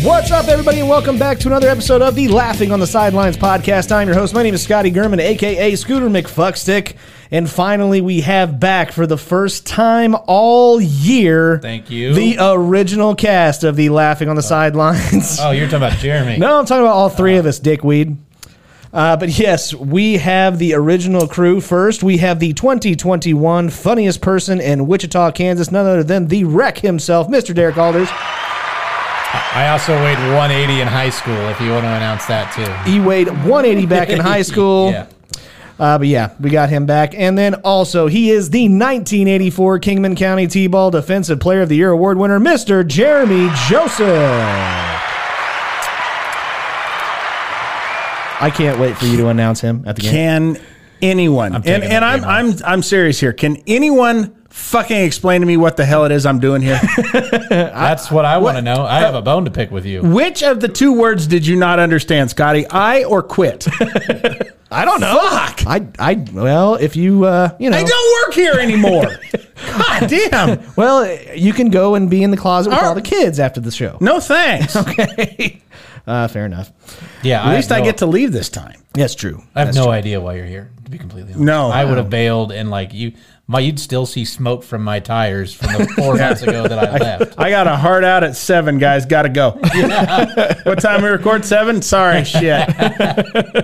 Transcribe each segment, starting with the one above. What's up, everybody, and welcome back to another episode of the Laughing on the Sidelines podcast. I'm your host. My name is Scotty Gurman, aka Scooter McFuckstick. And finally, we have back for the first time all year. Thank you. The original cast of the Laughing on the Sidelines. Oh, you're talking about Jeremy. No, I'm talking about all three of us, dickweed. Uh, but yes, we have the original crew first. We have the 2021 funniest person in Wichita, Kansas, none other than the wreck himself, Mr. Derek Alders. I also weighed 180 in high school, if you want to announce that too. He weighed 180 back in high school. Yeah. Uh, but yeah, we got him back. And then also, he is the 1984 Kingman County T Ball Defensive Player of the Year award winner, Mr. Jeremy Joseph. I can't wait for you to announce him at the game. Can anyone? and taking and that I'm game I'm I'm serious here. Can anyone fucking explain to me what the hell it is I'm doing here? That's what I want to know. I have a bone to pick with you. Which of the two words did you not understand, Scotty? I or quit? I don't know. Fuck. I, I, well, if you, uh, you know, I don't work here anymore. God damn. well, you can go and be in the closet with Our- all the kids after the show. No thanks. Okay. uh, fair enough. Yeah. At least I get to. to leave this time. That's true. I have no idea why you're here. To be completely honest, No. I would have bailed, and like you, my you'd still see smoke from my tires from the four months ago that I left. I got a hard out at seven, guys. Got to go. what time we record? Seven. Sorry, shit.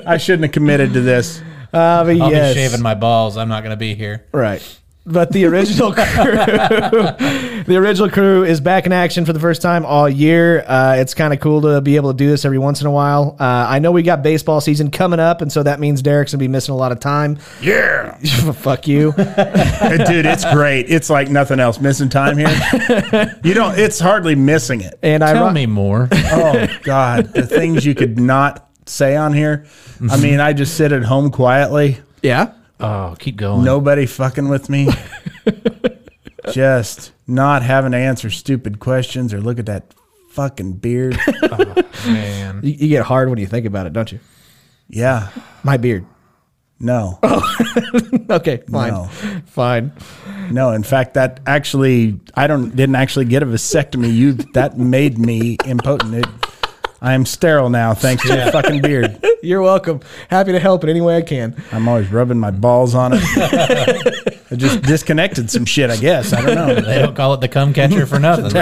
I shouldn't have committed to this. Uh, but I'll yes. be shaving my balls. I'm not going to be here. Right. But the original crew, the original crew is back in action for the first time all year. Uh, it's kind of cool to be able to do this every once in a while. Uh, I know we got baseball season coming up, and so that means Derek's gonna be missing a lot of time. Yeah, Fuck you. dude, it's great. It's like nothing else. Missing time here. You don't. It's hardly missing it. And I Tell me more. Oh God, the things you could not say on here. I mean, I just sit at home quietly. yeah. Oh, keep going. Nobody fucking with me. just not having to answer stupid questions or look at that fucking beard. man. You, you get hard when you think about it, don't you? Yeah. My beard. No. Okay, fine, No. fine. No, in fact, that actually, I don't didn't actually get a vasectomy. You that made me impotent. It, I am sterile now, thanks to the fucking beard. You're welcome. Happy to help in any way I can. I'm always rubbing my balls on it. I just disconnected some shit, I guess. I don't know. It They don't call it the cum catcher for nothing.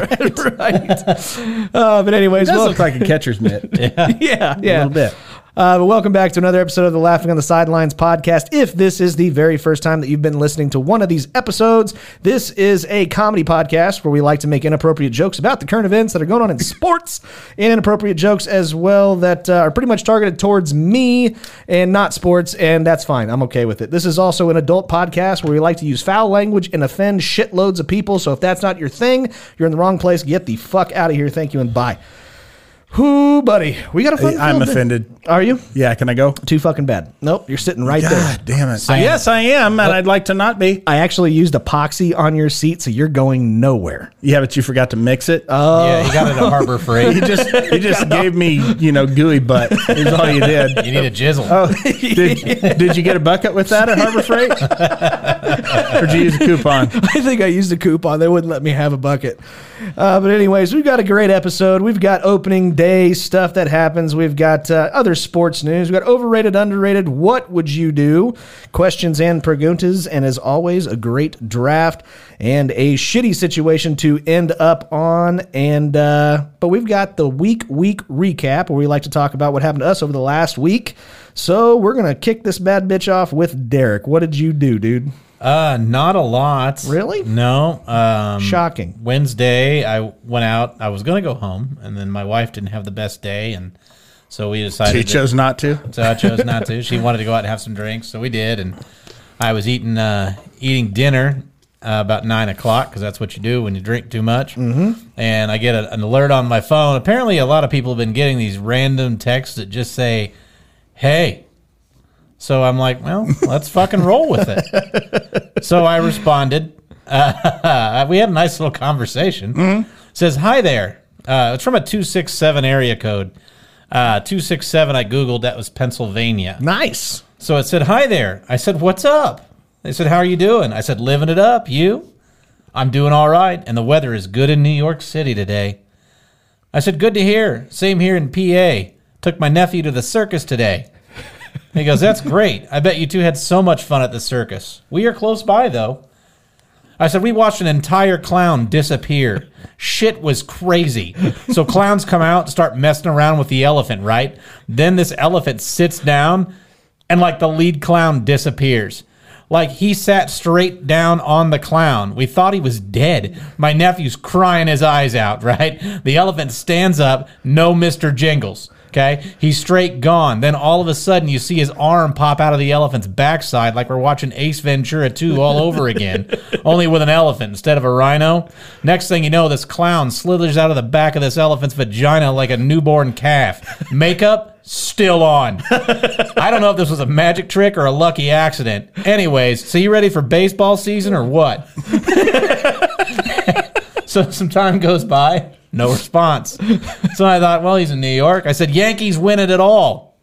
right. Uh, but anyways, does well, look like a catcher's mitt yeah, a yeah. little bit. Uh, but welcome back to another episode of the Laughing on the Sidelines podcast. If this is the very first time that you've been listening to one of these episodes, this is a comedy podcast where we like to make inappropriate jokes about the current events that are going on in sports and inappropriate jokes as well that uh, are pretty much targeted towards me and not sports, and that's fine. I'm okay with it. This is also an adult podcast where we like to use foul language and offend shitloads of people. So if that's not your thing, you're in the wrong place. Get the fuck out of here. Thank you and bye. Who, buddy? We got a fun. Hey, I'm filled day. offended. Are you? Yeah, can I go? Too fucking bad. Nope, you're sitting right there. God damn it. I am. yes, I am, and I'd like to not be. I actually used epoxy on your seat, so you're going nowhere. Yeah, but you forgot to mix it. Yeah, you got it at Harbor Freight. you just you just gave me, you know, gooey butt is all you did. You need a jizzle. Oh. Did, did you get a bucket with that at Harbor Freight? or did you use a coupon? I think I used a coupon. They wouldn't let me have a bucket. Uh, but anyways, we've got a great episode. We've got opening day stuff that happens. We've got uh, other sports news. We've got overrated, underrated. What would you do? Questions and preguntas. And as always, a great draft and a shitty situation to end up on. And uh, but we've got the week week recap where we like to talk about what happened to us over the last week. So we're gonna kick this bad bitch off with Derek. What did you do, dude? Uh, not a lot. Really? No. Um, Shocking. Wednesday, I went out. I was gonna go home, and then my wife didn't have the best day, and so we decided. She that- chose not to. so I chose not to. She wanted to go out and have some drinks, so we did. And I was eating uh, eating dinner uh, about nine o'clock because that's what you do when you drink too much. Mm-hmm. And I get a, an alert on my phone. Apparently, a lot of people have been getting these random texts that just say, "Hey." So I'm like, well, let's fucking roll with it. so I responded. Uh, we had a nice little conversation. Says, "Hi there." Uh, it's from a two six seven area code. Uh, 267, I Googled, that was Pennsylvania. Nice. So it said, Hi there. I said, What's up? They said, How are you doing? I said, Living it up. You? I'm doing all right. And the weather is good in New York City today. I said, Good to hear. Same here in PA. Took my nephew to the circus today. He goes, That's great. I bet you two had so much fun at the circus. We are close by, though. I said, We watched an entire clown disappear. Shit was crazy. So clowns come out, start messing around with the elephant, right? Then this elephant sits down, and like the lead clown disappears. Like he sat straight down on the clown. We thought he was dead. My nephew's crying his eyes out, right? The elephant stands up, no Mr. Jingles. Okay. He's straight gone. Then all of a sudden, you see his arm pop out of the elephant's backside, like we're watching Ace Ventura 2 all over again, only with an elephant instead of a rhino. Next thing you know, this clown slithers out of the back of this elephant's vagina like a newborn calf. Makeup still on. I don't know if this was a magic trick or a lucky accident. Anyways, so you ready for baseball season or what? so some time goes by, no response. So I thought, well, he's in New York. I said, Yankees win it at all.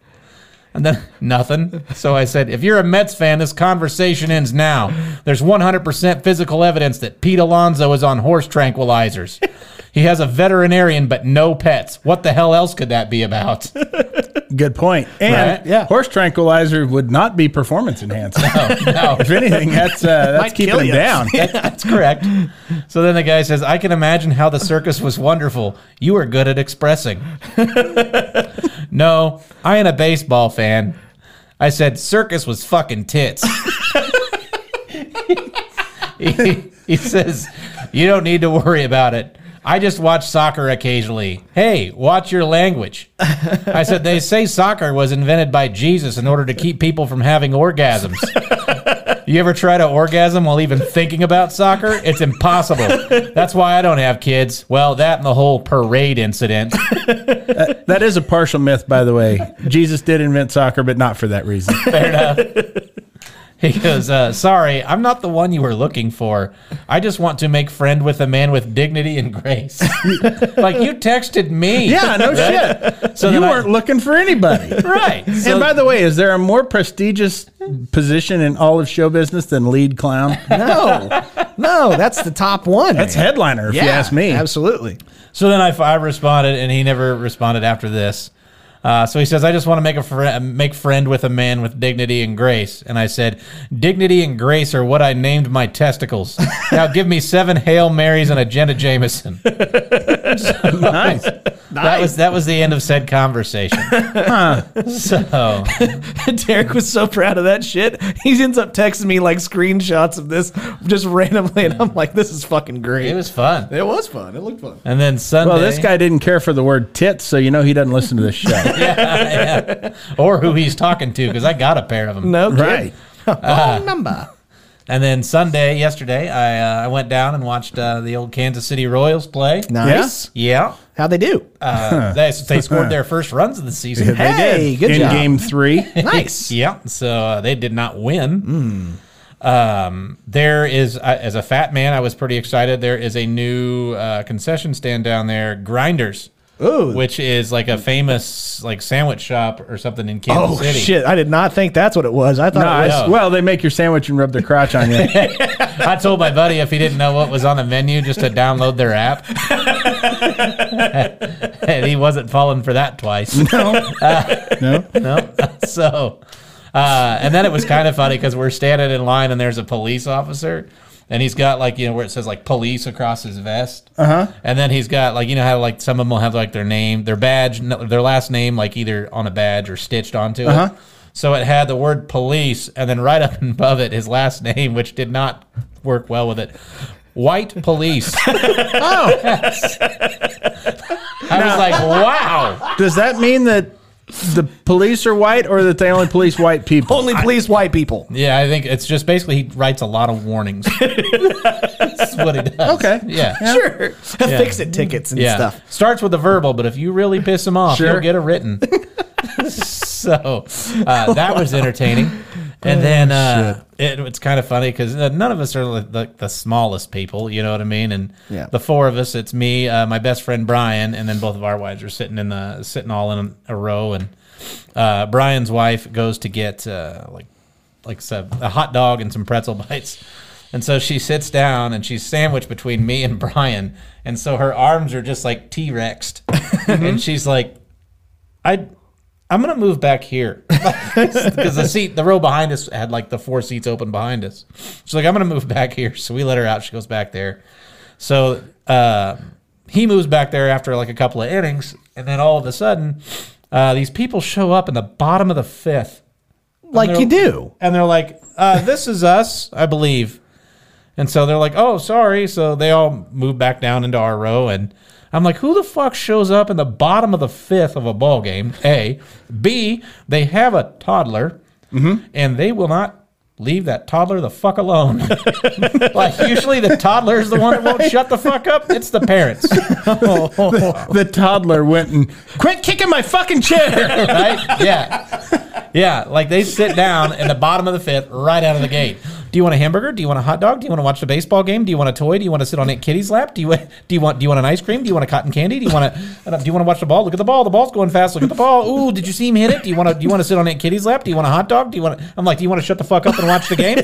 And then nothing. So I said, if you're a Mets fan, this conversation ends now. There's 100% physical evidence that Pete Alonso is on horse tranquilizers. He has a veterinarian, but no pets. What the hell else could that be about? Good point. And Right. yeah. horse tranquilizer would not be performance enhancing. Oh, No. If anything, that's uh, that's keeping kill them ya. down. That's correct. So then the guy says, I can imagine how the circus was wonderful. You are good at expressing. no, I ain't a baseball fan. I said, circus was fucking tits. he, he says, You don't need to worry about it. I just watch soccer occasionally. Hey, watch your language. I said, They say soccer was invented by Jesus in order to keep people from having orgasms. You ever try to orgasm while even thinking about soccer? It's impossible. That's why I don't have kids. Well, that and the whole parade incident. That is a partial myth, by the way. Jesus did invent soccer, but not for that reason. He goes, uh, Sorry, I'm not the one you were looking for. I just want to make friend with a man with dignity and grace. like, you texted me. Yeah, no shit. So you then I- weren't looking for anybody. Right. So, and by the way, is there a more prestigious position in all of show business than lead clown? No, no, that's the top one. That's headliner, if you ask me. Absolutely. so then I, I responded, and he never responded after this. Uh, so he says, "I just want to make a fri make friend with a man with dignity and grace." And I said, "Dignity and grace are what I named my testicles. now give me seven hail marys and a Jenna Jameson." Nice. That was that was the end of said conversation. So Derek was so proud of that shit. He ends up texting me like screenshots of this just randomly, and I'm like, this is fucking great. it was fun. It was fun. It looked fun. And then Sunday, Well, this guy didn't care for the word tits, so you know he doesn't listen to this show. or who he's talking to, because I got a pair of them. No, Uh, Right. right. Phone number. And then Sunday, yesterday, I uh, I went down and watched uh, the old Kansas City Royals play. Nice. Yeah, How they do? uh, they, they scored their first runs of the season. Yeah, they Hey, did. good in job. game three. nice. Yeah, so uh, they did not win. Um, there is, uh, as a fat man, I was pretty excited. There is a new uh, concession stand down there, Grinders, Ooh. which is like a famous like sandwich shop or something in Kansas Oh City. shit! I did not think that's what it was. I thought it was. Nice. yeah. Well, they make your sandwich and rub their crotch on you. I told my buddy if he didn't know what was on the menu, just to download their app. and he wasn't falling for that twice. no. no. no. so, uh, and then it was kind of funny because we're standing in line and there's a police officer. And he's got like you know where it says like police across his vest, uh-huh. and then he's got like you know how like some of them will have like their name, their badge, no- their last name like either on a badge or stitched onto it. So it had the word police, and then right up above it his last name, which did not work well with it. White police. Oh, I was like, wow. does that mean that the police are white, or that they only police white people? Only police white people. Yeah, I think it's just basically he writes a lot of warnings. That's what he does. Okay. Yeah. Sure. Fix it tickets and Yeah. stuff. Starts with a verbal, but if you really piss him off, Sure. you'll get a written. so uh, that was entertaining. Oh, And then uh, it, it's kind of funny because uh, none of us are like the, the smallest people, you know what I mean? And Yeah. the four of us, it's me, uh, my best friend Brian, and then both of our wives are sitting in the sitting all in a row. And uh, Brian's wife goes to get uh, like like so, a hot dog and some pretzel bites. And so she sits down and she's sandwiched between me and Brian. And so her arms are just like T Rexed. and she's like, I, I'm going to move back here. Because the seat, the row behind us had like the four seats open behind us. She's like, I'm going to move back here. So we let her out. She goes back there. So uh, he moves back there after like a couple of innings. And then all of a sudden, uh, these people show up in the bottom of the fifth Like you do. and they're like, uh, "This is us, I believe." And so they're like, "Oh, sorry." So they all move back down into our row, and I'm like, "Who the fuck shows up in the bottom of the fifth of a ball game?" A, B, they have a toddler, and they will not. Leave that toddler the fuck alone. like usually the toddler is the one that won't shut the fuck up. It's the parents, Oh. The toddler went and quit kicking my fucking chair. right? Yeah, yeah. Like they sit down in the bottom of the fifth, right out of the gate. Do you want a hamburger? Do you want a hot dog? Do you want to watch a baseball game? Do you want a toy? Do you want to sit on Aunt Kitty's lap? Do you want, do you want do you want an ice cream? Do you want a cotton candy? Do you want to do you want to watch the ball? Look at the ball. The ball's going fast. Look at the ball. Ooh, did you see him hit it? Do you want to do you want to sit on Aunt Kitty's lap? Do you want a hot dog? Do you want? To, I'm like, do you want to shut the fuck up and watch the game?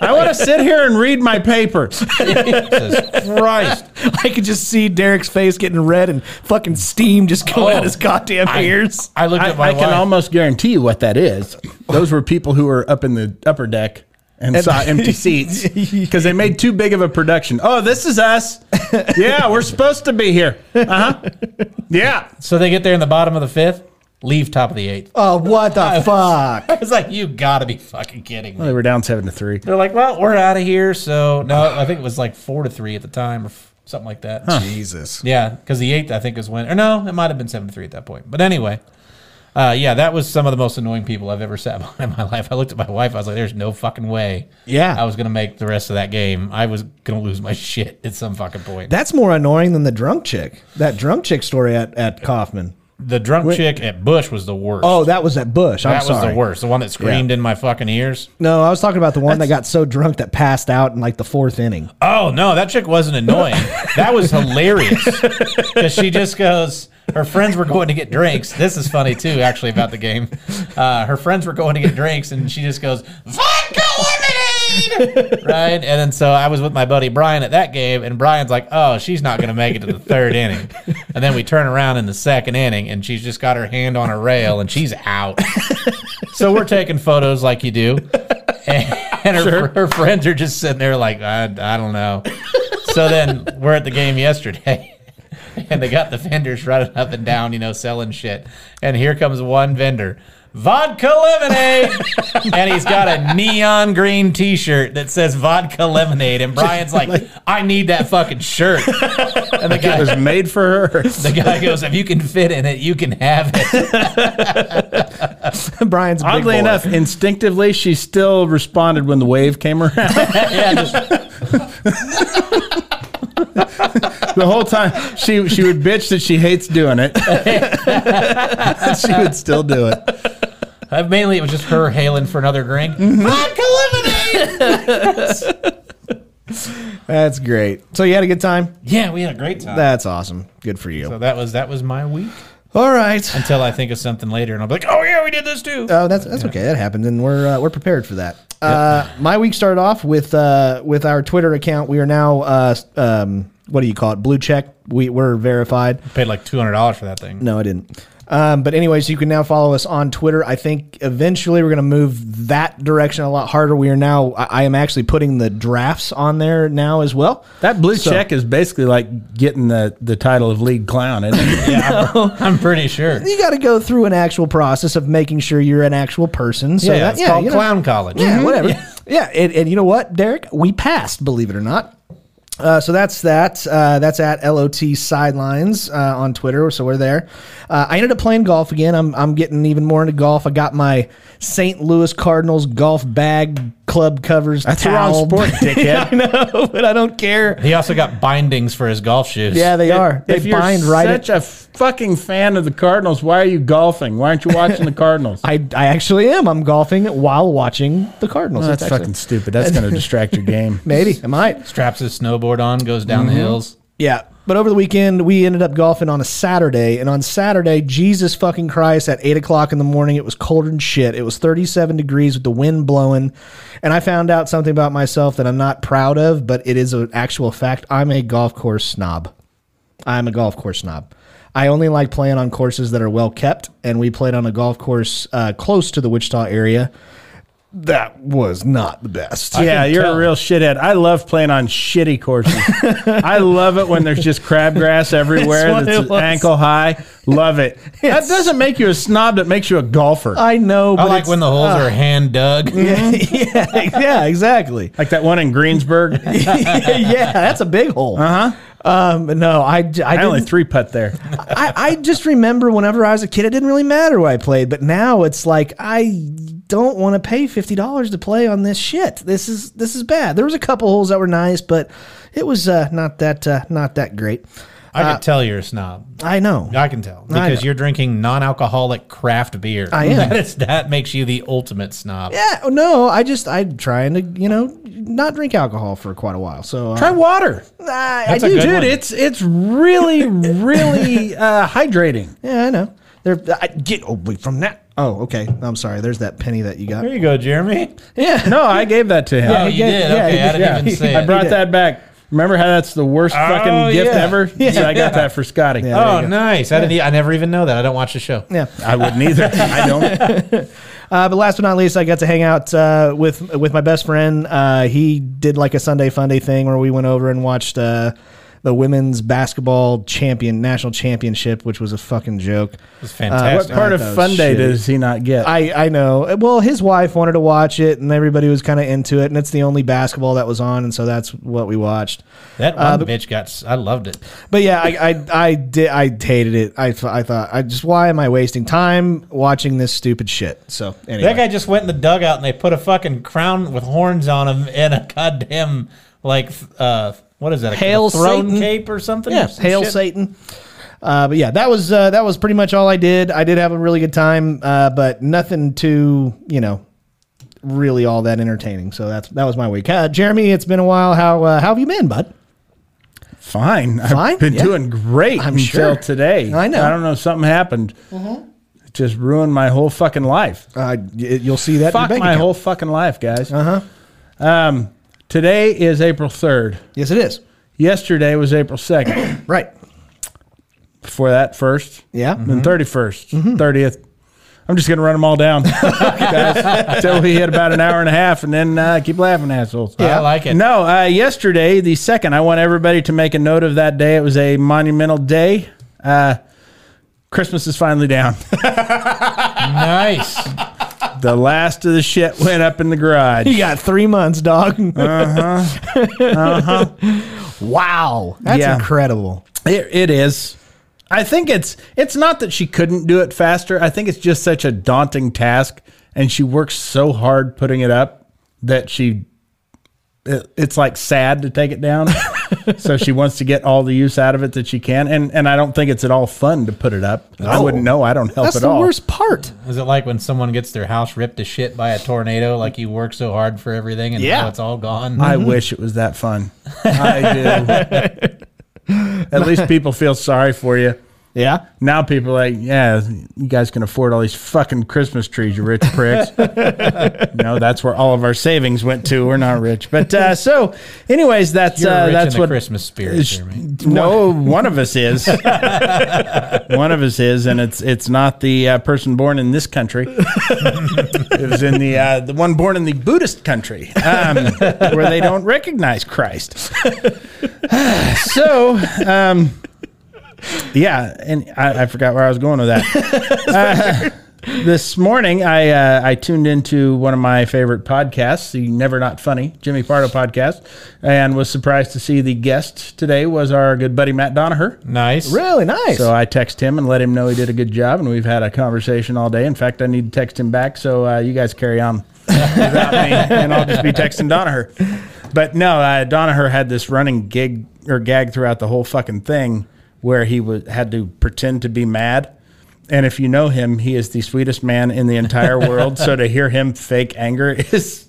I want to sit here and read my paper. Jesus Christ. I could just see Derek's face getting red and fucking steam just going out his goddamn ears. I looked I, at my I can wife. almost guarantee you what that is. Those were people who were up in the upper deck and saw empty seats because they made too big of a production. Oh, this is us. Yeah, we're supposed to be here. Uh huh. Yeah. so they get there in the bottom of the fifth, leave top of the eighth. oh, what the fuck? I was like, you gotta be fucking kidding me. They were down seven to three. They're like, well, we're out of here. So no, I think it was like four to three at the time or f- something like that. Jesus. Yeah, because the eighth I think is when, or no, it might have been seven to three at that point. But anyway, uh, yeah, that was some of the most annoying people I've ever sat behind in my life. I looked at my wife. I was like, there's no fucking way. Yeah. I was gonna make the rest of that game. I was gonna lose my shit at some fucking point. That's more annoying than the drunk chick. That drunk chick story at, at Kaufman. the drunk chick at Bush was the worst. Oh, that was at Bush. I'm that was sorry. the worst. The one that screamed in my fucking ears. No, I was talking about the one that got so drunk that passed out in like the fourth inning. Oh no, that chick wasn't annoying. that was hilarious because she just goes. Her friends were going to get drinks. This is funny too, actually, about the game. Uh, her friends were going to get drinks, and she just goes vodka lemonade, right? And then so I was with my buddy Brian at that game, and Brian's like, "Oh, she's not going to make it to the third inning." And then we turn around in the second inning, and she's just got her hand on a rail, and she's out. so we're taking photos like you do, and, and her, her friends are just sitting there like, "I, I don't know." so then we're at the game yesterday and they got the vendors running up and down, you know, selling shit. And here comes one vendor vodka lemonade. and he's got a neon green t shirt that says vodka lemonade. And Brian's like, I need that fucking shirt. And the It guy, was made for her. the guy goes, If you can fit in it, you can have it. Brian's a big Oddly boy. enough, instinctively, she still responded when the wave came around. yeah, just, the whole time, she she would bitch that she hates doing it. she would still do it. uh, mainly, it was just her hailing for another drink. Vodka lemonade. That's great. So you had a good time? Yeah, we had a great time. That's awesome. Good for you. so that was that was my week All right. until I think of something later and I'll be like, oh yeah, we did this too. Oh, that's that's okay. That happened, and we're uh, we're prepared for that. Uh, my week started off with uh, with our Twitter account. We are now uh, s- um, what do you call it? Blue check. We we're verified. Paid like two hundred dollars for that thing. No, I didn't. Um, but anyways, you can now follow us on Twitter. I think eventually we're going to move that direction a lot harder. We are now. I, I am actually putting the drafts on there now as well. That blue So- check is basically like getting the, the title of league clown. Isn't it? I'm pretty sure. You got to go through an actual process of making sure you're an actual person. So yeah, that, it's called you know- Clown College. Yeah, whatever. Yeah, and, and you know what, Derek? We passed, believe it or not. Uh, so that's that. Uh, that's at LOT Sidelines uh, on Twitter. So we're there. Uh, I ended up playing golf again. I'm, I'm getting even more into golf. I got my St. Louis Cardinals golf bag club covers. That's the wrong towel. sport, dickhead. I know, but I don't care. He also got bindings for his golf shoes. Yeah, they are. They if you're bind right at such a fucking fan of the Cardinals, why are you golfing? Why aren't you watching the Cardinals? I, I actually am. I'm golfing while watching the Cardinals. Oh, that's It's actually- fucking stupid. That's going to distract your game. Maybe. I might. Straps his snowboard on, goes down Mm-hmm. the hills. Yeah. But over the weekend, we ended up golfing on a Saturday. And on Saturday, Jesus fucking Christ, at 8 o'clock in the morning, it was colder than shit. It was 37 degrees with the wind blowing. And I found out something about myself that I'm not proud of, but it is an actual fact. I'm a golf course snob. I'm a golf course snob. I only like playing on courses that are well kept. And we played on a golf course uh, close to the Wichita area. That was not the best. yeah, can you're tell. a real shithead. I love playing on shitty courses. I love it when there's just crabgrass everywhere what that's, it was. ankle high. Love it. that doesn't make you a snob. That makes you a golfer. I know, I but like when the holes uh, are hand dug. it's- yeah, yeah, exactly. like that one in Greensburg. yeah, that's a big hole. Uh Uh-huh. huh. Um, no, I, j- I, I only didn't, three putt there. I, I just remember whenever I was a kid, it didn't really matter what I played, but now it's like I don't want to pay fifty dollars to play on this shit. This is this is bad. There was a couple holes that were nice, but it was uh, not that uh, not that great. I can tell you're a snob. I know. I can tell I because know. you're drinking non-alcoholic craft beer. I am. That, is, that makes you the ultimate snob. yeah, no, I just I'm trying to you know not drink alcohol for quite a while. So uh, Try water. I, I That's a do, good dude. one. Dude, it's it's really really uh, hydrating. Yeah, I know. There, I get away from that. Oh, okay. I'm sorry. There's that penny that you got. There you go, Jeremy. Yeah. No, I gave that to him. Oh, you yeah, did. yeah, okay, he did. I didn't Yeah, even say I it. brought that back. Remember how that's the worst Oh, fucking gift yeah. ever? So I got that for Scotty. Yeah. Oh, nice. I didn't. e- I never even know that. I don't watch the show. Yeah. I wouldn't either. I don't. Uh, but last but not least, I got to hang out uh, with with my best friend. Uh, he did like a Sunday Funday thing where we went over and watched uh, the women's basketball champion national championship, which was a fucking joke. It's What fantastic. part of that was Fun Day shitty. does he not get? Oh, I, I know. Well, his wife wanted to watch it, and everybody was kind of into it. And it's the only basketball that was on, and so that's what we watched. that one uh, bitch got. s- I loved it. But yeah, I I, I did I hated it. I, th- I thought I just why am I wasting time watching this stupid shit? So anyway, That guy just went in the dugout and they put a fucking crown with horns on him and a goddamn like uh what is that? A Hail throne Satan. cape or something? Yeah, hail Satan. Satan. Uh, but yeah, that was uh, that was pretty much all I did. I did have a really good time, uh, but nothing too you know really all that entertaining. So that's that was my week. Uh, Jeremy, it's been a while. How uh, how have you been, bud? Fine. Fine? I've been Yeah. doing great I'm until sure. today. I know. Mm-hmm. I don't know. Something happened. It just ruined my whole fucking life. Uh, y- you'll see that. in your Fuck my bank account. Uh-huh. whole fucking life, guys. Uh huh. Um, today is April 3rd. Yes, it is. Yesterday was April 2nd. Right. Before that, 1st. Yeah. then 31st, 30th. I'm just going to run them all down guys, until we hit about an hour and a half and then uh, keep laughing, assholes. I like it. No, uh, yesterday, the second, I want everybody to make a note of that day. It was a monumental day. Uh, Christmas is finally down. Nice. the last of the shit went up in the garage. You got three months, dog. Uh huh. Uh huh. wow, that's Yeah. incredible. It, it is. I think it's it's not that she couldn't do it faster. I think it's just such a daunting task, and she works so hard putting it up that she it, it's like sad to take it down. so she wants to get all the use out of it that she can, and and I don't think it's at all fun to put it up. I wouldn't know. I don't help That's at the all. worst part. Is it like when someone gets their house ripped to shit by a tornado? Like you work so hard for everything and Yeah. now it's all gone. I mm-hmm. wish it was that fun. I do. At least people feel sorry for you. Yeah. Now people are like, yeah, you guys can afford all these fucking Christmas trees, you rich pricks. no, that's where all of our savings went to. We're not rich, but uh, so, anyways, that's You're uh, rich that's in the what. Christmas spirit. It's- Jeremy. no, one of us is. one of us is, and it's it's not the uh, person born in this country. it was in the uh, the one born in the Buddhist country, um, where they don't recognize Christ. so, um, yeah, and I, I forgot where I was going with that. Uh, this morning, I uh, I tuned into one of my favorite podcasts, the Never Not Funny Jimmy Pardo podcast, and was surprised to see the guest today was our good buddy Matt Donaher. Nice. Really nice. So I text him and let him know he did a good job, and we've had a conversation all day. In fact, I need to text him back. So uh, you guys carry on without me, and I'll just be texting Donaher. But no, uh, Donaher had this running gig or gag throughout the whole fucking thing where he was had to pretend to be mad. And if you know him, he is the sweetest man in the entire world. so to hear him fake anger is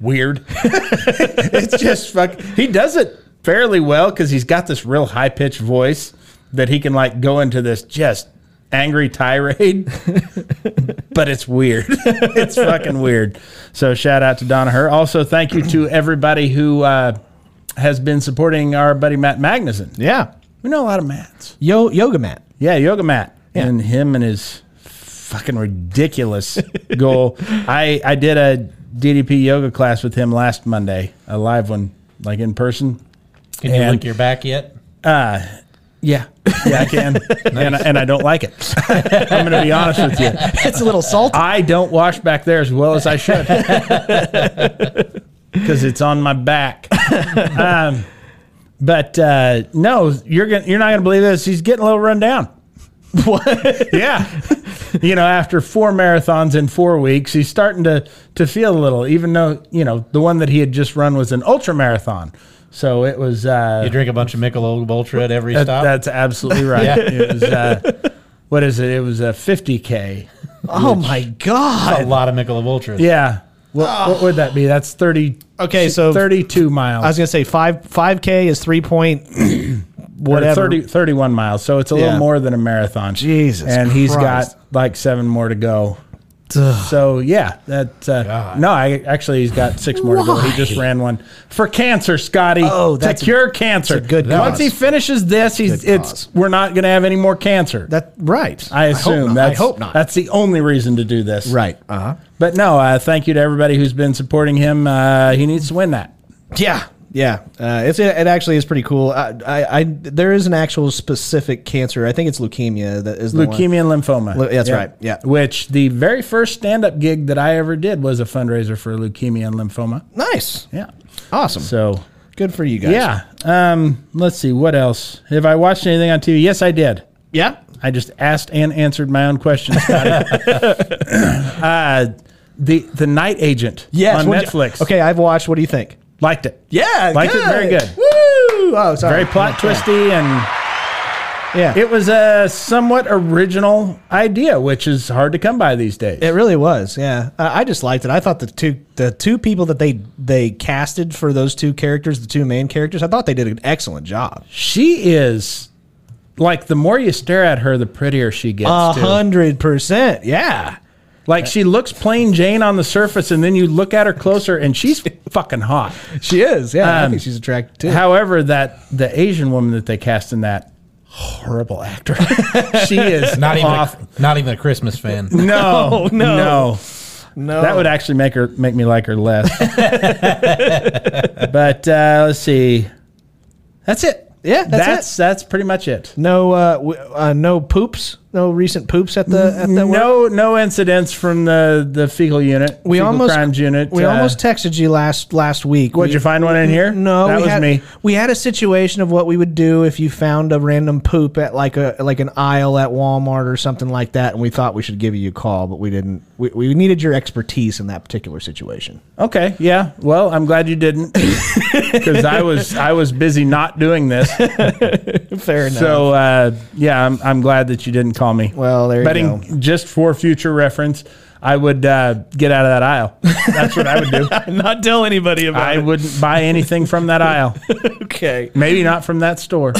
weird. it's just fuck. He does it fairly well because he's got this real high pitched voice that he can like go into this just angry tirade, but it's weird. it's fucking weird. So shout out to Donaher. Also, thank you to everybody who uh, has been supporting our buddy Matt Magnuson. yeah. We know a lot of Matts. Yo, yoga mat. Yeah, yoga mat. And him and his fucking ridiculous goal. I I did a DDP yoga class with him last Monday, a live one, like in person. Can you And- lick your back yet? Yeah, yeah, I can, and, I, and I don't like it. I'm going to be honest with you. It's a little salty. I don't wash back there as well as I should because it's on my back. Um, but uh, no, you're gonna, you're not going to believe this. He's getting a little run down. What? yeah, you know, after four marathons in four weeks, he's starting to to feel a little. Even though you know the one that he had just run was an ultra marathon, so it was. Uh, You drink a bunch of Michelob Ultra at every that- stop. that's absolutely right. Yeah. It was. Uh, what is it? It was a 50k. oh my god. a lot of Michelob Ultra. Yeah. What, what would that be? That's 30. Ah. Okay, so- 32 miles. I was gonna say five five k is three point Or whatever. 30, 31 miles. So it's a Yeah. little more than a marathon. Jesus And he's Christ. got like seven more to go. Ugh. So yeah, that uh, God. no, I actually he's got six more to go. He just ran one for cancer, Scotty. Oh, that's a- to cure cancer. that's a good Once cause. he finishes this, he's Good it's cause. we're not going to have any more cancer. That right. I assume. hope not. that's, I hope not. That's the only reason to do this, right. Uh huh. But no, uh, thank you to everybody who's been supporting him. Uh, he needs to win that. Yeah. Yeah, uh, it's it, it actually is pretty cool. I, I, I there is an actual specific cancer. I think it's leukemia that is the one. leukemia and lymphoma. Leu- that's right, yeah. Which the very first stand-up gig that I ever did was a fundraiser for leukemia and lymphoma. Nice, Yeah. awesome. So Good for you guys. yeah. Um, let's see what else. Have I watched anything on TV? Yes, I did. yeah. I just asked and answered my own questions. uh, the The Night Agent. Yes, on what'd you- Netflix. okay, I've watched. What do you think? liked it. Yeah, liked it. Very good. Woo! Oh, sorry. Very plot twisty and. Yeah, it, It was a somewhat original idea, which is hard to come by these days. it really was. Yeah, I, I just liked it. I thought the two the two people that they they casted for those two characters, the two main characters, I thought they did an excellent job. she is like the more you stare at her, the prettier she gets. A too. hundred percent. Uh-huh. Yeah. Like she looks plain Jane on the surface, and then you look at her closer, and she's fucking hot. She is, yeah. I Um, think she's attractive too. However, that the Asian woman that they cast in that horrible actor, she is Not even off. a, not even a Christmas fan. no, no. no. no, That would actually make her make me like her less. but uh, let's see. That's it. Yeah, that's that's, that's pretty much it. no, uh, w- uh, no poops. no recent poops at the at the work? No, no incidents from the the fecal unit. We fecal almost crimes unit. We Uh, almost texted you last last week. What'd We- you find one in here? No, that we was had, me. We had a situation of what we would do if you found a random poop at like a like an aisle at Walmart or something like that, and we thought we should give you a call, but we didn't. We, we needed your expertise in that particular situation. Okay, yeah. Well, I'm glad you didn't, because I was I was busy not doing this. Fair enough. So uh, yeah, I'm I'm glad that you didn't call me. well, there you go. Betting just for future reference, I would uh, get out of that aisle. That's what I would do. Not tell anybody about I wouldn't buy anything from that aisle. Okay. Maybe not from that store.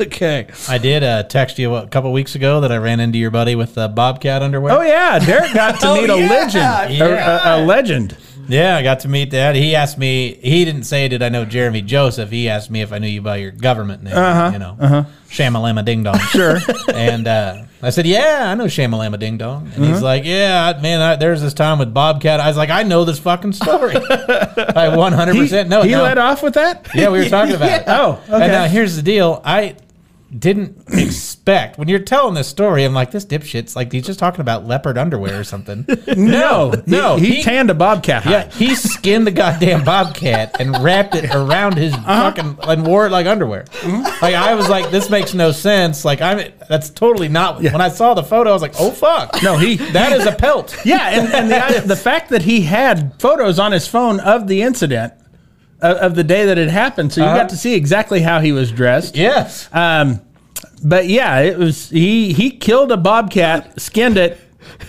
Okay. I did uh, text you a couple weeks ago that I ran into your buddy with uh, bobcat underwear. Oh yeah, Derek got to Oh, meet a yeah, legend. A- yeah. A, a legend. Yeah, I got to meet that. He asked me. He didn't say, "Did I know Jeremy Joseph?" He asked me if I knew you by your government name. Uh-huh, You know, uh Shamalama Ding Dong. Sure. and uh, I said, "Yeah, I know Shamalama Ding Dong." And Uh-huh. he's like, "Yeah, I- man, I, there's this time with Bobcat." I was like, "I know this fucking story. I 100 He, percent know." it. he Now- let off with that. Yeah, we were talking about it. Oh, okay. And now here's the deal. I didn't expect when you're telling this story. I'm like, this dipshit's like he's just talking about leopard underwear or something. No, no, He, he, he- tanned a bobcat. hide. Yeah, he skinned the goddamn bobcat and wrapped it around his Uh-huh. fucking and wore it like underwear. Mm-hmm. Like I was like, this makes no sense. Like I'm that's totally not. When I saw the photo, I was like, oh fuck, No, he- that is a pelt. Yeah, and, and the, the fact that he had photos on his phone of the incident, of, of the day that it happened, so you Uh-huh. got to see exactly how he was dressed. Yes, Um, but yeah, it was he he killed a bobcat, skinned it,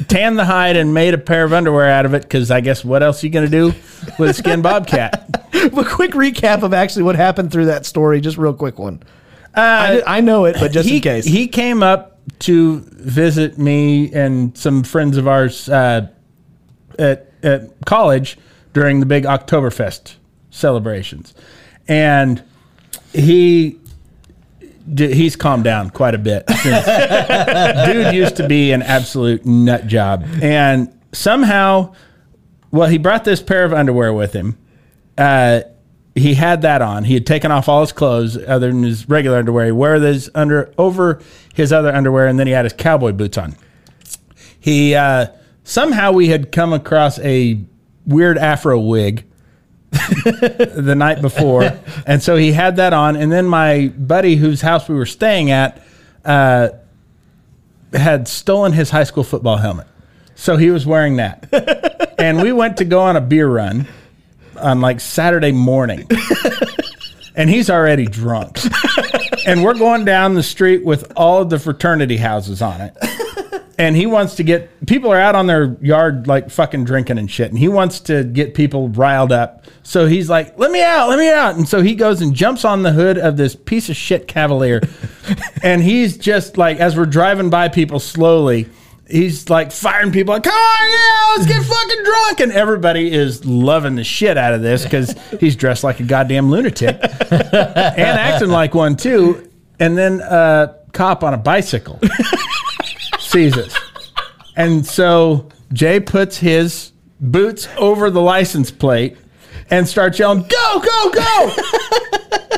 tanned the hide, and made a pair of underwear out of it. Because I guess what else you gonna do with a skinned bobcat? A quick recap of actually what happened through that story, just real quick one. I, Uh, did- I know it, but just he, in case. he came up to visit me and some friends of ours uh, at, at college during the big Oktoberfest celebrations, and he d- he's calmed down quite a bit. since- Dude used to be an absolute nut job, and somehow, well, he brought this pair of underwear with him. Uh, he had that on. He had taken off all his clothes other than his regular underwear. He wore this under over his other underwear, and then he had his cowboy boots on. He uh, somehow we had come across a weird afro wig the night before, and so he had that on. And then my buddy, whose house we were staying at, uh, had stolen his high school football helmet, so he was wearing that. and we went to go on a beer run on like Saturday morning. and he's already drunk. and we're going down the street with all of the fraternity houses on it. And he wants to get people are out on their yard like fucking drinking and shit. And he wants to get people riled up. So he's like, let me out, let me out. And so he goes and jumps on the hood of this piece of shit Cavalier. and he's just like, as we're driving by people slowly, he's like firing people like, come on, yeah, let's get fucking drunk. And everybody is loving the shit out of this because he's dressed like a goddamn lunatic and acting like one too. And then a cop on a bicycle sees us. And so Jay puts his boots over the license plate and starts yelling, go, go, go.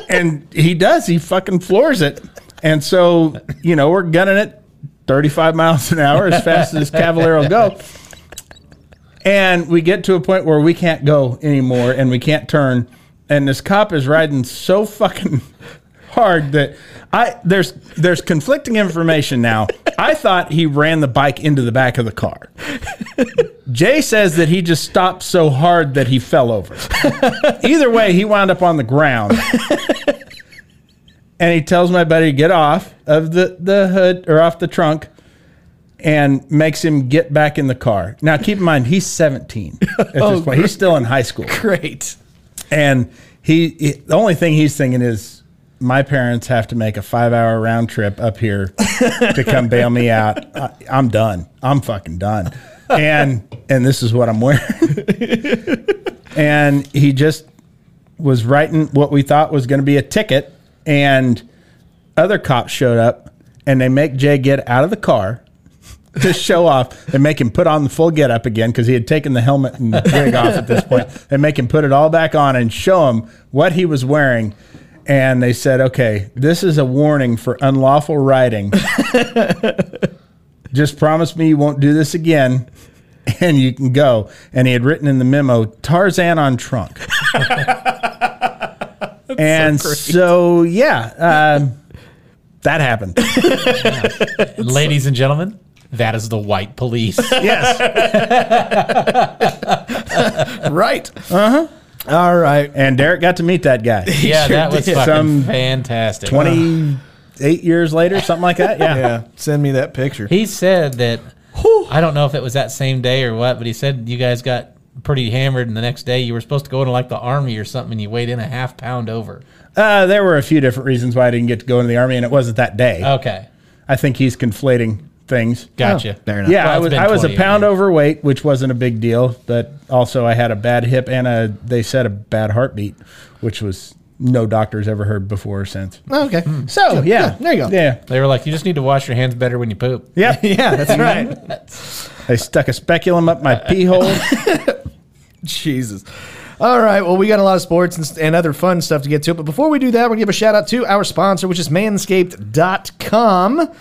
and he does. He fucking floors it. And so, you know, we're gunning it 35 miles an hour as fast as Cavalier will go. And we get to a point where we can't go anymore and we can't turn. And this cop is riding so fucking hard that I there's there's conflicting information now. I thought he ran the bike into the back of the car. Jay says that he just stopped so hard that he fell over. Either way, he wound up on the ground. and he tells my buddy to get off of the, the hood or off the trunk and makes him get back in the car. Now, keep in mind, he's 17 at this point. He's still in high school. Great. And he, he- the only thing he's thinking is, my parents have to make a five hour round trip up here to come bail me out. I, I'm done. I'm fucking done. And and this is what I'm wearing. and he just was writing what we thought was going to be a ticket, and other cops showed up, and they make Jay get out of the car to show off. They make him put on the full getup again because he had taken the helmet and the wig off at this point. They make him put it all back on and show him what he was wearing. And they said, okay, this is a warning for unlawful riding. just promise me you won't do this again and you can go. And he had written in the memo, Tarzan on trunk. and so, yeah, um, that happened. Ladies and gentlemen, that is the white police. yes. right. Uh huh. All right. And Derek got to meet that guy. Yeah, that was did. fucking Some fantastic. 28 years later, something like that. Yeah. Yeah. Send me that picture. He said that I don't know if it was that same day or what, but he said you guys got pretty hammered, and the next day you were supposed to go into like the army or something, and you weighed in a half pound over. Uh, there were a few different reasons why I didn't get to go into the army, and it wasn't that day. Oh. Okay, I think he's conflating things. gotcha. Fair enough. Yeah, Well, I it's was been I was a 20 pound years. overweight, which wasn't a big deal, but also I had a bad hip and a they said a bad heartbeat, which was no doctor's ever heard before or since. Oh, okay. So yeah, there you go. Yeah, They were like, you just need to wash your hands better when you poop. yeah, Yeah, that's right. They stuck a speculum up my pee hole. Jesus. All right. Well, we got a lot of sports and, and other fun stuff to get to. But before we do that, we're going to give a shout out to our sponsor, which is manscaped.com.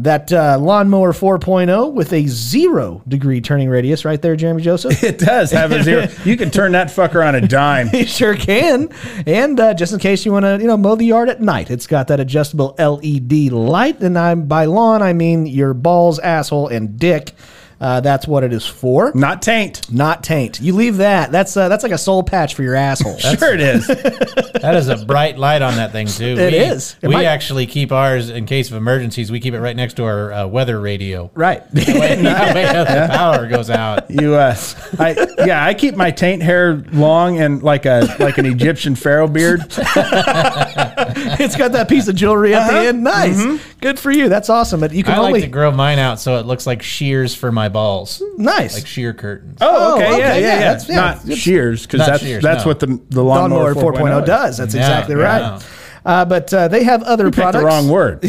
That uh, lawnmower 4.0 with a zero degree turning radius right there, Jeremy Joseph. It does have a zero. You can turn that fucker on a dime. You sure can. And uh, just in case you want to, you know, mow the yard at night, it's got that adjustable LED light. And I'm by lawn, I mean your balls, asshole, and dick. Uh, that's what it is for. Not taint. Not taint. You leave that. That's uh, that's like a soul patch for your asshole. Sure it is. That is a bright light on that thing too. It we, is. It we might- actually keep ours in case of emergencies. We keep it right next to our uh, weather radio. right. When the power goes out. You uh I yeah, I keep my taint hair long and like a like an Egyptian pharaoh beard. Oh, it's got that piece of jewelry at Uh-huh. the end. Nice. Mm-hmm. Good for you. That's awesome. But you can I only like to grow mine out so it looks like shears for my balls, nice. like sheer curtains. Oh, okay, yeah, yeah, yeah. That's, yeah. Not it's- shears, because Not that's shears, that's no. what the the lawnmower lawnmower, 4.0 does. That's Yeah, exactly yeah. right. Uh, but uh, they have other Picked products. the wrong word.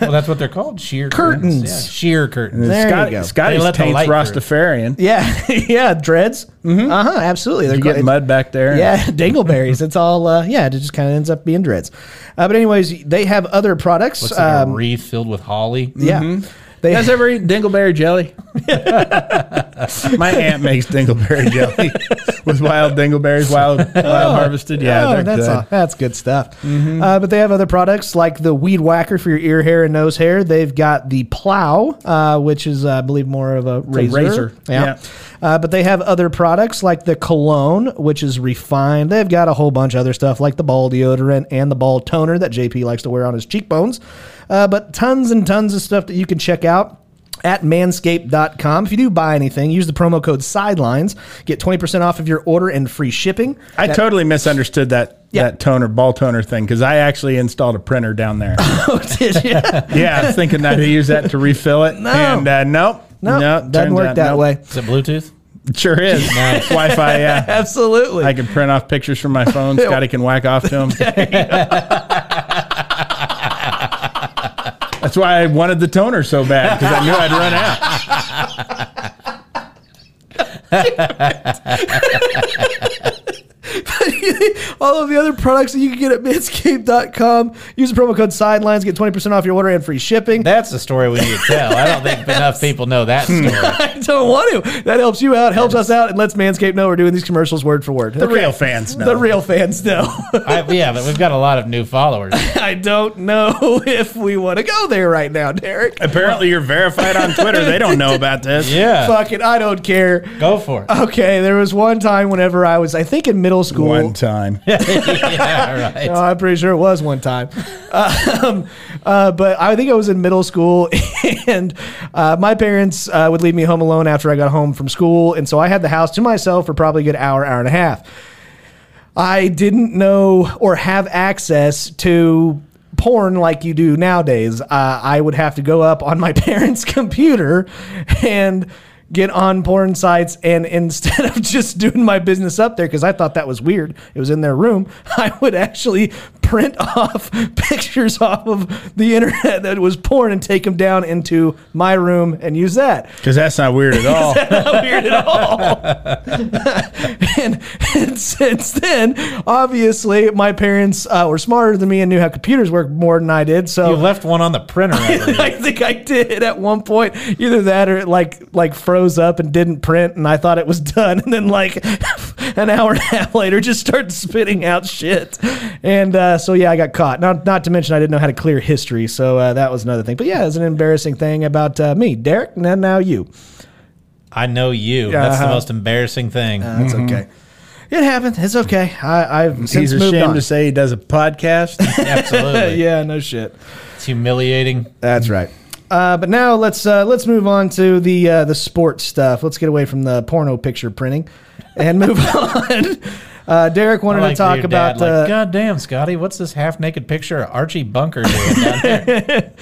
Well, that's what they're called, sheer Curtains. Yeah, sheer curtains. There you Scott, go. Scotty's They let the taint's light through. Rastafarian. Yeah, yeah, dreads. Mm-hmm. Uh huh. Absolutely. They're You quite- get mud back there. Yeah, dingleberries. It's all. Uh, yeah, it just kind of ends up being dreads. Uh, but anyways, they have other products. Looks like um, a wreath filled with holly. yeah, they Mm-hmm. You guys ever eat dingleberry jelly? My aunt makes dingleberry jelly with wild dingleberries, wild wild harvested. Yeah, Oh, they're that's good. Mm-hmm. all- that's good stuff. Uh, but they have other products like the weed whacker for your ear hair and nose hair. They've got the plow, uh, which is, uh, I believe, more of a razor. razor, Yeah. yeah. Uh, but they have other products like the cologne, which is refined. They've got a whole bunch of other stuff like the ball deodorant and the ball toner that JP likes to wear on his cheekbones. Uh, but tons and tons of stuff that you can check out at manscaped.com. If you do buy anything, use the promo code SIDELINES. Get 20% off of your order and free shipping. I totally misunderstood that Yeah. that toner ball toner thing because I actually installed a printer down there. Oh, yeah, I was thinking that I use that to refill it. No, and uh, nope, No, doesn't turns work out that nope. way. Is it Bluetooth? It sure is. Wi-Fi. Yeah, Absolutely. I can print off pictures from my phone. Scotty can whack off to them. That's why I wanted the toner so bad because I knew I'd run out. All of the other products that you can get at manscaped.com. Use the promo code sidelines, get 20% off your order and free shipping. That's the story we need to tell. I don't think enough people know that story. I don't want to. That helps you out, helps us out, and lets Manscaped know we're doing these commercials word for word. The real fans know. The real fans know. I, yeah, but we've got a lot of new followers. I don't know if we want to go there right now, Derek. Apparently, you're verified on Twitter. They don't know about this. Yeah, Fuck it. I don't care. go for it. Okay, there was one time whenever I was, I think in middle school. One time. yeah, right. No, I'm pretty sure it was one time. um, uh, but I think I was in middle school, and uh, my parents uh, would leave me home alone after I got home from school. And so I had the house to myself for probably a good hour, hour and a half. I didn't know or have access to porn like you do nowadays. Uh, I would have to go up on my parents' computer and get on porn sites and instead of just doing my business up there because i thought that was weird it was in their room i would actually print off pictures off of the internet that was porn and take them down into my room and use that. Because that's not weird at all. not weird at all. and, and since then, obviously, my parents uh, were smarter than me and knew how computers work more than I did. So You left one on the printer. I believe. I think I did at one point. Either that or it like like froze up and didn't print and I thought it was done and then like an hour and a half later just started spitting out shit. And uh, so yeah, I got caught. Not not to mention I didn't know how to clear history, so uh, that was another thing. But yeah, it's an embarrassing thing about uh, me, Derek, and then now you. Mm-hmm. I know you. That's the Uh-huh. most embarrassing thing. That's okay. It happened. It's okay. I, I've since He's moved ashamed on. to say he does a podcast. Mm-hmm. Absolutely. yeah, no shit. It's humiliating. That's right. Uh, but now let's uh, let's move on to the uh, the sports stuff. Let's get away from the porno picture printing and move on. Uh, Derek wanted I like to talk your about dad, like, uh, God damn, Scotty, what's this half naked picture of Archie Bunker doing down there?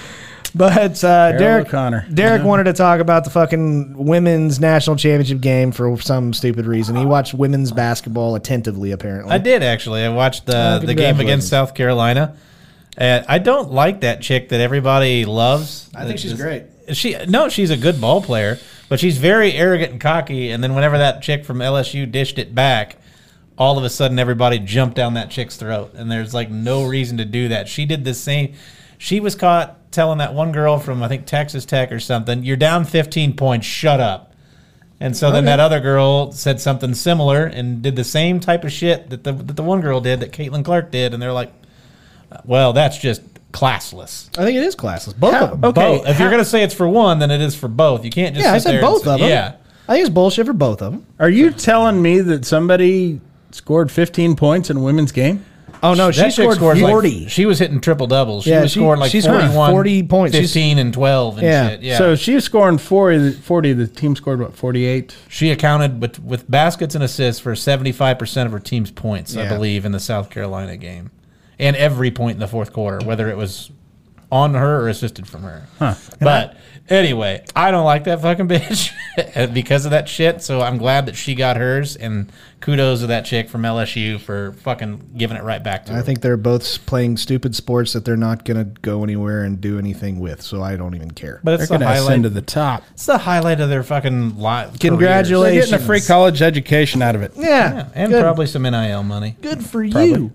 but uh, Derek O'Connor. Derek wanted to talk about the fucking women's national championship game for some stupid reason. He watched women's basketball attentively, apparently. Oh, I did actually. I watched the the game congratulations. against South Carolina. And I don't like that chick that everybody loves. I think she's great. She no, she's a good ball player, but she's very arrogant and cocky. And then whenever that chick from LSU dished it back, all of a sudden everybody jumped down that chick's throat. And there's like no reason to do that. She did the same. She was caught telling that one girl from I think Texas Tech or something, "You're down 15 points. Shut up." And so then that other girl said something similar and did the same type of shit that the that the one girl did that Caitlin Clark did, and they're like, "Well, that's just classless." I think it is classless. Both How- of them. okay, Both. If you're how- gonna say it's for one, then it is for both. You can't just Oh, Yeah, I sit there said and both say- of them. Yeah, I think it's bullshit for both of them. Are you telling me that somebody scored 15 points in a women's game? Oh no, she That chick scored scores like- forty. she was hitting triple doubles. She Yeah, was she- scoring like she's scoring 41, 40 points. She's- 15 and 12 and Yeah. shit. Yeah. So she was scoring 40. 40 the team scored, what, 48? she accounted with, with baskets and assists for 75% of her team's points, I Yeah. believe, in the South Carolina game. And every point in the fourth quarter, whether it was on her or assisted from her. But anyway, I don't like that fucking bitch because of that shit. So I'm glad that she got hers. And kudos to that chick from LSU for fucking giving it right back to her. I think they're both playing stupid sports that they're not going to go anywhere and do anything with, so I don't even care. But it's They're the going to highlight. ascend to the top. it's the highlight of their fucking life. Congratulations. They're getting a free college education out of it. yeah, Yeah, and good, probably some NIL money. good for you.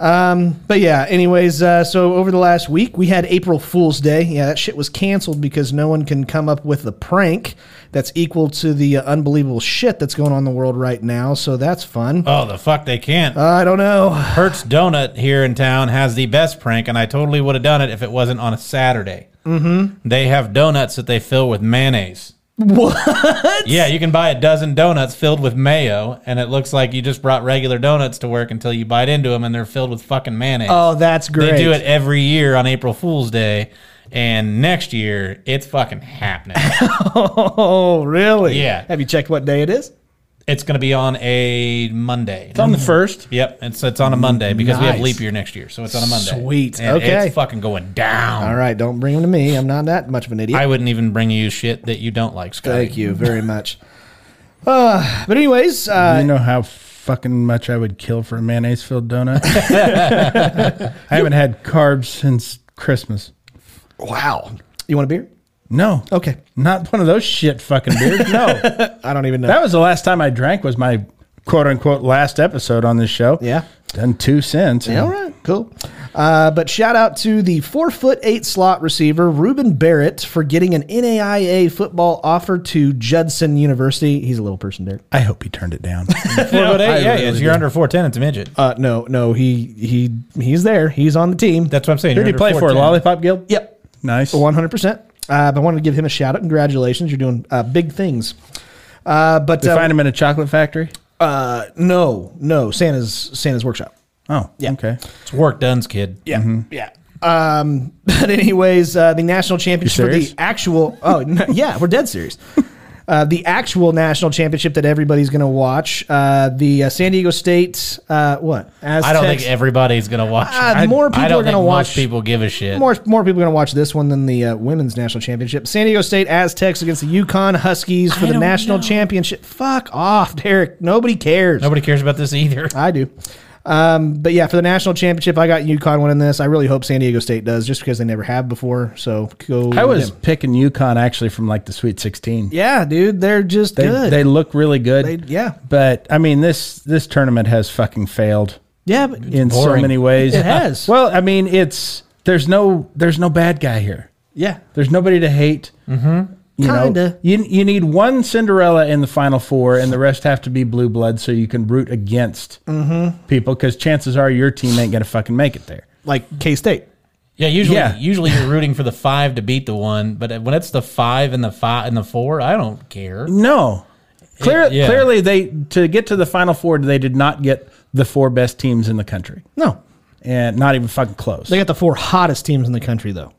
Um, but yeah, anyways, uh, so over the last week we had April Fool's Day. Yeah, that shit was canceled because no one can come up with a prank that's equal to the uh, unbelievable shit that's going on in the world right now. So that's fun. Oh, the fuck they can't. I don't know. Hertz Donut here in town has the best prank, and I totally would have done it if it wasn't on a Saturday. Mm-hmm. They have donuts that they fill with mayonnaise. What? Yeah, you can buy a dozen donuts filled with mayo, and it looks like you just brought regular donuts to work until you bite into them, and they're filled with fucking mayonnaise. Oh, that's great. They do it every year on April Fool's Day, and next year it's fucking happening. Oh, really? Yeah. Have you checked what day it is? it's going to be on a Monday. It's on the first. Yep, it's it's on a Monday because we have Nice. leap year next year, so it's on a Monday. Sweet, And okay. It's fucking going down. All right, don't bring them to me. I'm not that much of an idiot. I wouldn't even bring you shit that you don't like, Scotty. Thank you very much. Uh, but anyways, uh, You know how fucking much I would kill for a mayonnaise filled donut? I haven't had carbs since Christmas. wow. You want a beer? No. Okay. Not one of those shit fucking beers. No. I don't even know. That was the last time I drank. Was my quote unquote last episode on this show. Yeah. done two since. Yeah, all right, cool. Uh, but shout out to the four foot eight slot receiver Ruben Barrett for getting an NAIA football offer to Judson University. He's a little person, Derek. I hope he turned it down. No, but hey, I yeah, really if you're do. under 410, it's a midget. Uh, no, no, he he he's there. He's on the team. That's what I'm saying. Who did he You're play under for? 410. Lollipop Guild. yep, Nice. one hundred percent. Uh, But I wanted to give him a shout out. Congratulations, you're doing uh, big things. Uh, but Did you uh, find him in a chocolate factory. uh, no, no, Santa's Santa's workshop. Oh, yeah. Okay. It's work done's kid. Yeah, yeah. Mm-hmm. Um, but anyways, uh, the national championship for the serious? actual. Oh, n- yeah, we're dead serious. Uh, the actual national championship that everybody's going to watch. Uh, the uh, San Diego State. Uh, what? Aztecs, I don't think everybody's gonna watch. Uh, it. more I- people I don't are gonna think watch- Most people give a shit. more more people are going to watch this one than the uh, women's national championship. San Diego State Aztecs against the Yukon Huskies for I the don't national know. championship. Fuck off, Derek. Nobody cares. Uh, Nobody cares about this either. I do. Um, but yeah, for the national championship, I got UConn winning this. I really hope San Diego State does, just because they never have before. So go. I was them. picking UConn actually from like the Sweet 16. Yeah, dude, they're just They, good. they look really good. They- yeah. But I mean this this tournament has fucking failed yeah, but in so boring. many ways. It has. well, I mean it's there's no there's no bad guy here. yeah, There's nobody to hate. Mm-hmm. You know, Kinda. you you need one Cinderella in the final four, and the rest have to be blue blood, so you can root against people. Because chances are your team ain't gonna fucking make it there. like K State. Yeah, usually Yeah. usually you're rooting for the five to beat the one, but when it's the five and the five and the four, I don't care. No, Clear, yeah. clearly they to get to the final four, they did not get the four best teams in the country, No, and not even fucking close. they got the four hottest teams in the country though.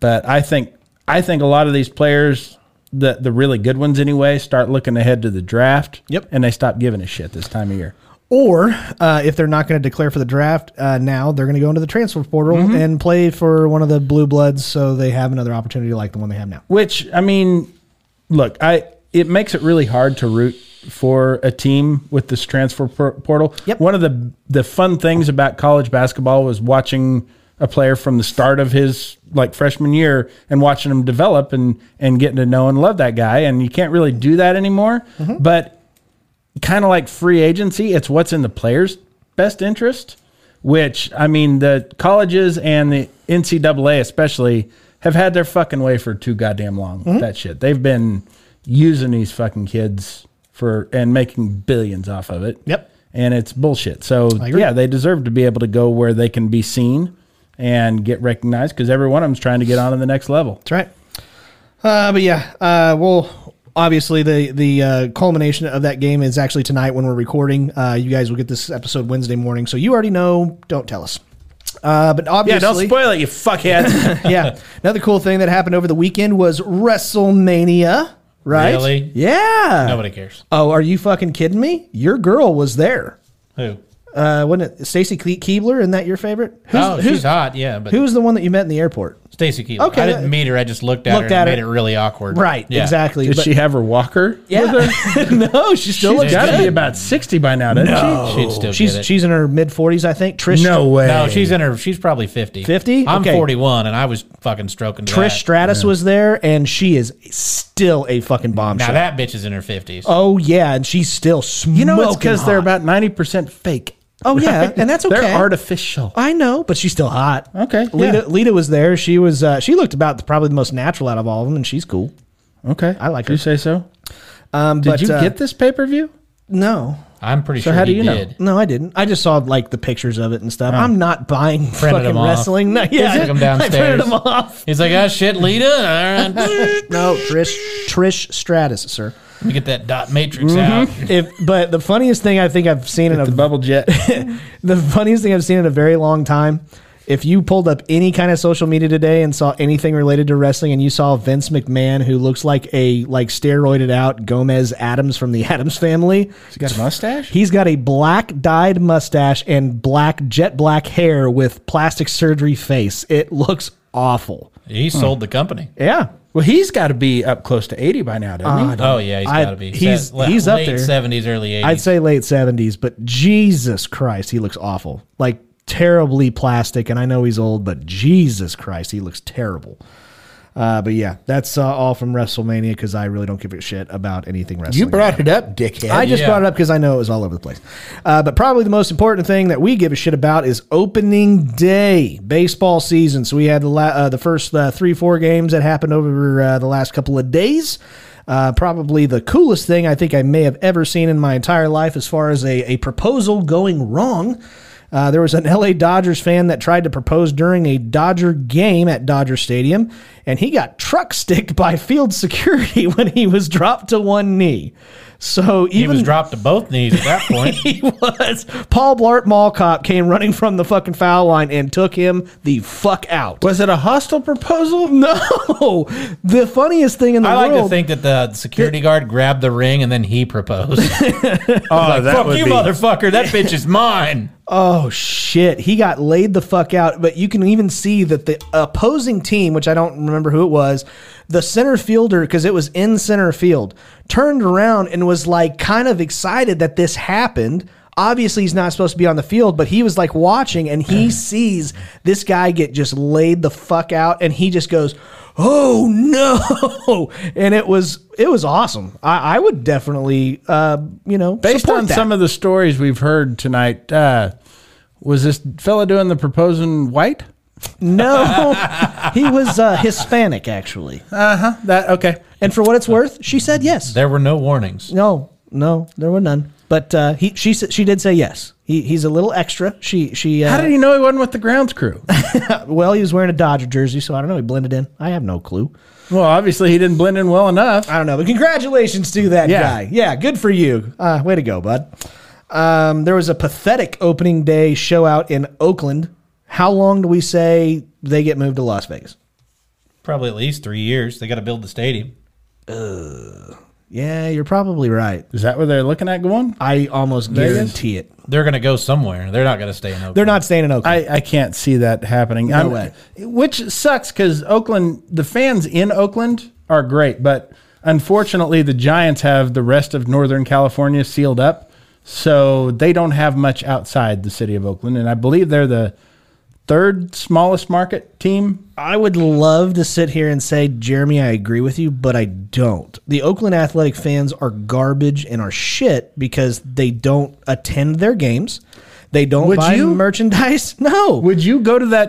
but I think I think a lot of these players, the the really good ones anyway, start looking ahead to the draft. Yep. and they stop giving a shit this time of year. Or uh, if they're not going to declare for the draft uh, now, they're going to go into the transfer portal Mm-hmm. and play for one of the blue bloods, so they have another opportunity like the one they have now. Which I mean, look, I it makes it really hard to root for a team with this transfer por- portal. Yep. One of the the fun things about college basketball was watching a player from the start of his like freshman year and watching him develop and and getting to know and love that guy and you can't really do that anymore. But kind of like free agency, it's what's in the player's best interest, which I mean, the colleges and the NCAA especially have had their fucking way for too goddamn long. Mm-hmm. with That shit. They've been using these fucking kids for and making billions off of it. Yep. And it's bullshit. So, agree. yeah, they deserve to be able to go where they can be seen and get recognized because every one of them's trying to get on to the next level. That's right. Uh, but yeah, uh, well, obviously the the uh, culmination of that game is actually tonight when we're recording. Uh, you guys will get this episode Wednesday morning, so you already know. Don't tell us. Uh, but Yeah, don't obviously, spoil it, you fuckhead. yeah. Another cool thing that happened over the weekend was WrestleMania. Right? Really? Yeah. Nobody cares. Oh, are you fucking kidding me? Your girl was there. Who? Uh, wasn't it Stacy Kle- Keebler? Isn't that your favorite? Who's, oh, who's, she's hot. Yeah, but who's the one that you met in the airport? Stacy Keeler. Okay, I didn't that- meet her. I just looked at Looked her. at and Made it her. really awkward. Right. Yeah. Exactly. Did But- she have her walker? Yeah. With her? no, she still She's looks got to good. be about 60 by now, doesn't she? She'd still get Oh. She's it. she's in her mid forties, I think. Trish. No way. no, she's in her. She's probably fifty. 50? I'm Okay. forty-one, and I was fucking stroking. to Trish that. Stratus was there, and she is still a fucking bombshell. Now that bitch is in her fifties. oh yeah, and she's still smoking. You know, it's because they're hot. about 90% fake. Oh yeah, and that's okay. They're artificial. I know, but she's still hot. Okay, Lita, yeah. Lita was there. She was. Uh, she looked about the, probably the most natural out of all of them, and she's cool. Okay. I like You her. say so? Um, Did but, you uh, get this pay per view? No, I'm pretty So sure how do he you know? did. no, I didn't. I just saw like the pictures of it and Oh. stuff. I'm not buying fucking 'em off. wrestling. No, yeah, Took 'em I printed downstairs. them off. He's like, oh shit, Lita. All right. No, Trish, Trish Stratus, sir. Let me get that dot matrix Mm-hmm. out. If but the funniest thing I think I've seen in a The bubble jet. the funniest thing I've seen in a very long time. If you pulled up any kind of social media today and saw anything related to wrestling, and you saw Vince McMahon who looks like a like steroided out Gomez Adams from the Adams family, she got a mustache? he's got a black dyed mustache and black jet black hair with plastic surgery face. It looks awful. He sold the company. Yeah, Well, he's got to be up close to 80 by now, doesn't he? Oh yeah, he's I- got to be. he's- Sa- he's up late there. Seventies, early I'd eighties. say late seventies, but Jesus Christ, he looks awful. Like terribly plastic, and I know he's old, but Jesus Christ, he looks terrible. Uh, but yeah, that's uh, all from WrestleMania because I really don't give a shit about anything wrestling. brought it up, dickhead. I just Yeah. brought it up because I know it was all over the place. Uh, but probably the most important thing that we give a shit about is opening day baseball season. So we had the la- uh, the first uh, three four games that happened over uh, the last couple of days. Uh, probably the coolest thing I think I may have ever seen in my entire life, as far as a, a proposal going wrong. Uh, there was an LA Dodgers fan that tried to propose during a Dodger game at Dodger Stadium, and he got truck sticked by field security when he was dropped to one knee. So He even was dropped to both knees at that point. he was Paul Blart Mall cop came running from the fucking foul line and took him the fuck out. Was it a hostile proposal? No, the funniest thing in the I like world. to think that the security guard grabbed the ring and then he proposed. Oh, that Fuck you, motherfucker! That bitch is mine. Oh shit, he got laid the fuck out. But you can even see that the opposing team, which I don't remember who it was, the center fielder, because it was in center field, turned around and was like kind of excited that this happened. Obviously, he's not supposed to be on the field, but he was like watching and he sees this guy get just laid the fuck out, and he just goes, "Oh no!" And it was it was awesome. I, I would definitely, uh, you know, Based on some of of the stories we've heard tonight, uh, was this fella doing the proposing white? no, he was uh, Hispanic actually. That okay? And for what it's worth, she said yes. There were no warnings. No, no, there were none. But uh, he, she, s- she did say yes. He, he's a little extra. She, she. Uh, How did he know he wasn't with the grounds crew? Well, he was wearing a Dodger jersey, so I don't know. He blended in. I have no clue. well, obviously he didn't blend in well enough. I don't know. But congratulations to that Yeah. guy. Yeah, good for you. Uh, way to go, bud. Um, there was a pathetic opening day show out in Oakland. How long do we say they get moved to Las Vegas? Probably at least three years. They got to build the stadium. Yeah, you're probably right. Is that where they're looking at going? I almost Vegas? guarantee it. They're going to go somewhere. They're not going to stay in Oakland. They're not staying in Oakland. I, I can't see that happening. I'm- way. Which sucks because Oakland, the fans in Oakland are great, but unfortunately, the Giants have the rest of Northern California sealed up, so they don't have much outside the city of Oakland, and I believe they're the third smallest market team. I would love to sit here and say, Jeremy, I agree with you, but I don't. The Oakland Athletic fans are garbage and are shit because they don't attend their games. They don't Would buy you? merchandise. No. Would you go to that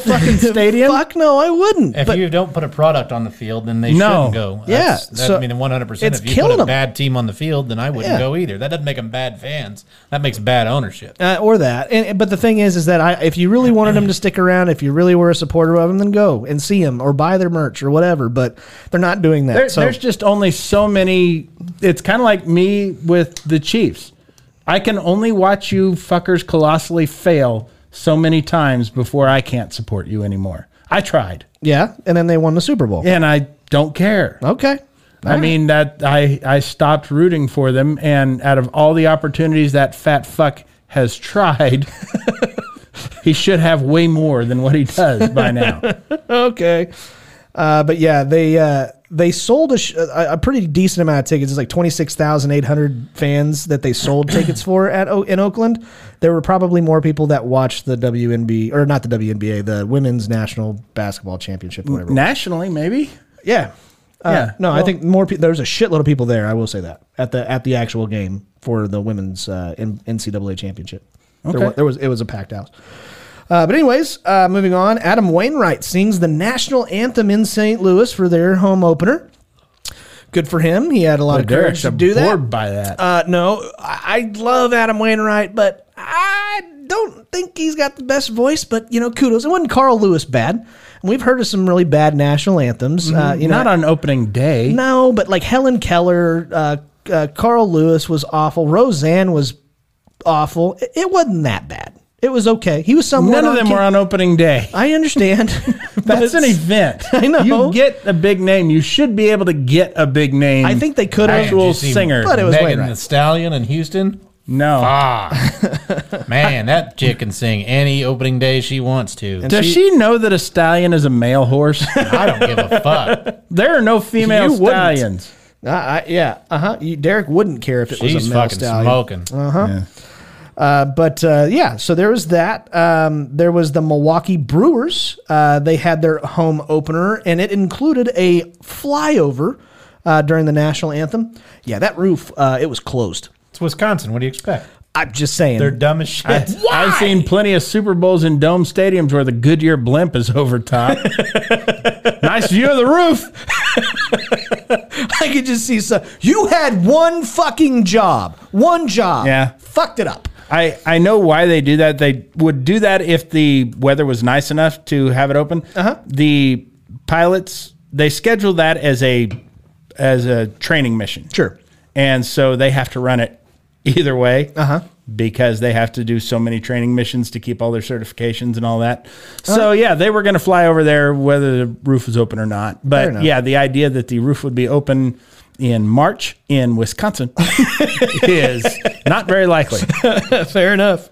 fucking stadium? Fuck no, I wouldn't. If but you don't put a product on the field, then they No. shouldn't go. Yeah, That's- that- so I mean, one hundred percent. it's If you killing put 'em. a bad team on the field, then I wouldn't Yeah. go either. That doesn't make them bad fans. That makes bad ownership. uh, or that. And, but the thing is, is that I, if you really wanted them to stick around, if you really were a supporter of them, then go and see them or buy their merch or whatever. But they're not doing that. There, so There's just only so many. It's kind of like me with the Chiefs. I can only watch you fuckers colossally fail so many times before I can't support you anymore. I tried, yeah, and then they won the Super Bowl. and I don't care. Okay. I mean that I I stopped rooting for them, and out of all the opportunities that fat fuck has tried, he should have way more than what he does by now. okay. Uh, but yeah, they uh, they sold a, sh- a a pretty decent amount of tickets. It's like twenty six thousand eight hundred fans that they sold tickets for at o- in Oakland. There were probably more people that watched the WNBA or not the WNBA, the Women's National Basketball Championship, or whatever. Nationally, maybe. yeah, uh, Yeah. No, I think more. Pe- there's a shitload of people there. I will say that at the at the actual game for the Women's uh, N- NCAA Championship. There, Okay. wa- there was it was a packed house. Uh, but anyways, uh, moving on. Adam Wainwright sings the national anthem in St. Louis for their home opener. Good for him. He had a lot of courage Derek's to do bored that. by that. Uh, no, I, I love Adam Wainwright, but I don't think he's got the best voice. But you know, kudos. It wasn't Carl Lewis bad. And we've heard of some really bad national anthems. Uh, you know, Mm-hmm. Not on opening day. no, but like Helen Keller, uh, uh, Carl Lewis was awful. Roseanne was awful. It, it wasn't that bad. It was okay. He was somewhere. None of them ca- were on opening day. I understand. but That's an it's- event. I know. You get a big name. You should be able to get a big name. I think they could Man, have. did you actual see singer. But it was Megan Wainwright. the Stallion in Houston. Ah. no. Man, that chick can sing any opening day she wants to. Does she, know that a stallion is a male horse? I don't give a fuck. there are no You female wouldn't. stallions. Uh, I, yeah. Uh huh. Derek wouldn't care if it was She's a male fucking stallion. smoking. but uh, yeah, so there was that. Um, there was the Milwaukee Brewers. Uh, they had their home opener, and it included a flyover uh, during the national anthem. Yeah, that roof, uh, it was closed. It's Wisconsin. What do you expect? I'm just saying. They're dumb as shit. I've seen plenty of Super Bowls in dome stadiums where the Goodyear blimp is over top. nice view of the roof. I could just see some. You had one fucking job, one job. Yeah. fucked it up. I, I know why they do that. They would do that if the weather was nice enough to have it open. Uh-huh. The pilots they schedule that as a as a training mission. Sure. And so they have to run it either way. Uh-huh. Because they have to do so many training missions to keep all their certifications and all that. So yeah, they were going to fly over there whether the roof was open or enough. not. But yeah, the idea that the roof would be open in March in Wisconsin is not very likely. Fair enough.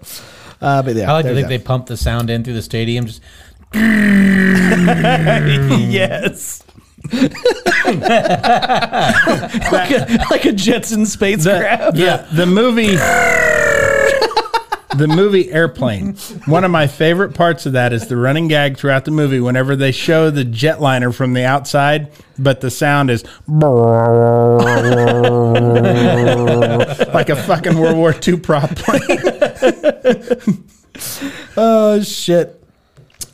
Uh, but yeah, I like to there's think that. they pump the sound in through the stadium. Just yes. like a, like a Jetson spacecraft. Yeah. The movie the movie Airplane. One of my favorite parts of that is the running gag throughout the movie whenever they show the jetliner from the outside, but the sound is like a fucking World War II prop plane. Oh shit.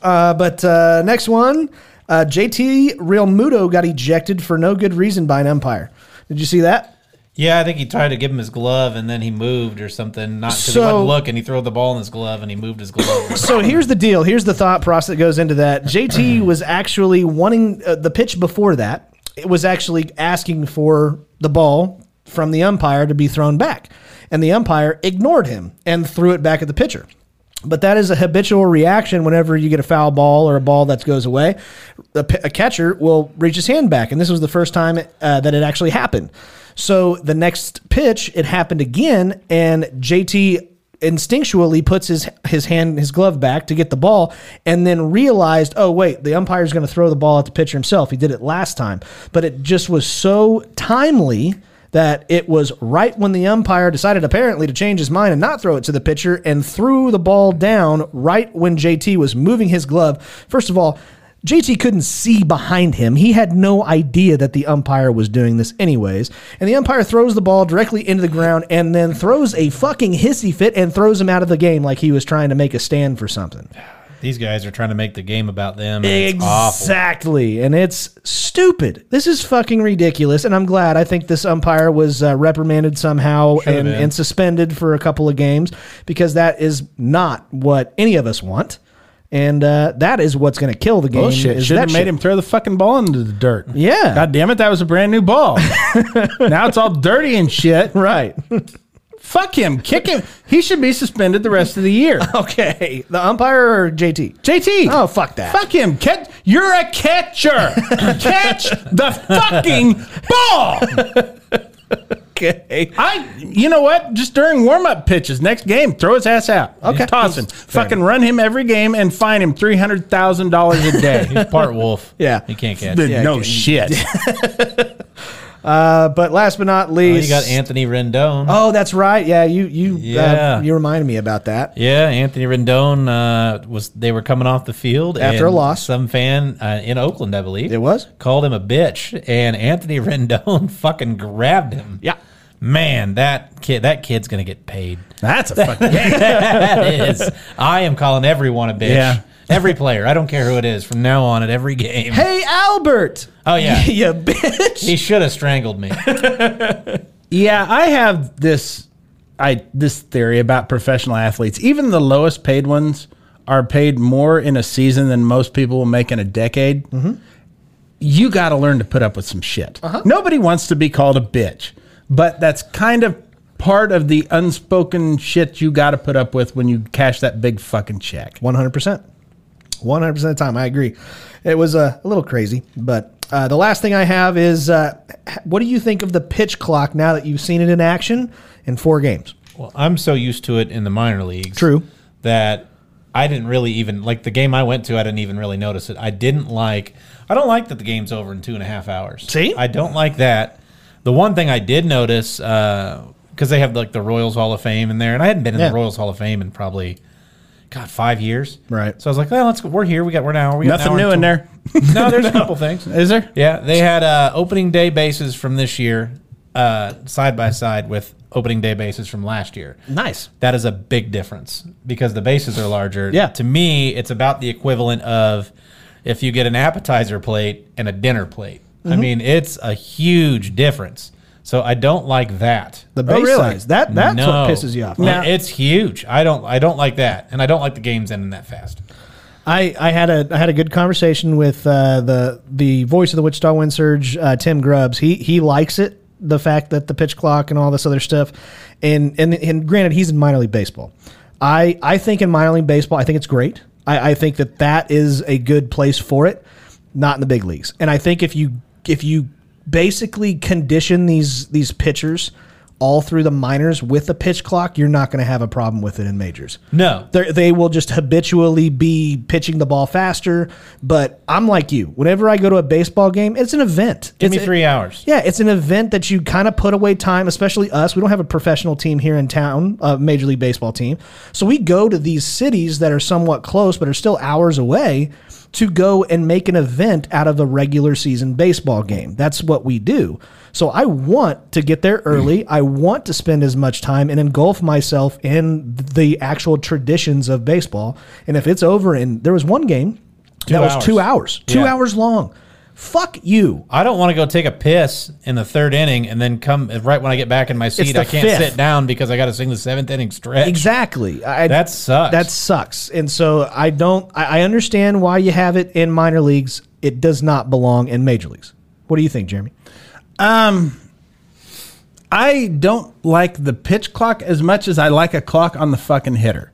Uh, but uh, next one, uh, JT Realmuto got ejected for no good reason by an umpire. Did you see that? Yeah, I think he tried to give him his glove and then he moved or something. Not because he So- wouldn't look and he threw the ball in his glove and he moved his glove. So here's the deal. Here's the thought process that goes into that. JT was actually wanting uh, the pitch before that. It was actually asking for the ball from the umpire to be thrown back, and the umpire ignored him and threw it back at the pitcher. But that is a habitual reaction whenever you get a foul ball or a ball that goes away. A, p- a catcher will reach his hand back, and this was the first time uh, that it actually happened. So the next pitch, it happened again, and JT instinctually puts his his hand his glove back to get the ball and then realized oh wait the umpire is going to throw the ball at the pitcher himself he did it last time but it just was so timely that it was right when the umpire decided apparently to change his mind and not throw it to the pitcher and threw the ball down right when JT was moving his glove first of all JT couldn't see behind him. He had no idea that the umpire was doing this, anyways. And the umpire throws the ball directly into the ground and then throws a fucking hissy fit and throws him out of the game like he was trying to make a stand for something. These guys are trying to make the game about them. And it's awful. Exactly. And it's stupid. This is fucking ridiculous. And I'm glad. I think this umpire was uh, reprimanded somehow and, been. and suspended for a couple of games because that is not what any of us want. And uh, that is what's going to kill the game. Bullshit. is Should that have made shit. him throw the fucking ball into the dirt. Yeah. God damn it, that was a brand new ball. now it's all dirty and shit. Right. Fuck him. Kick him. He should be suspended the rest of the year. Okay, the umpire or JT? JT. Oh, fuck that. Fuck him. Catch. You're a catcher. Catch the fucking ball. Okay. I. You know what? Just during warm up pitches, next game, throw his ass out. Okay. Toss him. Fucking run him every game and fine him three hundred thousand dollars a day. He's part wolf. Yeah. He can't catch. Then it. no shit. Uh, but last but not Oh, least, you got Anthony Rendon. Oh, that's right. Yeah, you you Yeah. Uh, you reminded me about that. Yeah, Anthony Rendon uh, was. They were coming off the field After a and loss. Some fan uh, in Oakland, I believe, It was. called him a bitch, and Anthony Rendon fucking grabbed him. Yeah. man, that kid, that kid's gonna get paid. That's a fucking game. that is, I am calling everyone a bitch. Yeah. Every player, I don't care who it is, from now on at every game. Hey, Albert. Oh, yeah. you bitch. He should have strangled me. Yeah, I have this I this theory about professional athletes. Even the lowest paid ones are paid more in a season than most people will make in a decade. Mm-hmm. You got to learn to put up with some shit. Nobody wants to be called a bitch, but that's kind of part of the unspoken shit you got to put up with when you cash that big fucking check. One hundred percent. One hundred percent of the time, I agree. It was uh, a little crazy, but uh, the last thing I have is, uh, h- what do you think of the pitch clock now that you've seen it in action in four games? Well, I'm so used to it in the minor leagues. True. That I didn't really even like the game I went to. I didn't even really notice it. I didn't like. I don't like that the game's over in two and a half hours. See? I don't like that. The one thing I did notice because they have like the Royals Hall of Fame in there, and I hadn't been in Yeah. the Royals Hall of Fame in probably. God, five years. Right. So I was like, well, let's go. We're here. We got we're now. We got an Nothing hour new and in tw- there. No, there's a couple things. Is there? Yeah, they had uh, opening day bases from this year uh, side by side with opening day bases from last year. Nice. That is a big difference because the bases are larger. Yeah. To me, it's about the equivalent of if you get an appetizer plate and a dinner plate. Mm-hmm. I mean, it's a huge difference. So I don't like that. The base really? size that that's Oh, No. what pisses you off. Now, it's huge. I don't I don't like that. And I don't like the games ending that fast. I, I had a I had a good conversation with uh, the the voice of the Wichita Wind Surge, uh, Tim Grubbs. He he likes it, the fact that the pitch clock and all this other stuff, and and and granted, he's in minor league baseball. I I think in minor league baseball, I think it's great. I, I think that that is a good place for it, not in the big leagues. And I think if you if you basically condition these these pitchers all through the minors with a pitch clock, you're not going to have a problem with it in majors. No. They're, they will just habitually be pitching the ball faster. But I'm like you. Whenever I go to a baseball game, it's an event. Give it's me three hours. yeah, it's an event that you kind of put away time, especially us. We don't have a professional team here in town, a Major League Baseball team. So we go to these cities that are somewhat close, but are still hours away to go and make an event out of a regular season baseball game. That's what we do. So I want to get there early. I want to spend as much time and engulf myself in the actual traditions of baseball. And if it's over, and there was one game that hours. was two hours, two Yeah. hours long. Fuck you. I don't want to go take a piss in the third inning and then come uh, right when I get back in my seat. the I can't fifth. sit down because I got to sing the seventh inning stretch. Exactly. I, That sucks. That sucks. And so I don't. I, I understand why you have it in minor leagues. It does not belong in major leagues. What do you think, Jeremy? I don't like the pitch clock as much as I like a clock on the fucking hitter.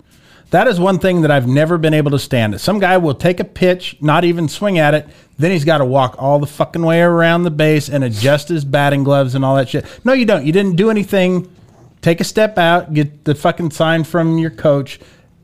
That is one thing that I've never been able to stand. Some guy will take a pitch, not even swing at it, then he's got to walk all the fucking way around the base and adjust his batting gloves and all that shit. No, you don't. You didn't do anything. Take a step out, get the fucking sign from your coach,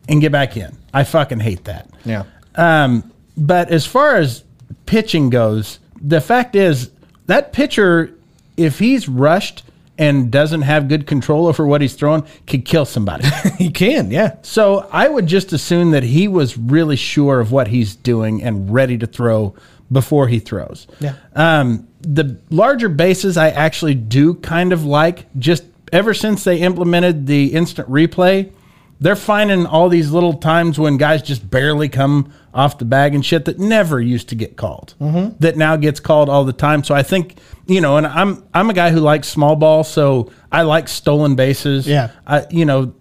and get back in. I fucking hate that. Yeah. Um, but as far as pitching goes, the fact is that pitcher, if he's rushed and doesn't have good control over what he's throwing, could kill somebody. He can. Yeah. so I would just assume that he was really sure of what he's doing and ready to throw before he throws. Yeah. Um, the larger bases I actually do kind of like. Just ever since they implemented the instant replay, they're finding all these little times when guys just barely come off the bag and shit that never used to get called. Mm-hmm. That now gets called all the time. So I think you know, and I'm I'm a guy who likes small ball, so I like stolen bases. Yeah. I you know.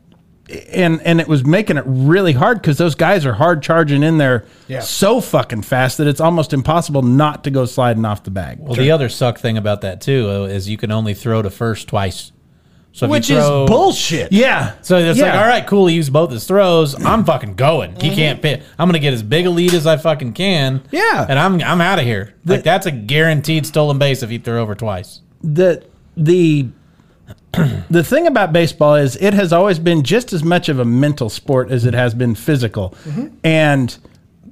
And and it was making it really hard because those guys are hard charging in there Yeah. so fucking fast that it's almost impossible not to go sliding off the bag. Well, the other suck thing about that too uh, is you can only throw to first twice. So if you Which is throw- bullshit. yeah. So it's like, Yeah. all right, cool. He used both his throws. I'm fucking going. Mm-hmm. He can't pit. I'm gonna get as big a lead as I fucking can. Yeah. and I'm I'm out of here. like that's a guaranteed stolen base if you throw over twice. the the the thing about baseball is it has always been just as much of a mental sport as it has been physical, Mm-hmm. and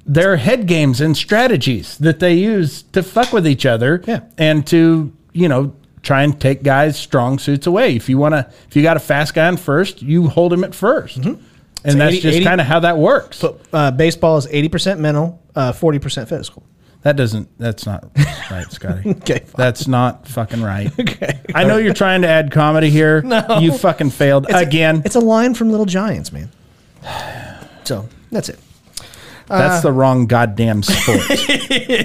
there are head games and strategies that they use to fuck with each other Yeah. and to you know try and take guys' strong suits away. If you want to, if you got a fast guy on first, you hold him at 1st Mm-hmm. and that's 80 just 80 kind of how that works. Uh, baseball is eighty percent mental, uh, forty percent physical. That doesn't. That's not right, Scotty. Okay, fine. that's not fucking right. okay. I know you're trying to add comedy here. No, you fucking failed It's a- again. it's a line from Little Giants, man. So that's it. uh, that's the wrong goddamn sport.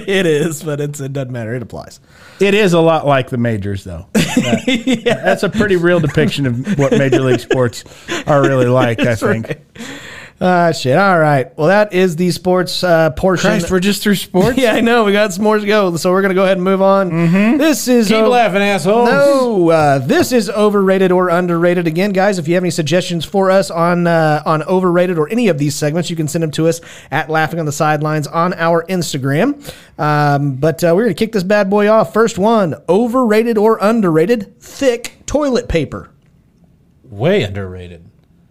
It is, but it's, it doesn't matter. It applies. it is a lot like the majors, though. That- That's a pretty real depiction of what major league sports are really like. I think. Ah, shit. All right. Well, that is the sports uh, portion. just through sports. yeah, I know. We got some more to go, so we're gonna go ahead and move on. This is Mm-hmm. Keep o- laughing, asshole. No, uh, this is overrated or underrated. Again, guys, if you have any suggestions for us on uh, on overrated or any of these segments, you can send them to us at Laughing on the Sidelines on our Instagram. Um, but uh, we're gonna kick this bad boy off. First one: overrated or underrated thick toilet paper. Way underrated.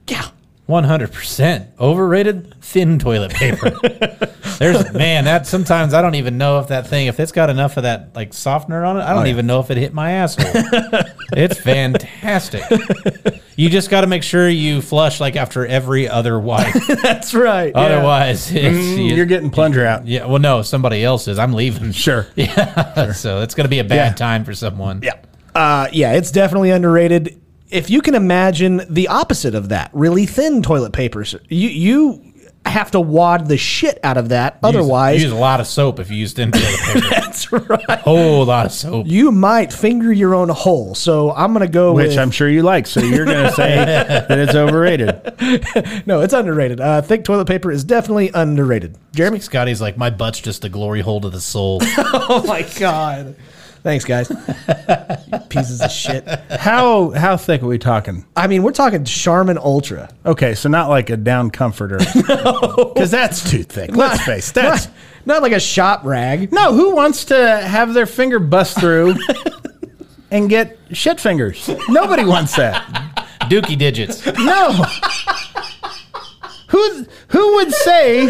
Yeah. One hundred percent overrated. Thin toilet paper. There's man that sometimes I don't even know if that thing if it's got enough of that like softener on it. I don't even know if it hit my asshole. it's fantastic. You just got to make sure you flush like after every other wipe. That's right. yeah. Otherwise, it's, You're getting plunger out. yeah. Well, no, somebody else is. I'm leaving. Sure. Yeah. So it's gonna be a bad Yeah. time for someone. Yeah. Uh, yeah, it's definitely underrated. If you can imagine the opposite of that, really thin toilet papers, you you have to wad the shit out of that. Otherwise, use a lot of soap if you use thin toilet paper. that's right. whole lot of soap. You might finger your own hole. So I'm gonna go Which with I'm sure you like. So you're going to say that it's overrated. no, it's underrated. Uh, thick toilet paper is definitely underrated. Jeremy, Scotty's like, my butt's just a glory hole to the soul. oh my god, thanks guys, You pieces of shit. How how thick are we talking? I mean, we're talking Charmin Ultra. Okay, so not like a down comforter. Because Oh, that's too thick. Let's face it. That's Not, not like a shop rag. no, who wants to have their finger bust through and get shit fingers. Nobody wants that. Dookie digits. No. Who who would say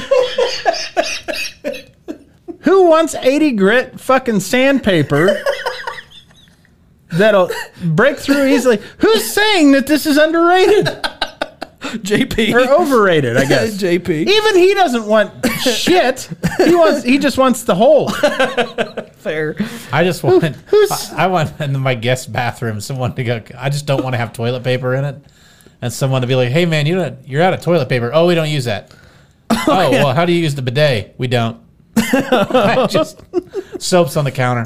Who wants 80 grit fucking sandpaper that'll break through easily? Who's saying that this is underrated or JP. overrated, I guess. JP. Even he doesn't want shit. He wants he just wants the whole. Fair. I just want. who's- I, I want in my guest bathroom someone to go. I just don't want to have toilet paper in it, and someone to be like, "Hey man, you don't. You're out of toilet paper. Oh, we don't use that. Oh, well, how do you use the bidet? We don't. I just soaps on the counter.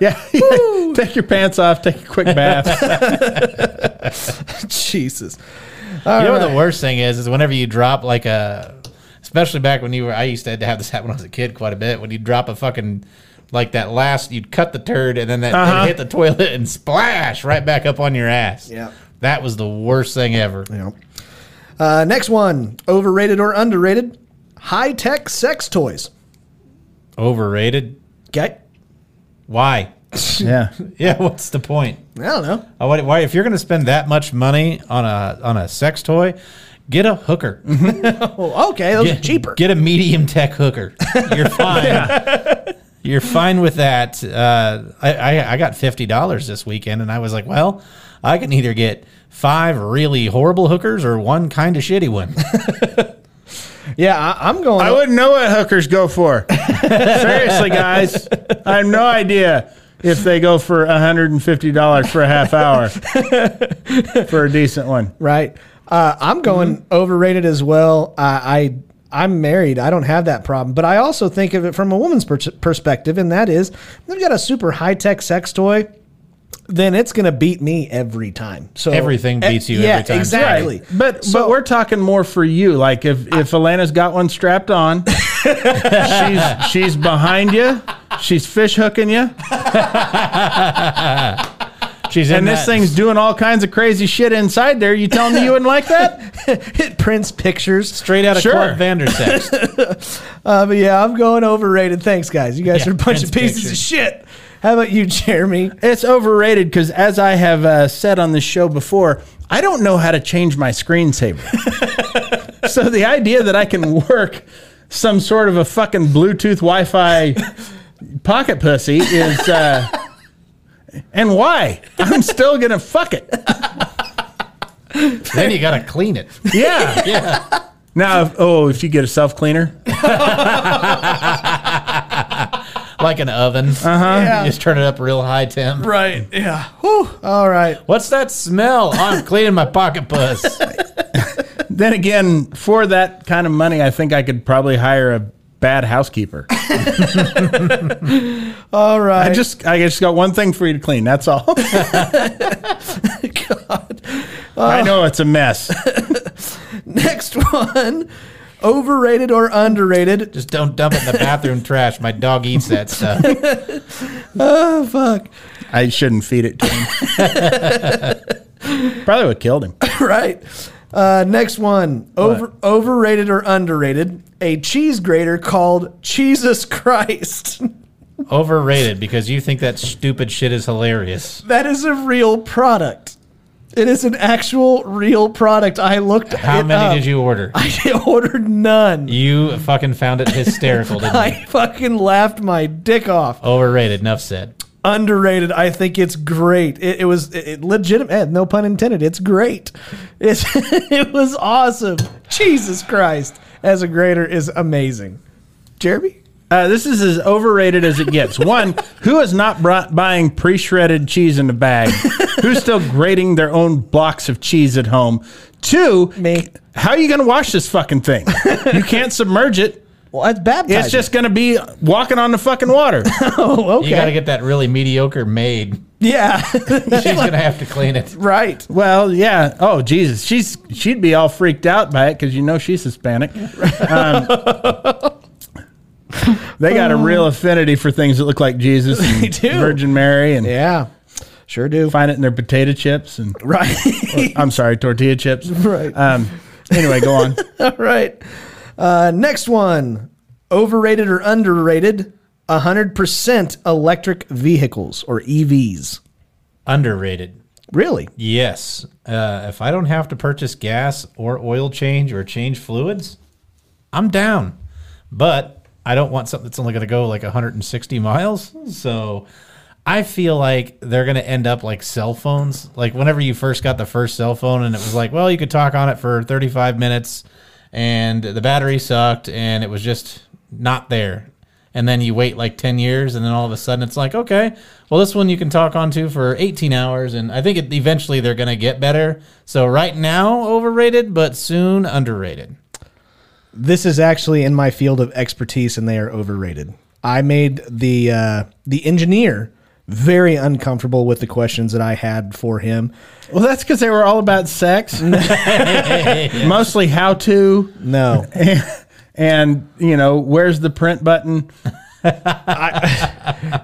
Yeah. take your pants off, take a quick bath. Jesus. you know what the worst thing is is whenever you drop like a, especially back when you were. I used to have this happen when I was a kid quite a bit. When you drop a fucking. Like that last, you'd cut the turd and then that it'd hit the toilet and splash right back up on your ass. Yeah. that was the worst thing ever. Yeah. Uh, next one overrated or underrated? High tech sex toys. Overrated. Okay. Why? Yeah. Yeah, what's the point? I don't know. Uh, what- Why, if you're going to spend that much money on a on a sex toy, get a hooker. Oh, okay. Those Get, are cheaper. Get a medium tech hooker. You're fine. You're fine with that. Uh, I, I I got fifty dollars this weekend, and I was like, well, I can either get five really horrible hookers or one kind of shitty one. yeah, I, I'm going. I wouldn't know what hookers go for. Seriously, guys, I have no idea if they go for hundred and fifty dollars for a half hour for a decent one. Right. Uh, I'm going overrated as well. Uh, I, I I'm married. I don't have that problem, but I also think of it from a woman's per- perspective, and that is, if you've got a super high tech sex toy, then it's going to beat me every time. So Everything Eh, beats you yeah, every time. Exactly. But but So- we're talking more for you. Like if if Elena's got one strapped on, she's she's behind you. She's fish hooking you, She's in and this that- thing's doing all kinds of crazy shit inside there. You telling me you wouldn't like that? It prints pictures. straight out of Sure. Club Vandersex. Uh, but yeah, I'm going overrated. Thanks, guys. You guys Yeah, are a bunch of prints pieces of shit. How about you, Jeremy? It's overrated because, as I have uh, said on this show before, I don't know how to change my screensaver. so the idea that I can work some sort of a fucking Bluetooth Wi Fi pocket pussy is. Uh, and why? I'm still going to fuck it. then you got to clean it. Yeah. Yeah. Now, if, oh, if you get a self cleaner, Like an oven. Uh-huh. Uh huh. Just turn it up real high temp. Right. Yeah. Whew. All right. What's that smell? Oh, I'm cleaning my pocket puss. then again, for that kind of money, I think I could probably hire a bad housekeeper. All right. I just, I just got one thing for you to clean. That's all. I know it's a mess. Next one. Overrated or underrated? Just don't dump it in the bathroom trash. My dog eats that stuff. Oh fuck. I shouldn't feed it to him. Probably would have killed him. right. Uh, next one. Over overrated or underrated? A cheese grater called Jesus Christ. Overrated because you think that stupid shit is hilarious. that is a real product. It is an actual real product. I looked. How it many up. did you order? I ordered none. You fucking found it hysterical, didn't you? I fucking laughed my dick off. Overrated. Enough said. Underrated. I think it's great. It, it was it, it legitimate. eh, No pun intended. It's great. It's, it was awesome. Jesus Christ, as a grater is amazing. Jeremy. Uh, this is as overrated as it gets. One, who is not brought, buying pre shredded cheese in a bag? Who's still grating their own blocks of cheese at home? Two, Me. how are you going to wash this fucking thing? You can't submerge it. Well, that's baptized. It's just going to be walking on the fucking water. Oh, okay. You got to get that really mediocre maid. yeah. She's gonna have to clean it. right. Well, yeah. Oh, Jesus, she's she'd be all freaked out by it because you know she's Hispanic. Um, they got a real affinity for things that look like Jesus, and They do. Virgin Mary, and Yeah. Sure do. find it in their potato chips and Right. I'm sorry, tortilla chips. Right. Um, anyway, go on. All right. Uh, next one. Overrated or underrated? 100% electric vehicles or EVs. Underrated. Really? Yes. Uh, if I don't have to purchase gas or oil change or change fluids, I'm down. But I don't want something that's only going to go like 160 miles. So I feel like they're going to end up like cell phones. Like whenever you first got the first cell phone and it was like, well, you could talk on it for 35 minutes and the battery sucked and it was just not there. And then you wait like 10 years and then all of a sudden it's like, okay, well, this one you can talk on to for 18 hours. And I think it, eventually they're going to get better. So right now, overrated, but soon underrated. This is actually in my field of expertise, and they are overrated. I made the uh, the engineer very uncomfortable with the questions that I had for him. Well, that's because they were all about sex, mostly how to, No, and you know, where's the print button?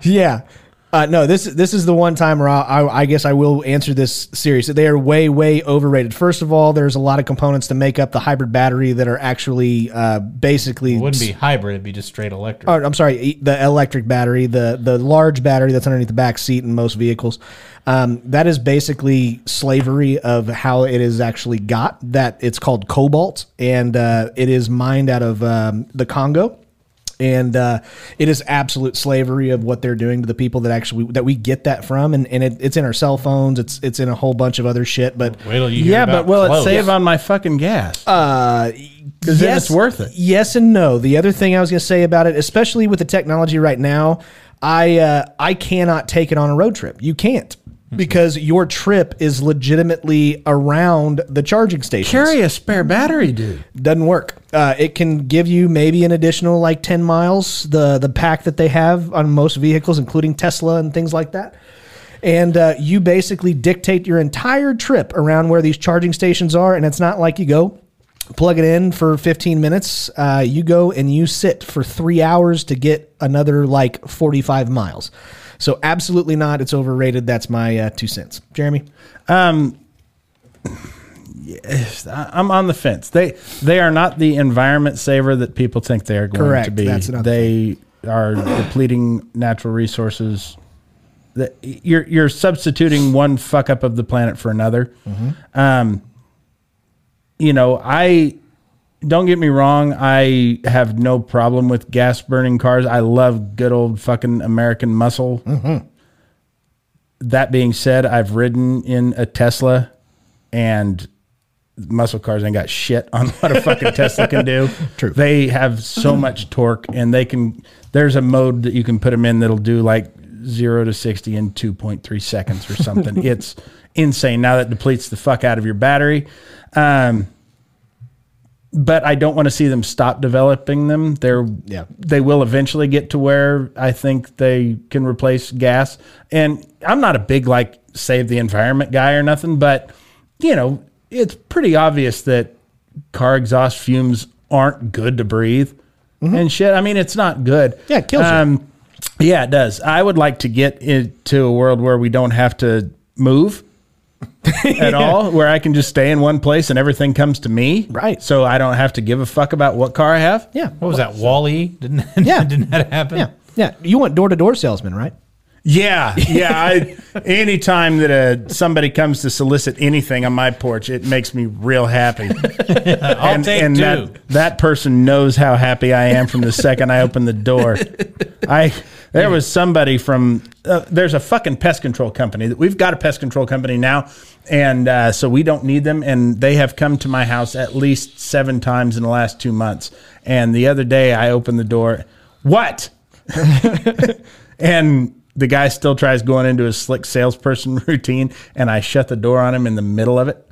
yeah, uh, no. This this is the one time where I, I, I guess I will answer this series. They are way way overrated. First of all, there's a lot of components to make up the hybrid battery that are actually uh, basically It wouldn't be hybrid, it'd be just straight electric. or I'm sorry, e- the electric battery, the the large battery that's underneath the back seat in most vehicles. Um, that is basically slavery of how it is actually got. That it's called cobalt, and uh, it is mined out of um, the Congo. And uh, it is absolute slavery of what they're doing to the people that actually that we get that from, and, and it, it's in our cell phones, it's it's in a whole bunch of other shit. But Wait till you hear Yeah, about but will clothes. it save on my fucking gas? Uh, because then it's worth it. Yes and no. The other thing I was going to say about it, especially with the technology right now, I uh, I cannot take it on a road trip. You can't Hmm. because your trip is legitimately around the charging station. Carry a spare battery, dude. Doesn't work. Uh, it can give you maybe an additional like ten miles. The the pack that they have on most vehicles, including Tesla and things like that. And uh, you basically dictate your entire trip around where these charging stations are. And it's not like you go plug it in for 15 minutes. Uh, you go and you sit for three hours to get another like 45 miles. So absolutely not. It's overrated. That's my uh, two cents. Jeremy. I- I'm on the fence. They they are not the environment saver that people think they are going to Correct. be. That's another they are depleting natural resources. That- You're you're substituting one fuck up of the planet for another. Mm-hmm. Um, you know, I don't get me wrong. I have no problem with gas burning cars. I love good old fucking American muscle. Mm-hmm. That being said, I've ridden in a Tesla and muscle cars ain't got shit on what a fucking Tesla can do. True. They have so much torque and they can, there's a mode that you can put them in that'll do like zero to 60 in 2.3 seconds or something. it's insane. Now that depletes the fuck out of your battery. Um, but I don't want to see them stop developing them. They're Yeah. they will eventually get to where I think they can replace gas. And I'm not a big like save the environment guy or nothing, but you know, it's pretty obvious that car exhaust fumes aren't good to breathe and shit. I mean, it's not good. Mm-hmm. Yeah, Um, it kills you. Yeah, it does. I would like to get into a world where we don't have to move at all, where I can just stay in one place and everything comes to me. Right. So I don't have to give a fuck about what car I have. Yeah. What was that? Wally? Didn't Yeah. didn't that happen? Yeah. Yeah. You want door to door salesman, right? Yeah, yeah. I, anytime that uh somebody comes to solicit anything on my porch, it makes me real happy. I'll and take and two. That, that person knows how happy I am from the second I open the door. I there was somebody from uh, there's a fucking pest control company that we've got a pest control company now, and uh, so we don't need them. And they have come to my house at least seven times in the last two months. And the other day I opened the door. What? And the guy still tries going into his slick salesperson routine, and I shut the door on him in the middle of it.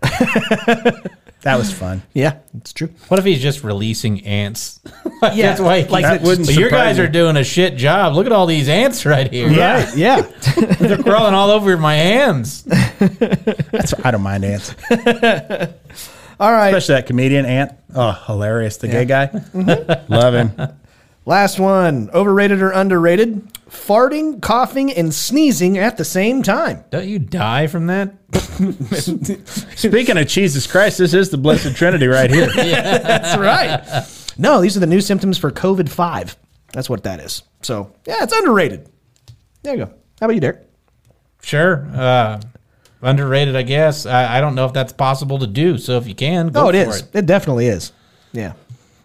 that was fun. Yeah. It's true. What if he's just releasing ants? Like, Yeah, that's why. like Like that wouldn't so your surprise guys me. are doing a shit job. Look at all these ants right here. Yeah, Yeah. They're crawling all over my hands. that's I don't mind ants, All right. especially that comedian ant. Oh, hilarious! The gay guy, Mm-hmm. love him. Last one. Overrated or underrated? Farting, coughing, and sneezing at the same time. Don't you die from that? Speaking of Jesus Christ, this is the Blessed Trinity right here. That's right. no, these are the new symptoms for COVID 5. That's what that is. So yeah, it's underrated. There you go. How about you, Derek? Sure. Uh, underrated, I guess. I, I don't know if that's possible to do. So if you can, go oh, it for is. It. it. definitely is. Yeah.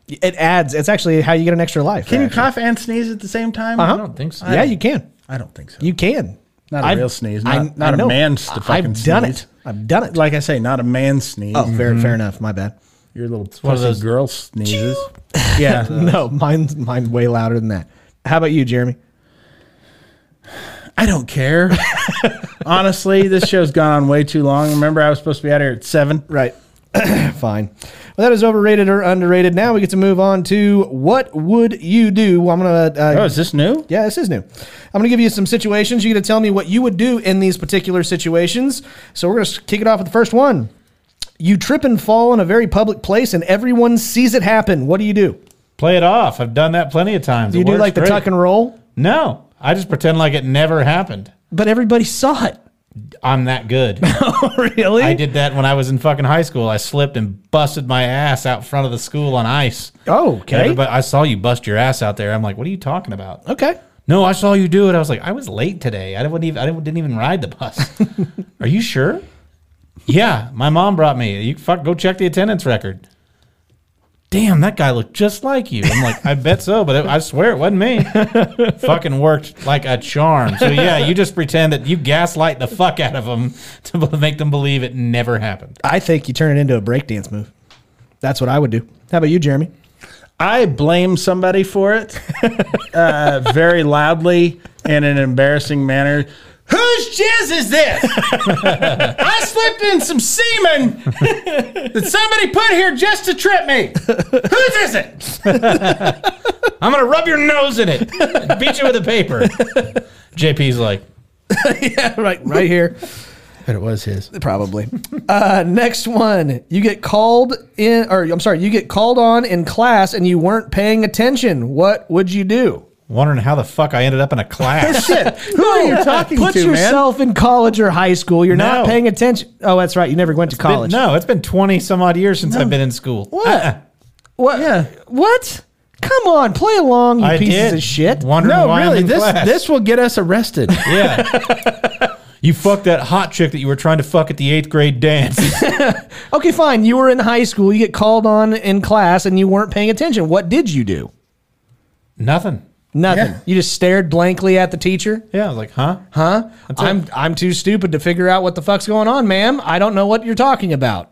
It adds. It's actually how you get an extra life. Can you actually. cough and sneeze at the same time? I Uh-huh. don't think so. Yeah, you can. I don't think so. You can. Not a I've- real sneeze, I- not- not I a know. man's to I- fucking I've done sneeze. it. I've done it. like I say, not a man sneeze. oh, fair, fair enough. My bad. Your little one of pussy those- girl sneezes. yeah. No, mine's mine way louder than that. How about you, Jeremy? I don't care. Honestly, this show's gone on way too long. Remember, I was supposed to be out here at seven. Right. Fine. Well, that is overrated or underrated. Now we get to move on to what would you do? Well, I'm gonna. Uh, Oh, is this new? Yeah, this is new. I'm going to give you some situations. You're going to tell me what you would do in these particular situations. So we're going to kick it off with the first one. You trip and fall in a very public place and everyone sees it happen. What do you do? Play it off. I've done that plenty of times. Do you It do works like the great. tuck and roll? No, I just pretend like it never happened. But everybody saw it. I'm that good. really? I did that when I was in fucking high school. I slipped and busted my ass out front of the school on ice. Oh, okay. Everybody, I saw you bust your ass out there. I'm like, what are you talking about? Okay. No, I saw you do it. I was like, I was late today. I didn't even I didn't even ride the bus. Are you sure? Yeah, my mom brought me. You fuck, go check the attendance record. Damn, that guy looked just like you. I'm like, I bet so, but I swear it wasn't me. Fucking worked like a charm. So yeah, you just pretend that you gaslight the fuck out of them to make them believe it never happened. I think you turn it into a breakdance move. That's what I would do. How about you, Jeremy? I blame somebody for it uh, very loudly in an embarrassing manner. Whose jizz is this? I slipped in some semen that somebody put here just to trip me. Whose is it? I'm gonna rub your nose in it, and beat you with a paper. JP's like, right, right here. But it was his. Probably. Uh, next one. You get called in, or I'm sorry, you get called on in class and you weren't paying attention. What would you do? wondering how the fuck I ended up in a class. Who are you talking Put to, man? yourself in college or high school. You're not No. paying attention. Oh, that's right. You never went to Been- college. no, it's been 20 some odd years since I've been in school. What? Uh-uh. What? Yeah. What? Come on, play along, you I pieces did. of shit. Wondering No, why really, I'm in this class. this will get us arrested. Yeah. you fucked that hot chick that you were trying to fuck at the eighth grade dance. Okay, fine. You were in high school. You get called on in class and you weren't paying attention. What did you do? Nothing. Nothing. Yeah. You just stared blankly at the teacher. Yeah, I was like, huh? Huh? That's it. I'm I'm too stupid to figure out what the fuck's going on, ma'am. I don't know what you're talking about.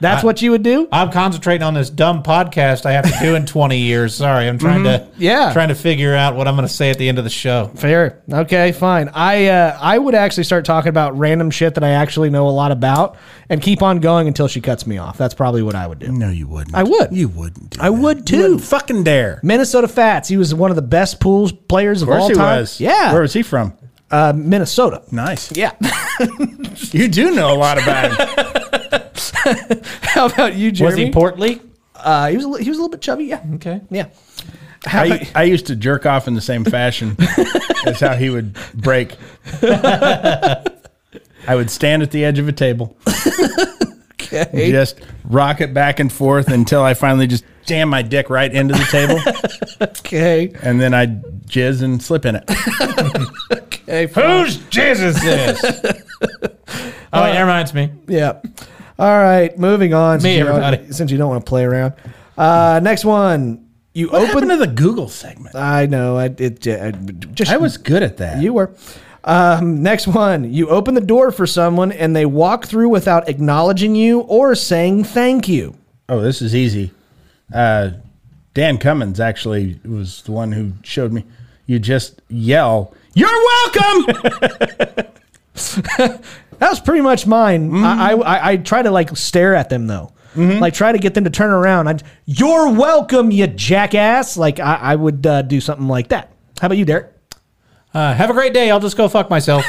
That's I- what you would do? I'm concentrating on this dumb podcast I have to do in 20 years. Sorry, I'm trying to Yeah. trying to figure out what I'm going to say at the end of the show. Fair. Okay, fine. I uh, I would actually start talking about random shit that I actually know a lot about and keep on going until she cuts me off. That's probably what I would do. No, you wouldn't. I would. You wouldn't. do I that. would, You too. wouldn't fucking dare. Minnesota Fats. He was one of the best pool players of, all time. Yeah. Where was he from? Uh, Minnesota. Nice. Yeah. You do know a lot about him. How about you, Jeremy? Was he portly? uh, he was a li- he was a little bit chubby. Yeah. Okay. Yeah. How about- I, I used to jerk off in the same fashion as how he would break. I would stand at the edge of a table, just rock it back and forth until I finally just jam my dick right into the table, okay. and then I'd jizz and slip in it. Okay. Whose jizz is this? oh, wait, that reminds me. Yeah. All right, moving on. Me, since you don't- everybody. since you don't want to play around. Uh, next one. You What open. happened to the Google segment? I know. I it j- I- just. I was good at that. You were. Um, next one. You open the door for someone and they walk through without acknowledging you or saying thank you. Oh, this is easy. Uh, Dan Cummins actually was the one who showed me. You just yell, "You're welcome!" That was pretty much mine. I, Mm-hmm. I I try to like stare at them though. Like try to get them to turn around. I'd, You're welcome, you jackass. Like I, I would uh, do something like that. How about you, Derek? Uh, have a great day. I'll just go fuck myself.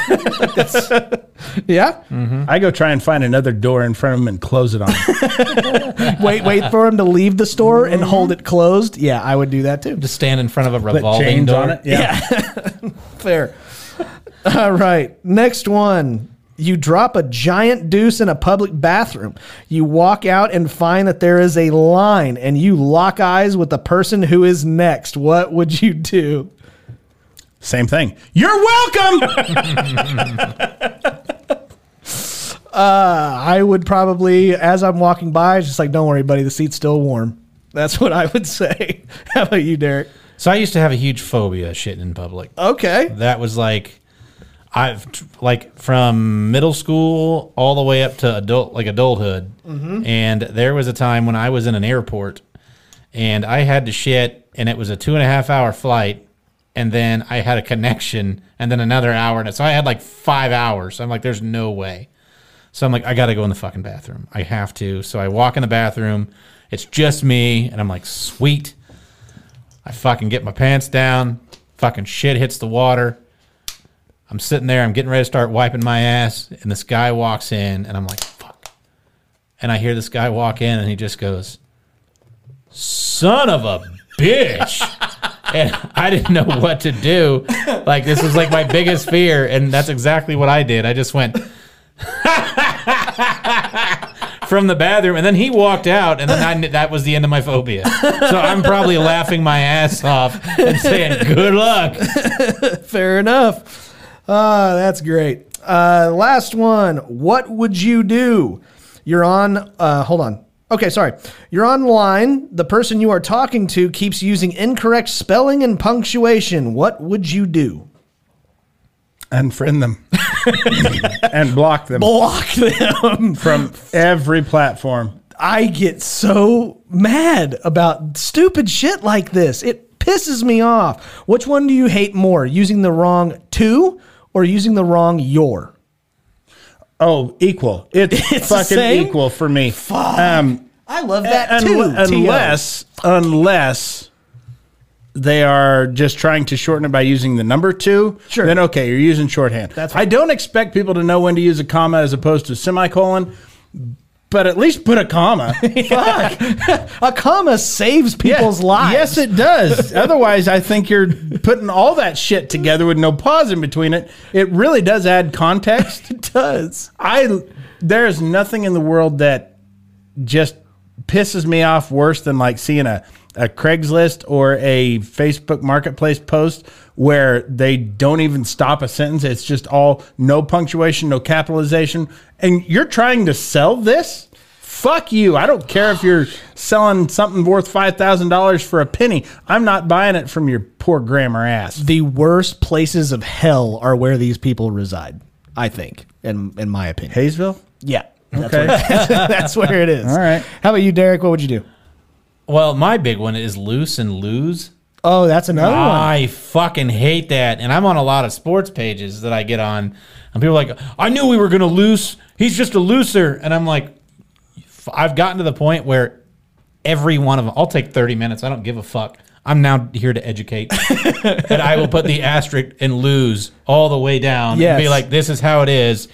Yeah. I go try and find another door in front of him and close it on. him. wait, wait for him to leave the store and hold it closed. Yeah, I would do that too. Just stand in front of a Put revolving chains door. on it. Yeah. Fair. All right, next one. You drop a giant deuce in a public bathroom. You walk out and find that there is a line and you lock eyes with the person who is next. What would you do? Same thing. You're welcome. Uh, I would probably, as I'm walking by, it's just like, don't worry, buddy, the seat's still warm. That's what I would say. How about you, Derek? So I used to have a huge phobia of shitting in public. Okay. That was like I've tr- like from middle school all the way up to adult like adulthood. And there was a time when I was in an airport and I had to shit and it was a two and a half hour flight and then I had a connection and then another hour and so I had like five hours. I'm like, there's no way. So I'm like, I gotta go in the fucking bathroom. I have to. So I walk in the bathroom. It's just me, and I'm like, sweet. I fucking get my pants down. Fucking shit hits the water. I'm sitting there. I'm getting ready to start wiping my ass, and this guy walks in, and I'm like, fuck. And I hear this guy walk in, and he just goes, son of a bitch. and I didn't know what to do. Like, this was like my biggest fear. And that's exactly what I did. I just went from the bathroom. And then he walked out. And then I, kn- that was the end of my phobia. So I'm probably laughing my ass off and saying, good luck. Fair enough. Uh, that's great. Uh, last one. What would you do? You're on, uh, hold on. Okay, sorry. You're online. The person you are talking to keeps using incorrect spelling and punctuation. What would you do? Unfriend them and block them Block them. from every platform. I get so mad about stupid shit like this. It pisses me off. Which one do you hate more? Using the wrong to or using the wrong your? Oh, equal. It's, It's the fucking same? equal for me. Fuck. Um, I love that Un- too. T.O. unless unless they are just trying to shorten it by using the number two. Sure. Then okay, you're using shorthand. That's I don't expect people to know when to use a comma as opposed to a semicolon, but at least put a comma. Fuck. a comma saves people's Yeah. lives. Yes, it does. Otherwise, I think you're putting all that shit together with no pause in between it. It really does add context. does. I there is nothing in the world that just pisses me off worse than like seeing a, a Craigslist or a Facebook marketplace post where they don't even stop a sentence. It's just all no punctuation, no capitalization. And you're trying to sell this? Fuck you. I don't care if you're selling something worth $5,000 for a penny. I'm not buying it from your poor grammar ass. The worst places of hell are where these people reside, I think, in, in my opinion. Hayesville? Yeah. That's, Okay. where, that's where it is. All right. How about you, Derek? What would you do? Well, my big one is loose and lose. Oh, that's another one. I fucking hate that. And I'm on a lot of sports pages that I get on, and people are like, I knew we were going to lose. He's just a looser. And I'm like, f- I've gotten to the point where every one of them, I'll take 30 minutes. I don't give a fuck. I'm now here to educate. and I will put the asterisk and lose all the way down and Yes. be like, this is how it is.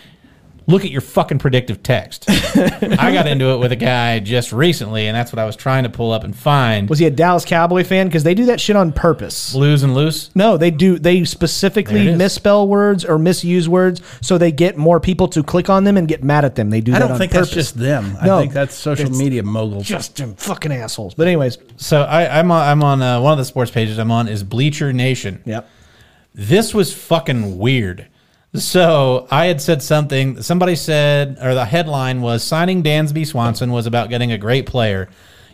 Look at your fucking predictive text. I got into it with a guy just recently, and that's what I was trying to pull up and find. Was he a Dallas Cowboy fan? Because they do that shit on purpose. lose and loose? No, they do. They There it specifically is. misspell words or misuse words so they get more people to click on them and get mad at them. They do I that don't on think purpose. that's just them. No, I think that's social it's media moguls. just them fucking assholes. But anyways, So I, I'm on, I'm on uh, one of the sports pages I'm on is Bleacher Nation. yep. This was fucking weird. So I had said something. Somebody said, or the headline was signing Dansby Swanson was about getting a great player.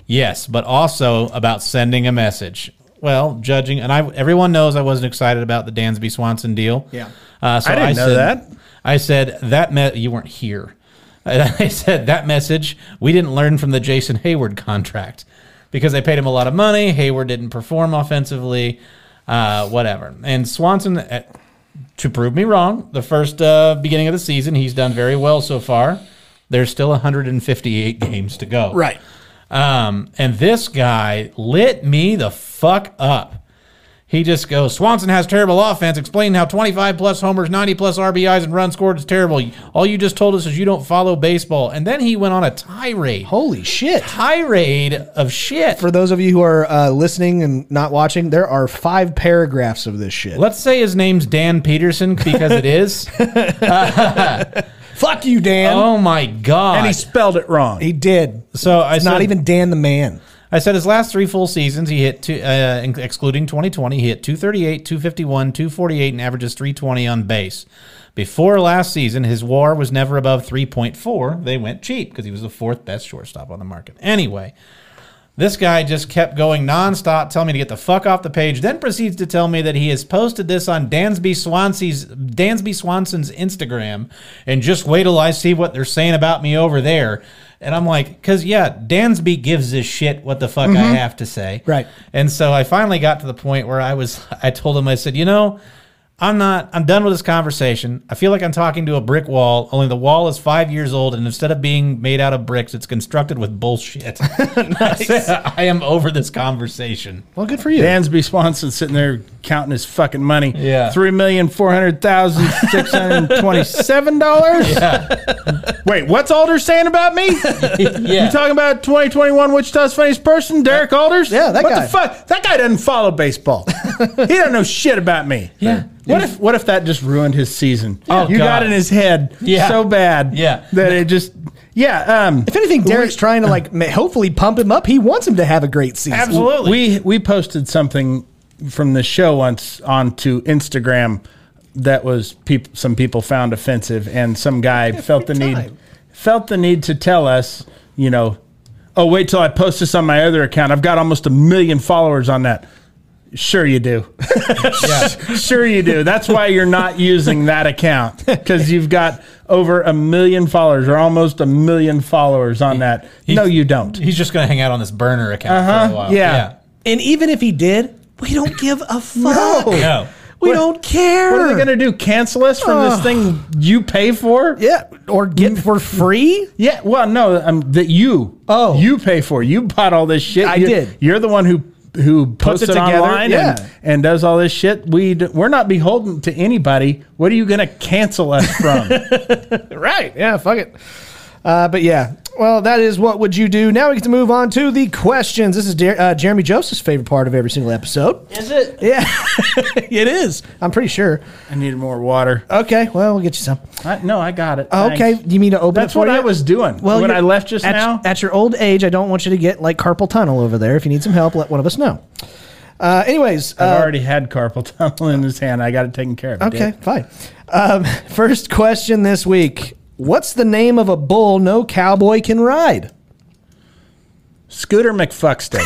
Yes, but also about sending a message. Well, judging, and I everyone knows I wasn't excited about the Dansby Swanson deal. Yeah. uh, so I didn't know said- that. I said that me- you weren't here. I said that message we didn't learn from the Jason Hayward contract because they paid him a lot of money. Hayward didn't perform offensively, uh, whatever. And Swanson, uh, to prove me wrong, the first uh, beginning of the season he's done very well so far. There's still 158 games to go. Right. Um, and this guy lit me the fuck up. He just goes, Swanson has terrible offense. Explain how 25 plus homers, 90 plus RBIs, and runs scored is terrible. All you just told us is you don't follow baseball. And then he went on a tirade. Holy shit. Tirade of shit. For those of you who are uh, listening and not watching, there are five paragraphs of this shit. Let's say his name's Dan Peterson because it is. Fuck you, Dan. Oh my god! And he spelled it wrong. He did. so I It's not said- even Dan the man. I said his last three full seasons, he hit two, uh, in- excluding 2020, he hit 238, 251, 248, and averages 320 on base. Before last season, his WAR was never above 3.4. They went cheap because he was the fourth best shortstop on the market. Anyway, this guy just kept going nonstop, telling me to get the fuck off the page, then proceeds to tell me that he has posted this on Dansby Swanson's Dansby Swanson's Instagram, and just wait till I see what they're saying about me over there. And I'm like, cause yeah, Dansby gives this shit what the fuck I have to say. Right. And so I finally got to the point where I was I told him, I said, you know, I'm not. I'm done with this conversation. I feel like I'm talking to a brick wall. Only the wall is five years old, and instead of being made out of bricks, it's constructed with bullshit. I, said, I am over this conversation. Well, good for you. Dansby Swanson sitting there counting his fucking money. Yeah. Three million four hundred thousand six hundred twenty-seven dollars. Wait, what's Alders saying about me? Yeah. You talking about 2021 Wichita's funniest person, Derek Alders? Yeah, that what guy. The fuck? That guy doesn't follow baseball. he don't know shit about me. Yeah. What if what if that just ruined his season? Oh, you got God. in his head Yeah. so bad. Yeah. That it just yeah. Um, If anything, Derek's trying to like ma- hopefully pump him up. He wants him to have a great season. Absolutely. We we posted something from the show once onto Instagram that was peop- some people found offensive, and some guy felt the need time. felt the need to tell us, you know, oh wait till I post this on my other account. I've got almost a million followers on that. Sure you do. sure you do. That's why you're not using that account because you've got over a million followers or almost a million followers on that. No, you don't. He's just gonna hang out on this burner account for a while. Yeah. And even if he did, we don't give a fuck. Yeah. No. We What- don't care. What are they going to do? Cancel us from this thing you pay for? Yeah, or get for free. Yeah, Well, no, um, that you. Oh. you pay for. You bought all this shit. I You- did. You're the one who who puts it it, together, online yeah. and, and does all this shit. We d- we're not beholden to anybody. What are you going to cancel us from? Right. Yeah, fuck it. Uh, but yeah, well, that is what would you do. Now we get to move on to the questions. This is Jer- uh, Jeremy Joseph's favorite part of every single episode. Is it? Yeah, it is. I'm pretty sure. I needed more water. Okay, well, we'll get you some. Uh, I, no, I got it. Oh, Okay, Thanks. you mean to open it That's for what you? I was doing when you're- I left just at, now. At your old age, I don't want you to get like carpal tunnel over there. If you need some help, let one of us know. Uh, anyways, I've uh, already had carpal tunnel in his hand. I got it taken care of. I okay, did. fine. Um, first question this week: What's the name of a bull no cowboy can ride? Scooter McFuckstick.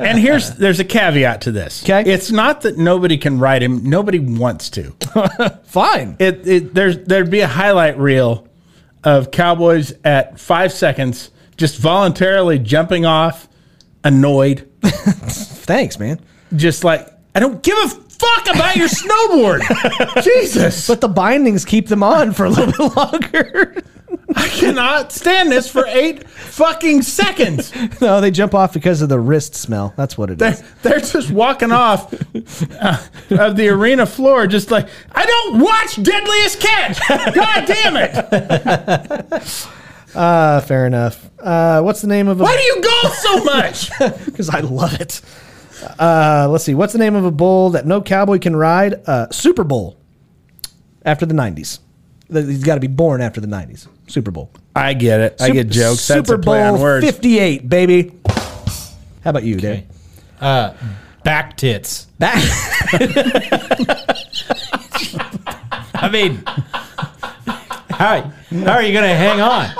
and here's there's a caveat to this. 'Kay. It's not that nobody can ride him. Nobody wants to. Fine. It, it there's there'd be a highlight reel of cowboys at five seconds just voluntarily jumping off, annoyed, Thanks, man. just like I don't give a fuck about your snowboard. Jesus, But the bindings keep them on for a little bit longer. I cannot stand this for eight fucking seconds. no, they jump off because of the wrist smell. That's what it They're, is. they're just walking off uh, of the arena floor, just like, I don't watch Deadliest Catch. God damn it. Uh, fair enough. Uh, what's the name of Why a? do you go so much? Because I love it. Uh, let's see. What's the name of a bull that no cowboy can ride? Uh, Super Bowl. After the nineties, he's got to be born after the nineties. Super Bowl. I get it. I get jokes. Super That's a Bowl play on words. fifty-eight, baby. How about you, Dave? Uh, back tits. That I mean, how how are you gonna hang on?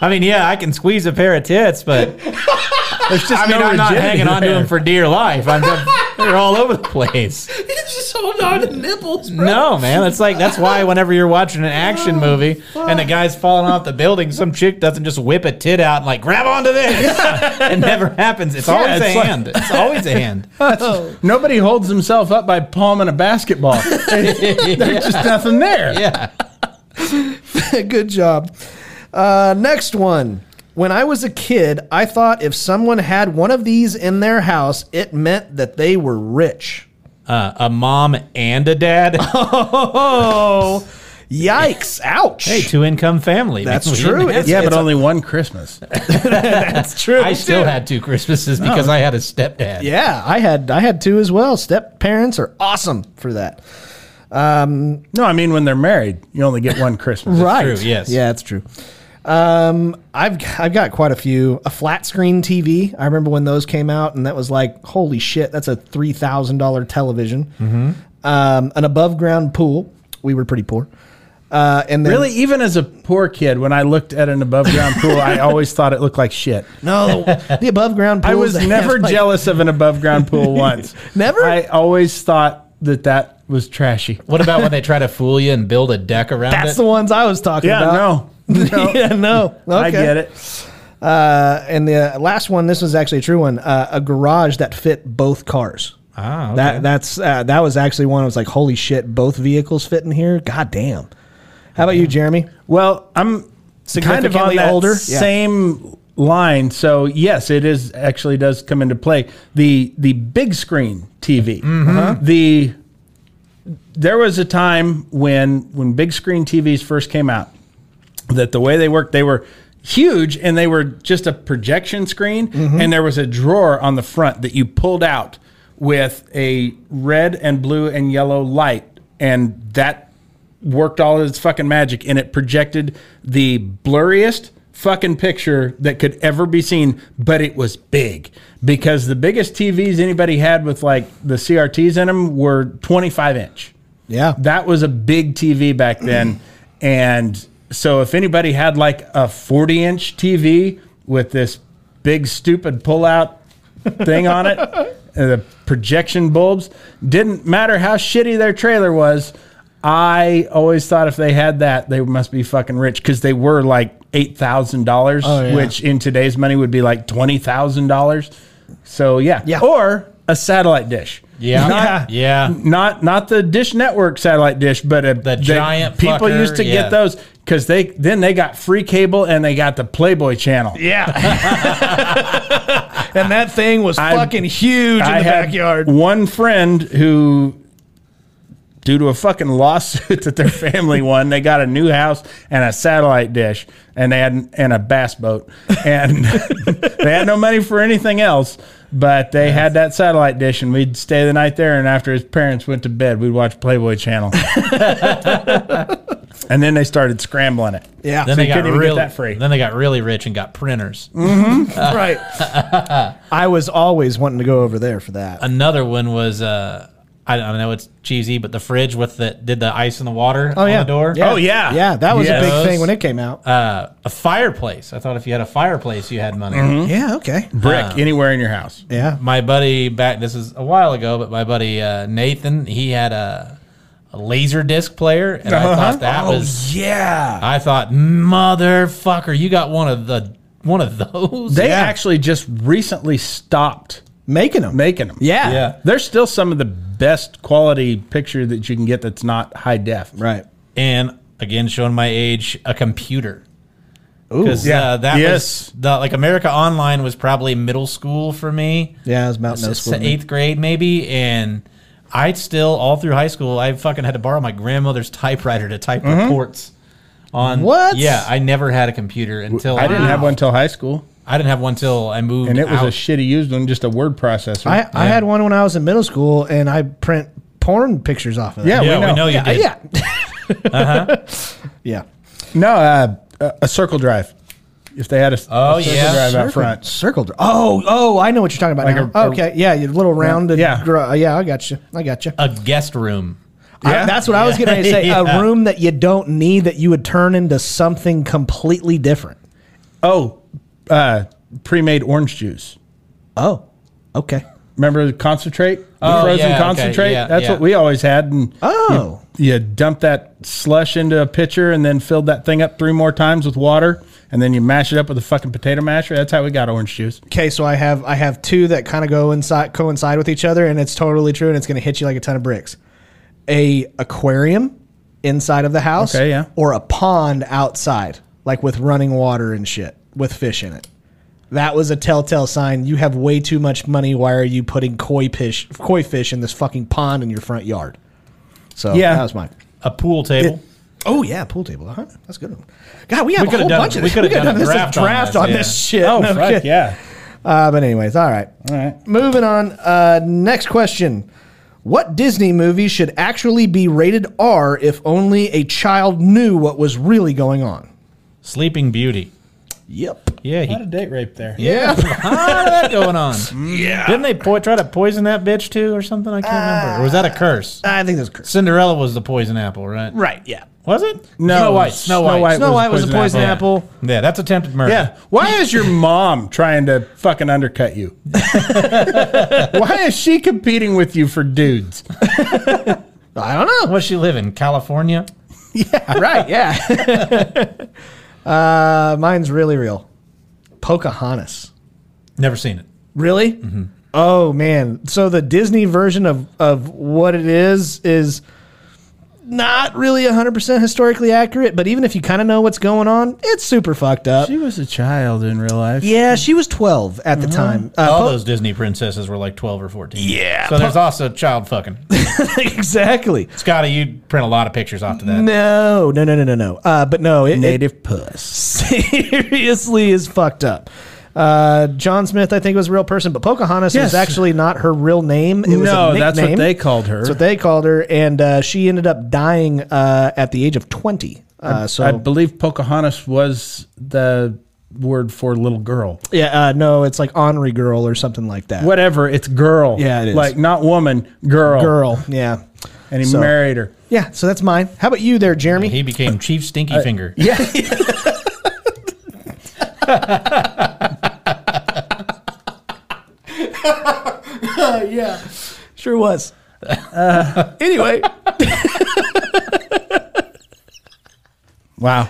I mean, yeah, I can squeeze a pair of tits, but There's just I mean, no I'm not rigidity hanging on to there. them for dear life. I'm just, they're all over the place. He's just holding on to nipples, bro. Oh, No, man. That's like that's why whenever you're watching an action movie and the guy's falling off the building, some chick doesn't just whip a tit out and like grab onto this. it never happens. It's always it's a like- hand. It's always a hand. Nobody holds himself up by palming a basketball. There's just nothing there. Yeah. Good job. Uh, next one. When I was a kid, I thought if someone had one of these in their house, it meant that they were rich. Uh, a mom and a dad. Oh, yikes! Ouch. hey, two income family. That's We true. didn't It's- have- Yeah, it's but only one Christmas. that's true. Oh. I still had two Christmases because I had a stepdad. Yeah, I had I had two as well. Step parents are awesome for that. No, I mean when they're married, you only get one Christmas. right. true, yes. Yeah, it's true. Um, I've I've got quite a few. A flat screen TV. I remember when those came out, and that was like, holy shit, that's a three thousand dollar television. Mm-hmm. Um, an above ground pool. We were pretty poor. Uh, and then, Really, even as a poor kid, when I looked at an above ground pool, I always thought it looked like shit. no, the above ground. I was never jealous. jealous of an above ground pool once. Never? I always thought that that was trashy. What about when they try to fool you and build a deck around That's it? the ones I was talking Yeah, about. no. No. yeah, no. I Okay. get it. Uh, and the last one, this was actually a true one, uh, a garage that fit both cars. Ah, okay. That that's uh, that was actually one. I was like, holy shit, both vehicles fit in here. God damn. How about you, Jeremy? Well, I'm kind of on Significantly that older? Yeah. same line. So yes, it is actually does come into play. The the big screen TV. Mm-hmm. Uh-huh. The there was a time when when big screen TVs first came out that the way they worked, they were huge and they were just a projection screen Mm-hmm. and there was a drawer on the front that you pulled out with a red and blue and yellow light and that worked all its fucking magic and it projected the blurriest fucking picture that could ever be seen but it was big because the biggest TVs anybody had with like the CRTs in them were 25 inch Yeah. that was a big TV back then. and so if anybody had like a 40 inch TV with this big, stupid pullout thing on it, and the projection bulbs, didn't matter how shitty their trailer was. I always thought if they had that, they must be fucking rich because they were like eight thousand dollars, Oh, yeah. which in today's money would be like twenty thousand dollars. So yeah. Yeah. or a satellite dish. Yeah. Not- Yeah. not not the Dish Network satellite dish, but a, the giant People fucker, used to yeah. get those because they then they got free cable and they got the Playboy Channel. And that thing was fucking huge in I the had backyard. one friend who, due to a fucking lawsuit that their family won, they got a new house and a satellite dish, and they had and a bass boat, and they had no money for anything else. But they had that satellite dish, and we'd stay the night there. And after his parents went to bed, we'd watch Playboy Channel. and then they started scrambling it. Yeah. Then So they you got couldn't even get really, that free. Mm. Then they got really rich and got printers. right. I was always wanting to go over there for that. Another one was uh, I don't know, it's cheesy, but the fridge with the did the ice in the water on the door. Oh, yeah. Yeah, that was a Yes. big thing when it came out. Uh, a fireplace. I thought if you had a fireplace, you had money. Mm-hmm. yeah, okay. Brick anywhere in your house. Yeah. My buddy back this is a while ago, but my buddy uh, Nathan, he had a, a laser disc player, and I thought that was Uh-huh. Oh, Yeah. I thought, motherfucker, you got one of the one of those. They actually just recently stopped Making them. making them. yeah. Yeah. There's still some of the best quality picture that you can get that's not high def. Right. and again, showing my age, a computer. Because Yeah. uh, that Yes. was the, like America Online was probably middle school for me, Yeah, it was Mountain Nose s- School. eighth grade maybe, and I still all through high school I fucking had to borrow my grandmother's typewriter to type Mm-hmm. reports. On What? Yeah, I never had a computer until I didn't have one till high school, I didn't have one till I moved. and it was out. a shitty used one, just a word processor. I, I had one when I was in middle school, and I print porn pictures off of it. yeah, Yeah, we know, you yeah, did. yeah. yeah. No, uh, a, a circle drive. If they had a, Oh, a circle yeah. drive Circle, out front. circle. dr- Oh, oh, I know what you're talking about. Like now. a- a- okay, yeah, your little rounded. Yeah. gr- uh, yeah, I got you. I got you. a guest room. I- that's what I was getting ready to say. Yeah. A room that you don't need that you would turn into something completely different. Oh, uh, pre-made orange juice. Oh, okay. Remember the concentrate, the Oh, frozen yeah, okay, concentrate. yeah, That's yeah. what we always had. And Oh, you dumped that slush into a pitcher and then filled that thing up three more times with water and then you mash it up with a fucking potato masher. That's how we got orange juice. okay. So I have I have two that kind of go inside coincide with each other, and it's totally true, and it's going to hit you like a ton of bricks. A aquarium inside of the house, Okay, yeah. or a pond outside, like with running water and shit, with fish in it. That was a telltale sign. You have way too much money. Why are you putting koi fish, koi fish in this fucking pond in your front yard? So Yeah. that was mine. A pool table. Oh yeah, pool table. Uh-huh. That's a good. One. God, we have a could've whole done- bunch of we this. could've could've done a this as draft on draft this, on yeah. this shit. Oh, No fuck kidding. yeah. Uh, but anyways, all right. All right. Moving on. Uh, next question. What Disney movie should actually be rated R if only a child knew what was really going on? Sleeping Beauty. Yep. Yeah, Not he, a date rape there. yeah. How did that going on? Mm. Yeah. Didn't they po- try to poison that bitch too, or something? I can't remember. Or was that a curse? I think that's correct. Cinderella was the poison apple, right? Right, yeah. Was it? No, Snow White. Snow White. Snow White was a poison Yeah. apple. Yeah, that's attempted murder. Yeah. Why is your mom trying to fucking undercut you? Why is she competing with you for dudes? I don't know. What's she live in? California? right, yeah. uh, mine's really real. Pocahontas. Never seen it. Really? Oh man! So the Disney version of of what it is is not really hundred percent historically accurate. But even if you kind of know what's going on, it's super fucked up. She was a child in real life. yeah, she was twelve at the time. Uh, All Po- those Disney princesses were like 12 or 14. Oh, Yeah. So there's also child fucking. exactly. Scotty, you print a lot of pictures off to that. No, no, no, no, no, no. Uh, but no, it, it Native puss. seriously is fucked up. Uh, John Smith, I think, was a real person, but Pocahontas Yes. was actually not her real name. It was a No, nickname. that's what they called her. That's what they called her, and uh, she ended up dying uh, at the age of twenty. Uh, so I believe Pocahontas was the word for little girl. yeah, uh, no, it's like Henri girl or something like that. Whatever, it's girl. Yeah, it is. Like not woman, girl. girl? Yeah, And he So- married her. yeah. So that's mine. How about you there, Jeremy? He became Chief Stinky Finger. sure was. Uh, anyway, Wow.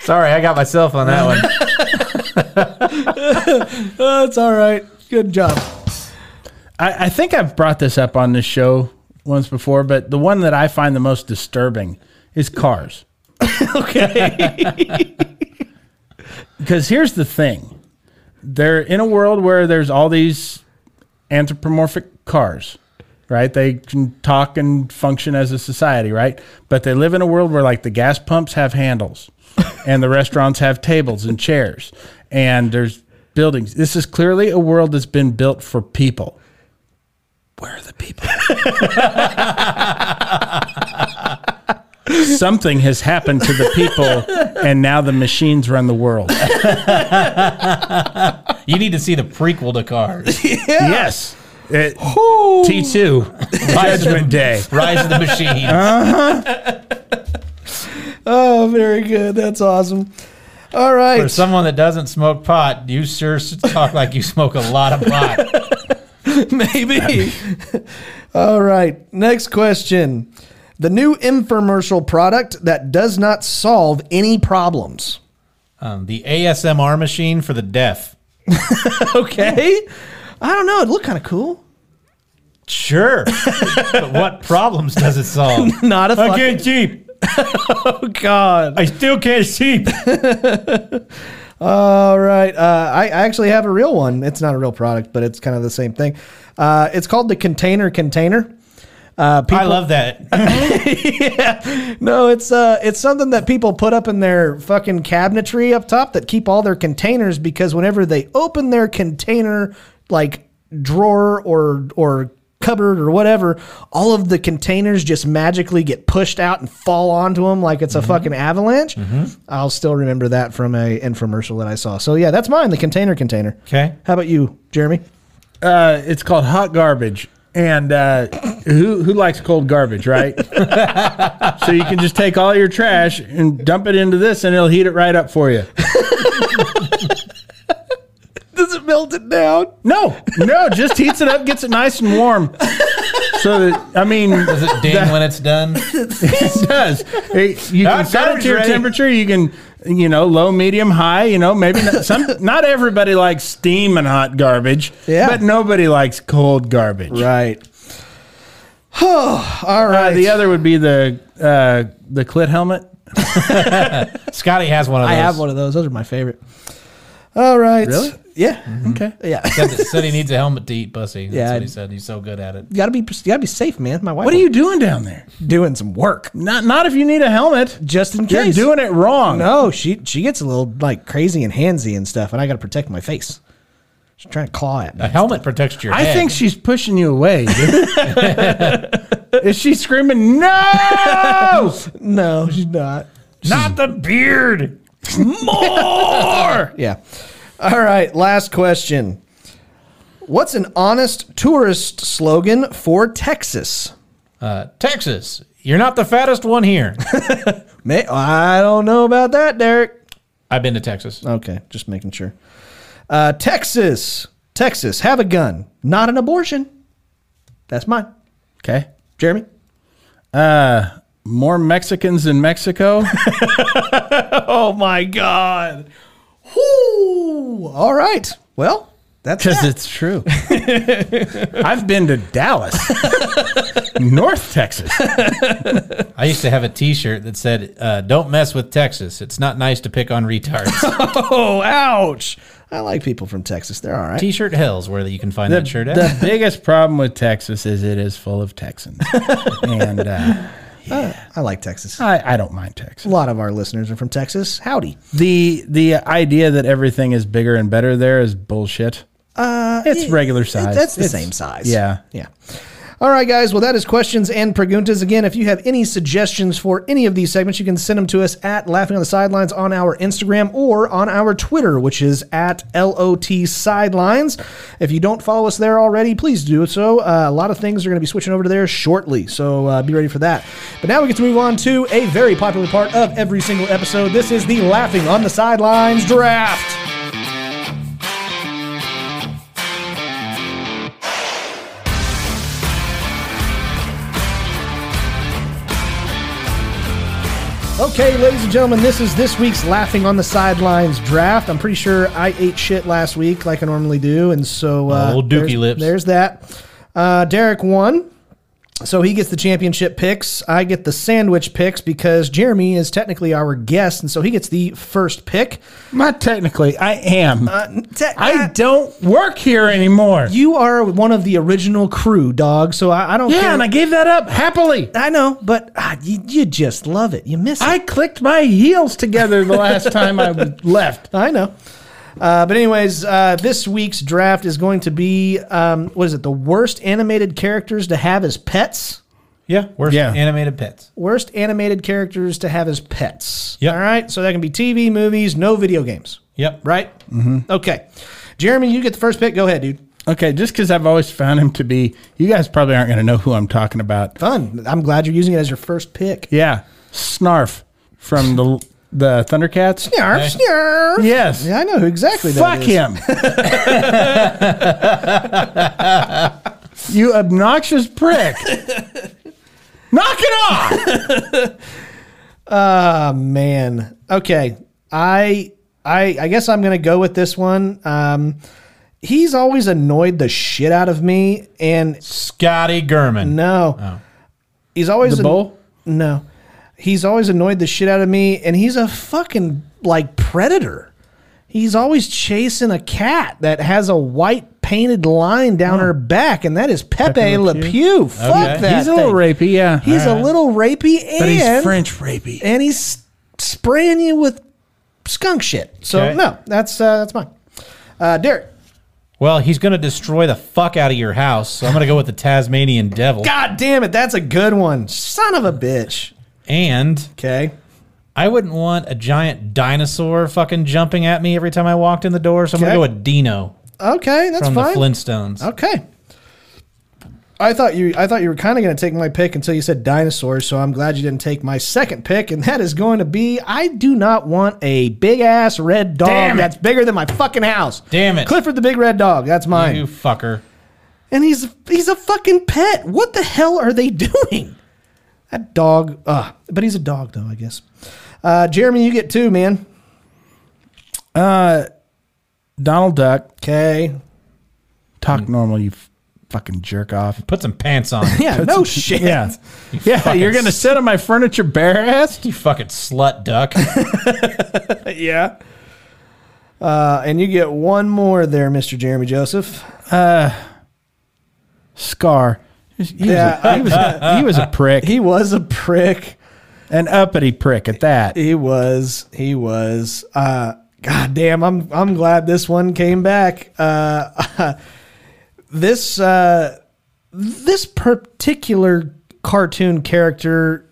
Sorry, I got myself on that one. that's all right. Good job. I, I think I've brought this up on this show once before, but the one that I find the most disturbing is cars. Okay. Because here's the thing they're in a world where there's all these anthropomorphic cars, right? They can talk and function as a society, right? But they live in a world where, like, the gas pumps have handles and the restaurants have tables and chairs and there's buildings. This is clearly a world that's been built for people. Where are the people? Something has happened to the people, and now the machines run the world. You need to see the prequel to Cars. Yes. T two Judgment Day. Rise of the Machine. oh, very good. That's awesome. All right. For someone that doesn't smoke pot, you sure s- talk like you smoke a lot of pot. Maybe. All right. Next question. The new infomercial product that does not solve any problems. Um, the ASMR machine for the deaf. Okay. I don't know. It looked kind of cool. Sure. but what problems does it solve? Not a fucking. cheap. Oh, God. I still can't cheap. All right. Uh, I, I actually have a real one. It's not a real product, but it's kind of the same thing. Uh, it's called the Container Container. Uh, I love that. No, it's uh, it's something that people put up in their fucking cabinetry up top that keep all their containers because whenever they open their container like drawer or or cupboard or whatever, all of the containers just magically get pushed out and fall onto them like it's a fucking avalanche. I'll still remember that from a infomercial that I saw. So yeah, that's mine, the container container. Okay. How about you, Jeremy? Uh, it's called hot garbage. And uh, who who likes cold garbage, right? so you can just take all your trash and dump it into this, and it'll heat it right up for you. Does it melt it down? No, no, just heats it up, gets it nice and warm. So that I mean, Does it ding when it's done? it does. It- you Ah, can set it garbage to your ready. temperature. You can, you know, low, medium, high. You know, maybe not, some. Not everybody likes steam and hot garbage. Yeah. but nobody likes cold garbage. Right. all Uh, right. the other would be the uh, the clit helmet. Scotty has one of I those. have one of those. Those are my favorite. All right. Really? Yeah. Okay. Yeah. Said, that- said he needs a helmet to eat pussy. That's Yeah, what he I- said. He's so good at it. You gotta be. You gotta be safe, man. My wife. What are you doing down there? doing? Some work, Not not if you need a helmet. just in You're case. doing it wrong. No, she she gets a little like crazy and handsy and stuff, and I gotta protect my face. She's trying to claw at me. A helmet protects your I head. think she's pushing you away. dude. Is she screaming, no, No, she's not. not the beard? More. Yeah. All right. Last question. What's an honest tourist slogan for Texas? uh, Texas, you're not the fattest one here. May- I don't know about that, Derek. I've been to Texas. Okay, just making sure. Uh, Texas, Texas, have a gun, not an abortion. That's mine, Okay. Jeremy. More Mexicans in Mexico. Oh my God. Whoo! All right. Well, that's Because that. it's true. I've been to Dallas, North Texas. I used to have a T-shirt that said, uh, "Don't mess with Texas. It's not nice to pick on retards." oh, ouch. I like people from Texas. They're all right. T-shirt hell's where you can find that shirt at. The biggest problem with Texas is it is full of Texans, and uh, I like Texas. A I, I don't mind Texas. lot of our listeners are from Texas. Howdy. the The idea that everything is bigger and better there is bullshit. Uh, It's it- regular it- size. that's the It's- same size. yeah. Yeah. All right, guys. Well, that is questions and preguntas. Again, if you have any suggestions for any of these segments, you can send them to us at Laughing on the Sidelines on our Instagram or on our Twitter, which is at LOT Sidelines. If you don't follow us there already, please do so. Uh, a lot of things are going to be switching over to there shortly, so uh, be ready for that. But now we get to move on to a very popular part of every single episode. This is the Laughing on the Sidelines draft. Okay, ladies and gentlemen, this is this week's Laughing on the Sidelines draft. I'm pretty sure I ate shit last week like I normally do, and so uh, Oh, Old dookie there's, lips. There's that. Uh, Derek won, so he gets the championship picks. I get the sandwich picks because Jeremy is technically our guest, and so he gets the first pick. Not technically, I am. Te- I don't work here anymore. you are one of the original crew, dog. So I, I don't. care. yeah, and I gave that up happily. I know, but ah, you, you just love it. You miss it. I clicked my heels together the last time I left. I know. Uh, but anyways, uh, this week's draft is going to be um, what is it? The worst animated characters to have as pets. yeah, worst Yeah. animated pets. Worst animated characters to have as pets. Yep. All right. So that can be TV, movies, no video games. Yep. Right. Mm-hmm. Okay. Jeremy, you get the first pick. Go ahead, dude. Okay, just because I've always found him to be, you guys probably aren't going to know who I'm talking about. Fun. I'm glad you're using it as your first pick. Yeah, Snarf from the the Thundercats. Snarf, snarf. Yes. Yeah, I know who exactly. that Fuck is. him. you obnoxious prick. Knock it off. Oh, man. Okay. I I I guess I'm gonna go with this one. Um he's always annoyed the shit out of me and Scotty Gurman. no. He's always Oh. The an- bull? No. He's always annoyed the shit out of me and he's a fucking like predator. He's always chasing a cat that has a white painted line down Oh. her back, and that is Pepe, Le Pew. Fuck Okay. that. He's a little thing. rapey, yeah. He's a little rapey and but he's French rapey. and he's spraying you with skunk shit. So Okay. no, that's uh, that's mine. Uh, Derek. Well, he's gonna destroy the fuck out of your house. So I'm gonna go with the Tasmanian Devil. God damn it, that's a good one. Son of a bitch. And Okay. I wouldn't want a giant dinosaur fucking jumping at me every time I walked in the door. So I'm Okay. gonna go with Dino Okay, that's from fine. the Flintstones. okay. I thought you I thought you were kind of going to take my pick until you said dinosaurs, so I'm glad you didn't take my second pick and that is going to be I do not want a big ass red dog Damn it. that's bigger than my fucking house. Damn it. Clifford the big red dog, that's mine. You fucker. and he's he's a fucking pet. What the hell are they doing? That dog. Uh, but he's a dog though, I guess. Uh, Jeremy, you get two, man. Donald Duck. Okay. Mm. Talk normal, you f- fucking jerk off. Put some pants on. Yeah. No shit. Yeah. Yeah, you're going to sit on my furniture bare ass? You fucking slut duck. yeah. Uh, and you get one more there, Mr. Jeremy Joseph. Scar. He Yeah, uh, was, a, he, was a, he was a prick, He was a prick. an uppity prick at that. He was. He was. Uh, God damn, I'm I'm glad this one came back. Uh, this uh, this particular cartoon character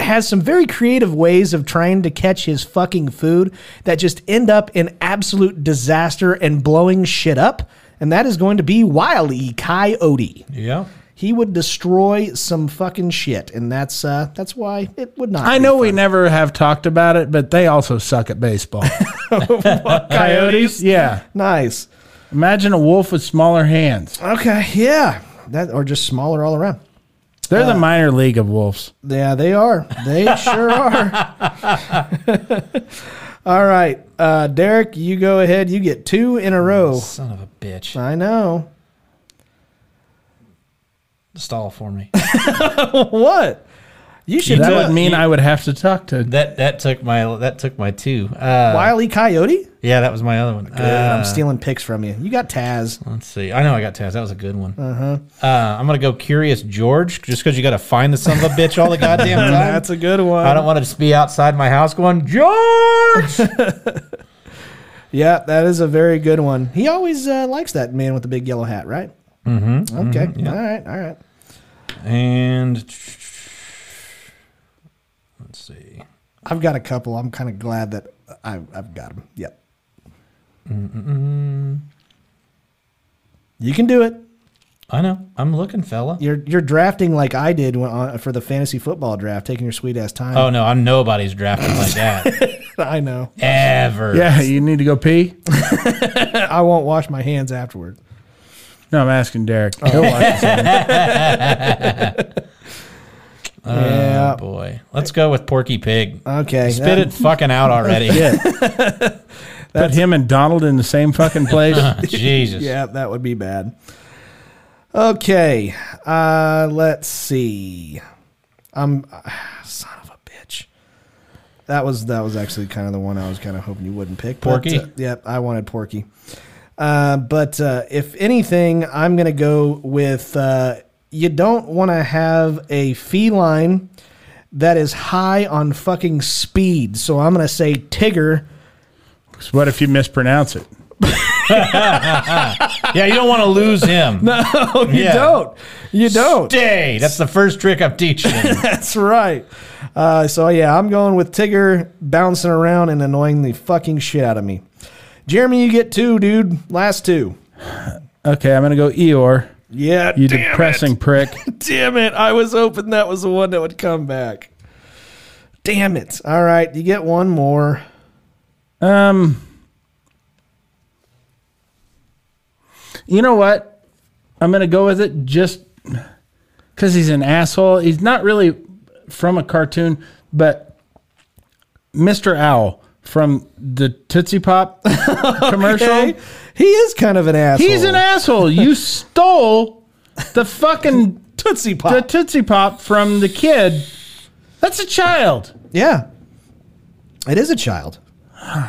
has some very creative ways of trying to catch his fucking food that just end up in absolute disaster and blowing shit up. And that is going to be Wiley Coyote. Yeah. He would destroy some fucking shit, and that's uh, that's why it would not. I be know fun. we never have talked about it, but they also suck at baseball. coyotes. yeah. Nice. Imagine a wolf with smaller hands. Okay, yeah. That or just smaller all around. They're Uh, the minor league of wolves. Yeah, they are. They sure are. all right. Uh Derek, you go ahead. You get two in a row. Son of a bitch. I know. Stall for me. What? You should That do would it. mean I would have to talk to. that that took my that took my two. Uh, Wiley Coyote? Yeah, that was my other one. Uh, I'm stealing picks from you. You got Taz. let's see. I know I got Taz. That was a good one. Uh-huh. I'm gonna go Curious George, just because you got to find the son of a bitch all the goddamn time. a good one. I don't want to just be outside my house going George. yeah, that is a very good one. He always uh, likes that man with the big yellow hat, right? Mm-hmm. Okay. All right. All right. and let's see. I've got a couple. I'm kind of glad that I, I've got them. Yep. You can do it. I know. I'm looking, fella. You're you're drafting like I did when, on, for the fantasy football draft, taking your sweet ass time. Oh no, I'm nobody's drafted like that I know. ever. Yeah, you need to go pee? I won't wash my hands afterward. No, I'm asking Derek. Oh, He'll watch this later. Uh. yeah. Oh, Boy, let's go with Porky Pig. Okay. Spit it fucking out already. Put him and Donald in the same fucking place. Jesus. Yeah, that would be bad. Okay, uh, let's see. I'm son of a bitch. That was that was actually kind of the one I was kind of hoping you wouldn't pick. but, Porky? uh, yep, I wanted Porky. Uh, but uh, if anything, I'm gonna go with uh, you. Don't want to have a feline that is high on fucking speed. So I'm gonna say Tigger. So what if you mispronounce it? Yeah, you don't want to lose him. no, Oh, you Yeah. don't. You don't. Stay. That's the first trick I'm teaching. him. That's right. Uh, so yeah, I'm going with Tigger bouncing around and annoying the fucking shit out of me. Jeremy, you get two, dude. Last two. Okay, I'm going to go Eeyore. Yeah. You depressing prick. Damn it. I was hoping that was the one that would come back. Damn it. All right, you get one more. Um, you know what? I'm gonna go with it just because he's an asshole. He's not really from a cartoon, but Mr. Owl from the Tootsie Pop commercial. Okay. He is kind of an asshole. He's an asshole. You stole the fucking Tootsie Pop. the Tootsie Pop from the kid. That's a child. yeah. It is a child.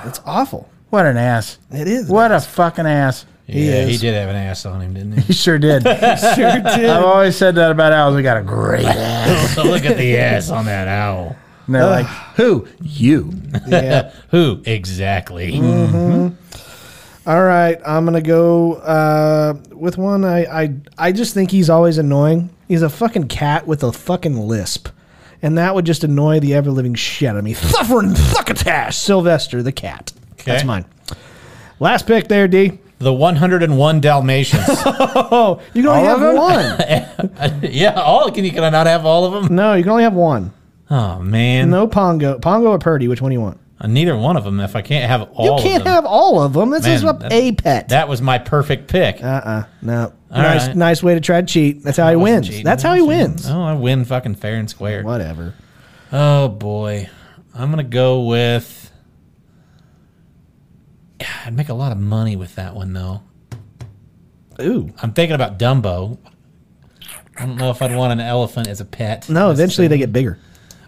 It's awful. What an ass. It is. What a fucking ass. yeah, he is. did have an ass on him, didn't he? He sure did. Sure did. I've always said that about owls. We got a great ass. so look at the ass on that owl. And they're like, who? You. Yeah. Who exactly? All right, I'm gonna go uh, with one. I, I I just think he's always annoying. He's a fucking cat with a fucking lisp, and that would just annoy the ever living shit out of me. Suffering fuckatash, Sylvester the cat. That's Okay. mine. Last pick there, D. The 101 Dalmatians. Oh, you can only All of have them? one. yeah, all can you can I not have all of them? no, you can only have one. Oh man, No Pongo, Pongo or Purdy. Which one do you want? Uh, neither one of them. If I can't have all, you can't of them. have all of them. This is Man, a, that- a pet. That was my perfect pick. uh uh no. nice right. nice way to try to cheat. That's how he Wasn't wins. cheating, That's how he was it? wins. Oh, I win fucking fair and square. Whatever. Oh boy, I'm gonna go with. I'd make a lot of money with that one though. Ooh. I'm thinking about Dumbo. I don't know if I'd want an elephant as a pet. No, eventually they get bigger.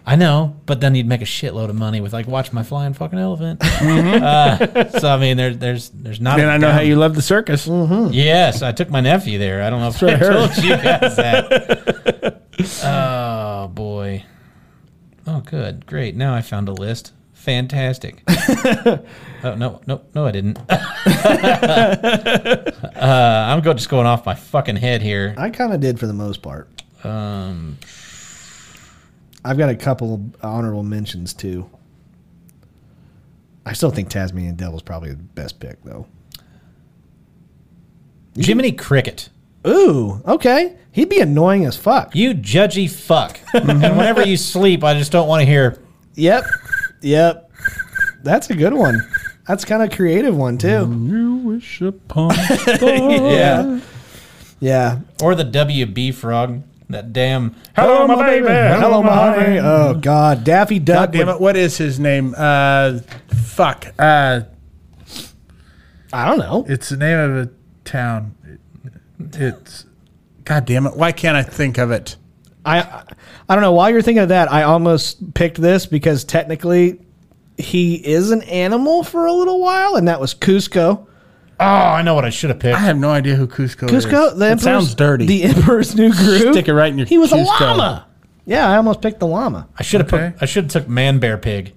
I know, but then you'd make a shitload of money with like, watch my flying fucking elephant. uh, so I mean, there's there's there's not. And Mm-hmm. I know how you love the circus. Mm. Yes, I took my nephew there. I don't know if I told you guys that. oh boy. Oh good, great. Now I found a list. fantastic. oh no, no, no, I didn't. uh, I'm go- just going off my fucking head here. I kind of did for the most part. Um, I've got a couple honorable mentions too. I still think Tasmanian Devil's probably the best pick though. Jiminy Cricket. Ooh, okay. He'd be annoying as fuck. You judgy fuck. and whenever you sleep, I just don't want to hear. Yep. Yep. That's a good one. That's kind of creative one too. You wish upon. Yeah. Yeah. Or the WB frog. That damn. Hello, my, baby. Hello, my honey. Uh, Oh God, Daffy Duck. God damn would- it! What is his name? Uh, fuck. Uh, I don't know. it's the name of a town. It's. God damn it! Why can't I think of it? I I don't know. While you're thinking of that, I almost picked this because technically he is an animal for a little while, and that was Cusco. Oh, I know what I should have picked. I have no idea who Cusco, is. Cusco, the That emperor's, sounds dirty. The Emperor's New Groove. Stick it right in your. He was a Cusco. llama. Yeah, I almost picked the llama. I should have Okay. put. I should have took man bear pig.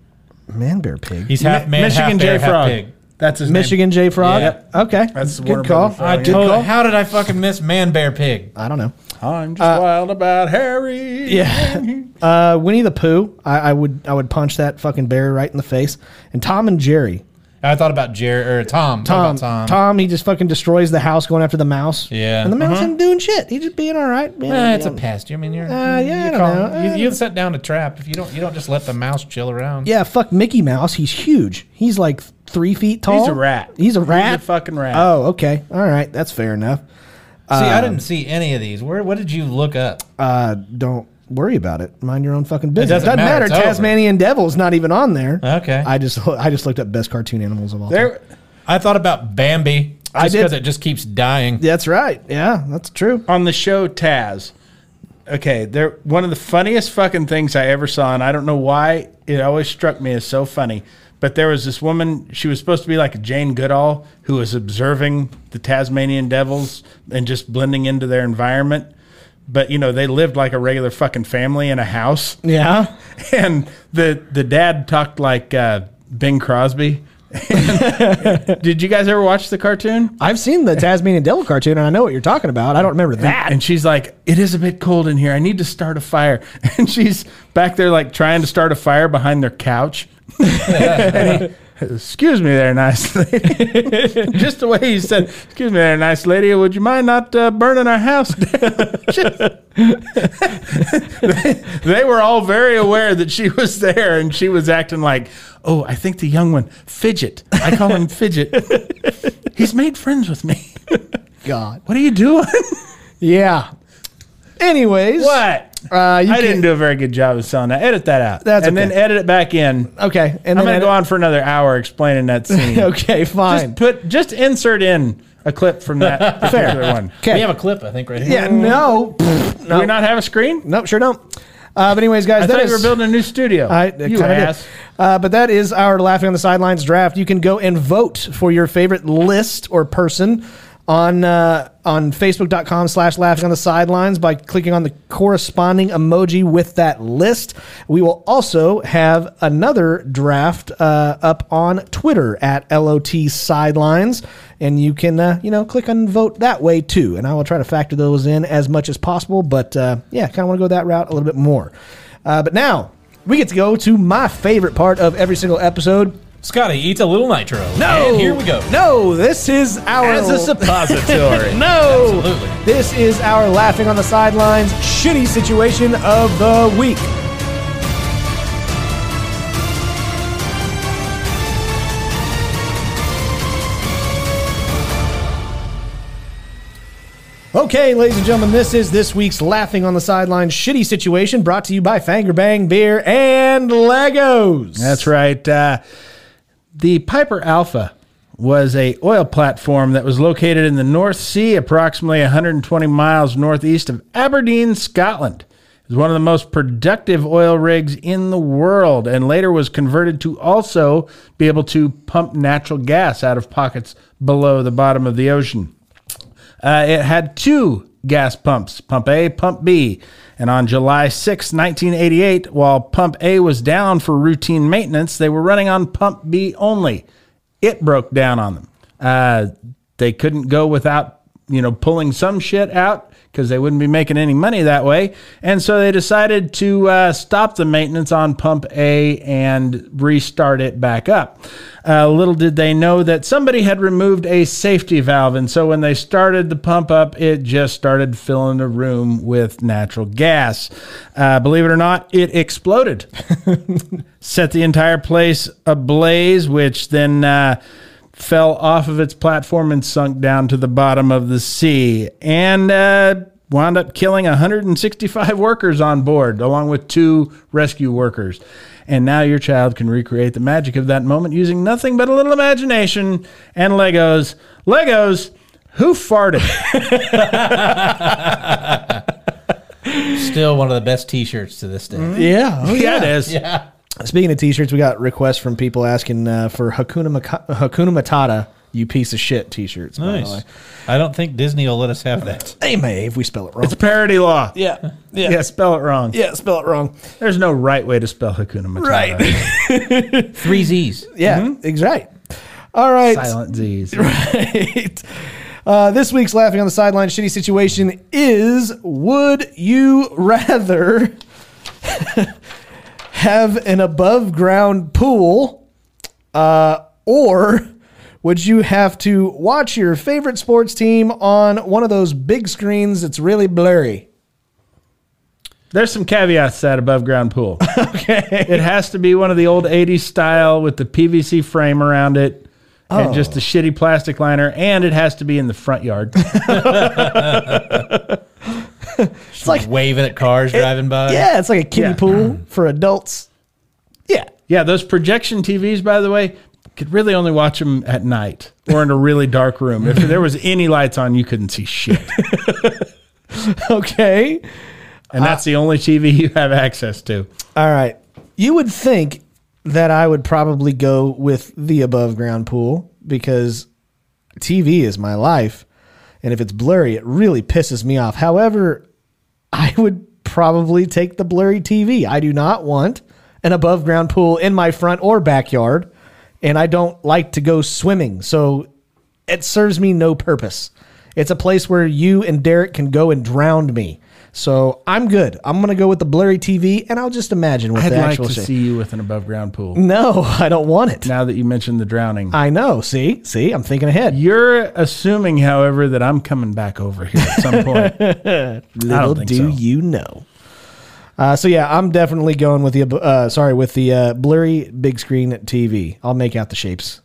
Man, bear, pig. He's half man, half Michigan bear, J half Frog. pig. That's his Michigan J Frog. Yep. Okay, That's the good Warner call. Brothers I Frog, Good told. call. How did I fucking miss man bear pig? I don't know. name. I'm just uh, wild about Harry. Yeah, uh, Winnie the Pooh. I, I would I would punch that fucking bear right in the face. And Tom and Jerry. I thought about Jerry or Tom. Thought Tom, about Um, Tom, Tom. he just fucking destroys the house going after the mouse. Yeah. And the mouse ain't doing shit. He just being all right. being- Eh, it's a being- pest. I mean, you're. Uh, yeah, I you don't know. You, Uh, you set down a trap. If you don't, you don't just let the mouse chill around. Yeah, fuck Mickey Mouse. He's huge. He's like three feet tall. He's a rat. He's a rat. He's a fucking rat. Oh, okay. All right. That's fair enough. See, Um, I didn't see any of these. Where? What did you look up? Uh, don't worry about it. Mind your own fucking business. doesn't matter. It's over. Tasmanian Devil's not even on there. Okay. I just I just looked up best cartoon animals of all time. There. I thought about Bambi. I Just did. because it just keeps dying. That's right. Yeah, that's true. on the show Taz. Okay, they're one of the funniest fucking things I ever saw, and I don't know why it always struck me as so funny. But there was this woman; she was supposed to be like a Jane Goodall, who was observing the Tasmanian devils and just blending into their environment. But you know, they lived like a regular fucking family in a house, Yeah. and the the dad talked like uh, Bing Crosby. Did you guys ever watch the cartoon? I've seen the Tasmanian Devil cartoon and I know what you're talking about. I don't remember that. And she's like, "It is a bit cold in here. I need to start a fire." And she's back there like trying to start a fire behind their couch. And he, Excuse me, there, nice lady. Just the way he said, "Excuse me, there, nice lady. Would you mind not uh, burning our house down?" Just- they, they were all very aware that she was there, and she was acting like, "Oh, I think the young one, Fidget. I call him Fidget. He's made friends with me. God. What are you doing?" Yeah. Anyways. What? Uh, you I can- didn't do a very good job of selling that. Edit that out. That's and then okay. edit it back in. Okay. And then I'm going to go I- on for another hour explaining that scene. Okay, fine. Just put just insert in a clip from that particular one. Okay. We have a clip, I think, right here. yeah, no. Do we not have a screen? Nope, sure don't. Uh, but anyways, guys, I that thought you is- were building a new studio. I I you kinda did. ass. Uh, but that is our laughing on the sidelines draft. You can go and vote for your favorite list or person on uh, on facebook.com slash laughing on the sidelines by clicking on the corresponding emoji with that list we will also have another draft uh, up on twitter at lot sidelines and you can uh, you know click on vote that way too and i will try to factor those in as much as possible but uh, yeah kind of want to go that route a little bit more uh, but now we get to go to my favorite part of every single episode. Scotty eats a little nitro. No, And here we go. No, this is our As a suppository. no. Absolutely. This is our laughing on the sidelines shitty situation of the week. Okay, ladies and gentlemen, this is this week's Laughing on the Sidelines shitty situation brought to you by Fanger Bang Beer and Legos. That's right. Uh, the Piper Alpha was a oil platform that was located in the North Sea, approximately 120 miles northeast of Aberdeen, Scotland. It was one of the most productive oil rigs in the world, and later was converted to also be able to pump natural gas out of pockets below the bottom of the ocean. Uh, it had two gas pumps, Pump A, Pump B. And on July 6, 1988, while Pump A was down for routine maintenance, they were running on Pump B only. It broke down on them. Uh, they couldn't go without, you know, pulling some shit out because they wouldn't be making any money that way. And so they decided to uh, stop the maintenance on Pump A and restart it back up. Uh, little did they know that somebody had removed a safety valve. And so when they started the pump up, it just started filling the room with natural gas. Uh, believe it or not, it exploded, set the entire place ablaze, which then. Uh, fell off of its platform and sunk down to the bottom of the sea and uh, wound up killing 165 workers on board, along with two rescue workers. And now your child can recreate the magic of that moment using nothing but a little imagination and Legos. Legos, who farted? Still one of the best T-shirts to this day. Mm. yeah. Oh, yeah, it is. Speaking of T-shirts, we got requests from people asking uh, for Hakuna, Maka- Hakuna Matata, you piece of shit T-shirts. by the way. Nice. I don't think Disney will let us have that. They may if we spell it wrong. It's parody law. yeah, yeah, Yeah, spell it wrong. yeah. Spell it wrong. There's no right way to spell Hakuna Matata. Right. Three Z's. Yeah, exactly. All right. Silent Z's. right. Uh, this week's Laughing on the Sideline shitty situation is Would you rather have an above ground pool uh, or would you have to watch your favorite sports team on one of those big screens that's really blurry? There's some caveats to that above ground pool. okay. It has to be one of the old 80s style with the PVC frame around it and just a shitty plastic liner, and it has to be in the front yard. It's like waving at cars driving by. Yeah, it's like a kiddie Uh, Yeah. pool for adults. yeah. Yeah. Those projection TVs, by the way, could really only watch them at night or in a really dark room. If there was any lights on, you couldn't see shit. Okay. And that's the only TV you have access to. All right. You would think that I would probably go with the above ground pool because TV is my life. And if it's blurry, it really pisses me off. However, I would probably take the blurry TV. I do not want an above ground pool in my front or backyard. And I don't like to go swimming. So it serves me no purpose. It's a place where you and Derek can go and drown me. So I'm good. I'm gonna go with the blurry TV, and I'll just imagine what I'd the like actual to shit. see you with an above ground pool. No, I don't want it. Now that you mentioned the drowning. I know. See, see, I'm thinking ahead. You're assuming, however, that I'm coming back over here at some point. Little think do so. you know. Uh, so yeah, I'm definitely going with the ab- uh, sorry with the uh, blurry big screen TV. I'll make out the shapes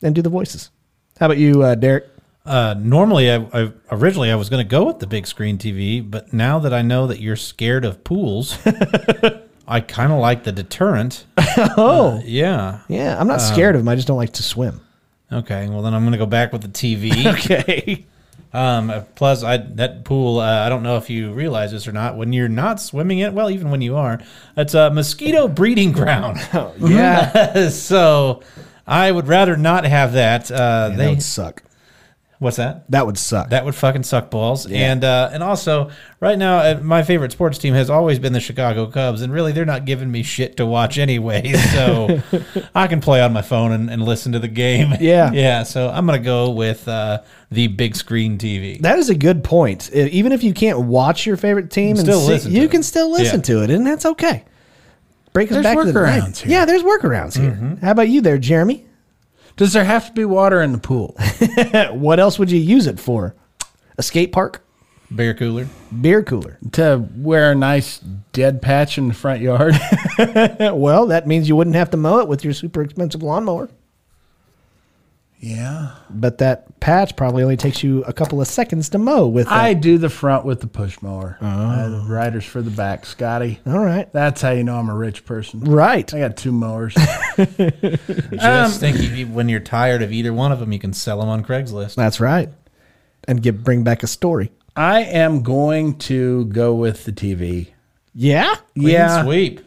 and do the voices. How about you, uh, Derek? Uh, normally, I, I originally I was going to go with the big screen TV, but now that I know that you're scared of pools, I kind of like the deterrent. oh, yeah. Yeah, I'm not Um, scared of them. I just don't like to swim. Okay. Well, then I'm going to go back with the TV. Okay. Um, uh, plus, I that pool. Uh, I don't know if you realize this or not. When you're not swimming it, well, even when you are, it's a mosquito breeding ground. Oh, Yeah, so, I would rather not have that. Uh, that they would suck. what's that? That would suck. That would fucking suck balls. And uh, and also, right now, uh, my favorite sports team has always been the Chicago Cubs, and really, they're not giving me shit to watch anyway. So I can play on my phone and, and listen to the game. Yeah. yeah. So I'm gonna go with uh, the big screen TV. That is a good point. I- Even if you can't watch your favorite team, and still see- listen to you it. can still listen Yeah. to it, and that's okay. Break us There's back to the night. workarounds here. Mm-hmm. Yeah, there's workarounds here. How about you there, Jeremy? Does there have to be water in the pool? What else would you use it for? A skate park, Beer cooler. beer cooler. to wear a nice dead patch in the front yard? Well, that means you wouldn't have to mow it with your super expensive lawnmower. yeah. But that patch probably only takes you a couple of seconds to mow with. I that. do the front with the push mower. Uh, the riders for the back, Scotty. Oh. all right, That's how you know I'm a rich person. right. I got two mowers. Just think, if you, when you're tired of either one of them, you can sell them on Craigslist. That's right. And give bring back a story. I am going to go with the TV. Yeah. Clean sweep.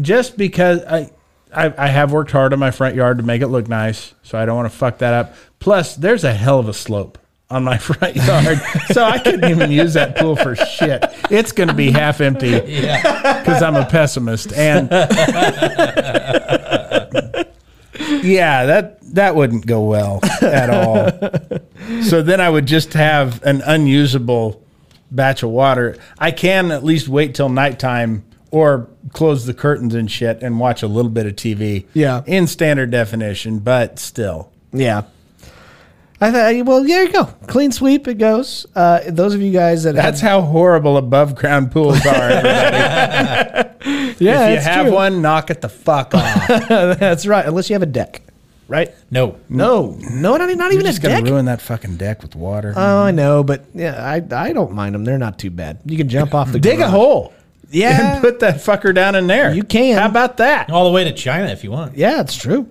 just because I, I I have worked hard on my front yard to make it look nice, so I don't want to fuck that up. Plus, there's a hell of a slope. on my front yard. so I couldn't even use that pool for shit. It's going to be half empty because I'm a pessimist. And yeah, that that wouldn't go well at all. so then I would just have an unusable batch of water. I can at least wait till nighttime or close the curtains and shit and watch a little bit of TV. Yeah. In standard definition, but still. Yeah. I thought, well, there you go. Clean sweep, it goes. Uh, those of you guys that That's have, how horrible above ground pools are. everybody. yeah, if it's you have true. one, knock it the fuck off. that's right. Unless you have a deck, right? No. No, no, not, not You're even a just gonna deck. ruin that fucking deck with water. oh, I know, but yeah, I I don't mind them. They're not too bad. You can jump off the Dig a garage. hole. Yeah. And put that fucker down in there. You can. How about that? All the way to China if you want. Yeah, it's true.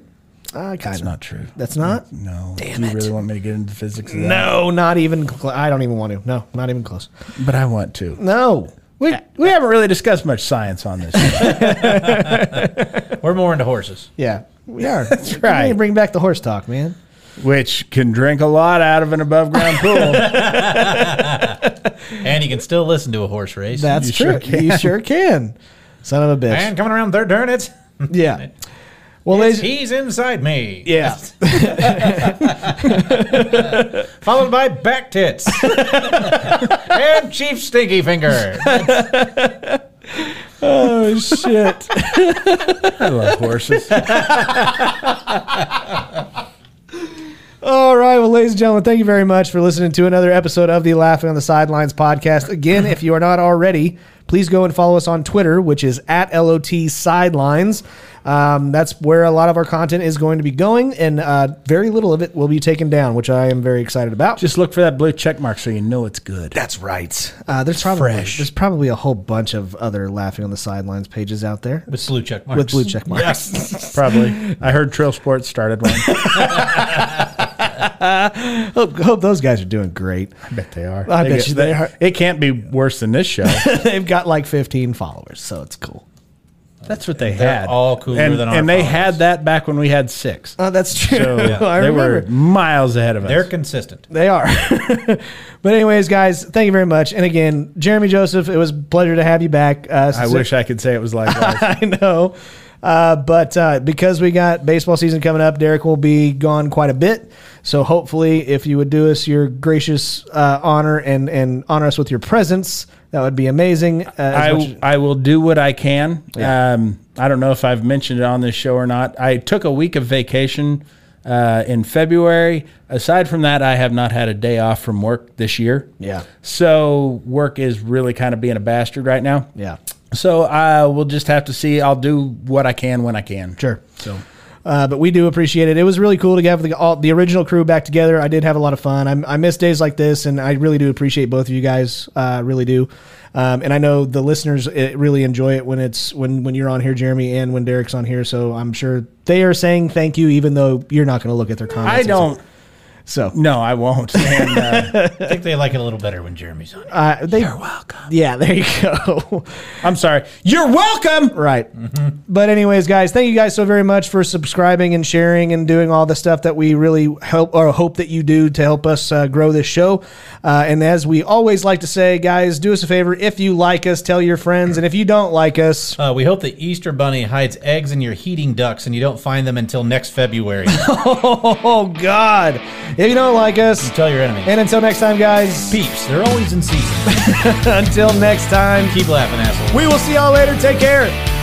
I kind That's not true. That's not. No. Damn you it. really want me to get into physics? of that? No, not even. Cl- I don't even want to. No, not even close. But I want to. No. We, we haven't really discussed much science on this. show. We're more into horses. Yeah, we are. That's right. bring back the horse talk, man. which can drink a lot out of an above ground pool. And you can still listen to a horse race. That's You true. sure can. you sure can. Son of a bitch. and coming around third turn, it's Yeah. Well, ladies, he's inside me. yeah. Followed by back tits. and Chief Stinky Finger. oh shit. I love horses. All right, well, ladies and gentlemen, thank you very much for listening to another episode of the Laughing on the Sidelines podcast. Again, if you are not already, please go and follow us on Twitter, which is at LOT Sidelines. Um, that's where a lot of our content is going to be going, and uh, very little of it will be taken down, which I am very excited about. Just look for that blue check mark so you know it's good. That's right. Uh, there's probably Fresh. there's probably a whole bunch of other laughing on the sidelines pages out there With blue check marks. with blue check marks. Probably. I heard Trail Sports started one. Hope, hope those guys are doing great. I bet they are. I bet you they are. It can't be worse than this show. They've got like 15 followers, so it's cool. That's what they They're had. all cooler and, than our and they followers. had that back when we had six. Oh, that's true. So I they remember. were miles ahead of us. They're consistent. They are. but anyways, guys, thank you very much. And again, Jeremy Joseph, it was a pleasure to have you back. Uh, I since- wish I could say it was like that. I know. Uh, but uh, because we got baseball season coming up, Derek will be gone quite a bit. So hopefully, if you would do us your gracious uh, honor and and honor us with your presence, that would be amazing. Uh, as much- I, I will do what I can. Um, I don't know if I've mentioned it on this show or not. I took a week of vacation uh, in February. Aside from that, I have not had a day off from work this year. Yeah. So work is really kind of being a bastard right now. yeah, So uh, we'll just have to see. I'll do what I can when I can. sure. So Uh, but we do appreciate it. It was really cool to have the, all, the original crew back together. I did have a lot of fun. I'm, I miss days like this, and I really do appreciate both of you guys. Uh, really do. Um, and I know the listeners eh, really enjoy it when it's when when you're on here, Jeremy, and when Derek's on here. So I'm sure they are saying thank you, even though you're not going to look at their comments. I and stuff. don't. So No, I won't. And, uh, I think they like it a little better when Jeremy's on. it. uh, they, you're welcome. Yeah, there you go. I'm sorry. You're welcome. Right. But anyways, guys, thank you guys so very much for subscribing and sharing and doing all the stuff that we really help or hope that you do to help us uh, grow this show. Uh, and as we always like to say, guys, do us a favor. If you like us, tell your friends. And if you don't like us, Uh, we hope the Easter Bunny hides eggs in your heating ducts and you don't find them until next February. oh, God. If you don't like us, Tell your enemy. and until next time, guys, Peeps, they're always in season. until next time, Keep laughing, asshole. we will see y'all later. Take care.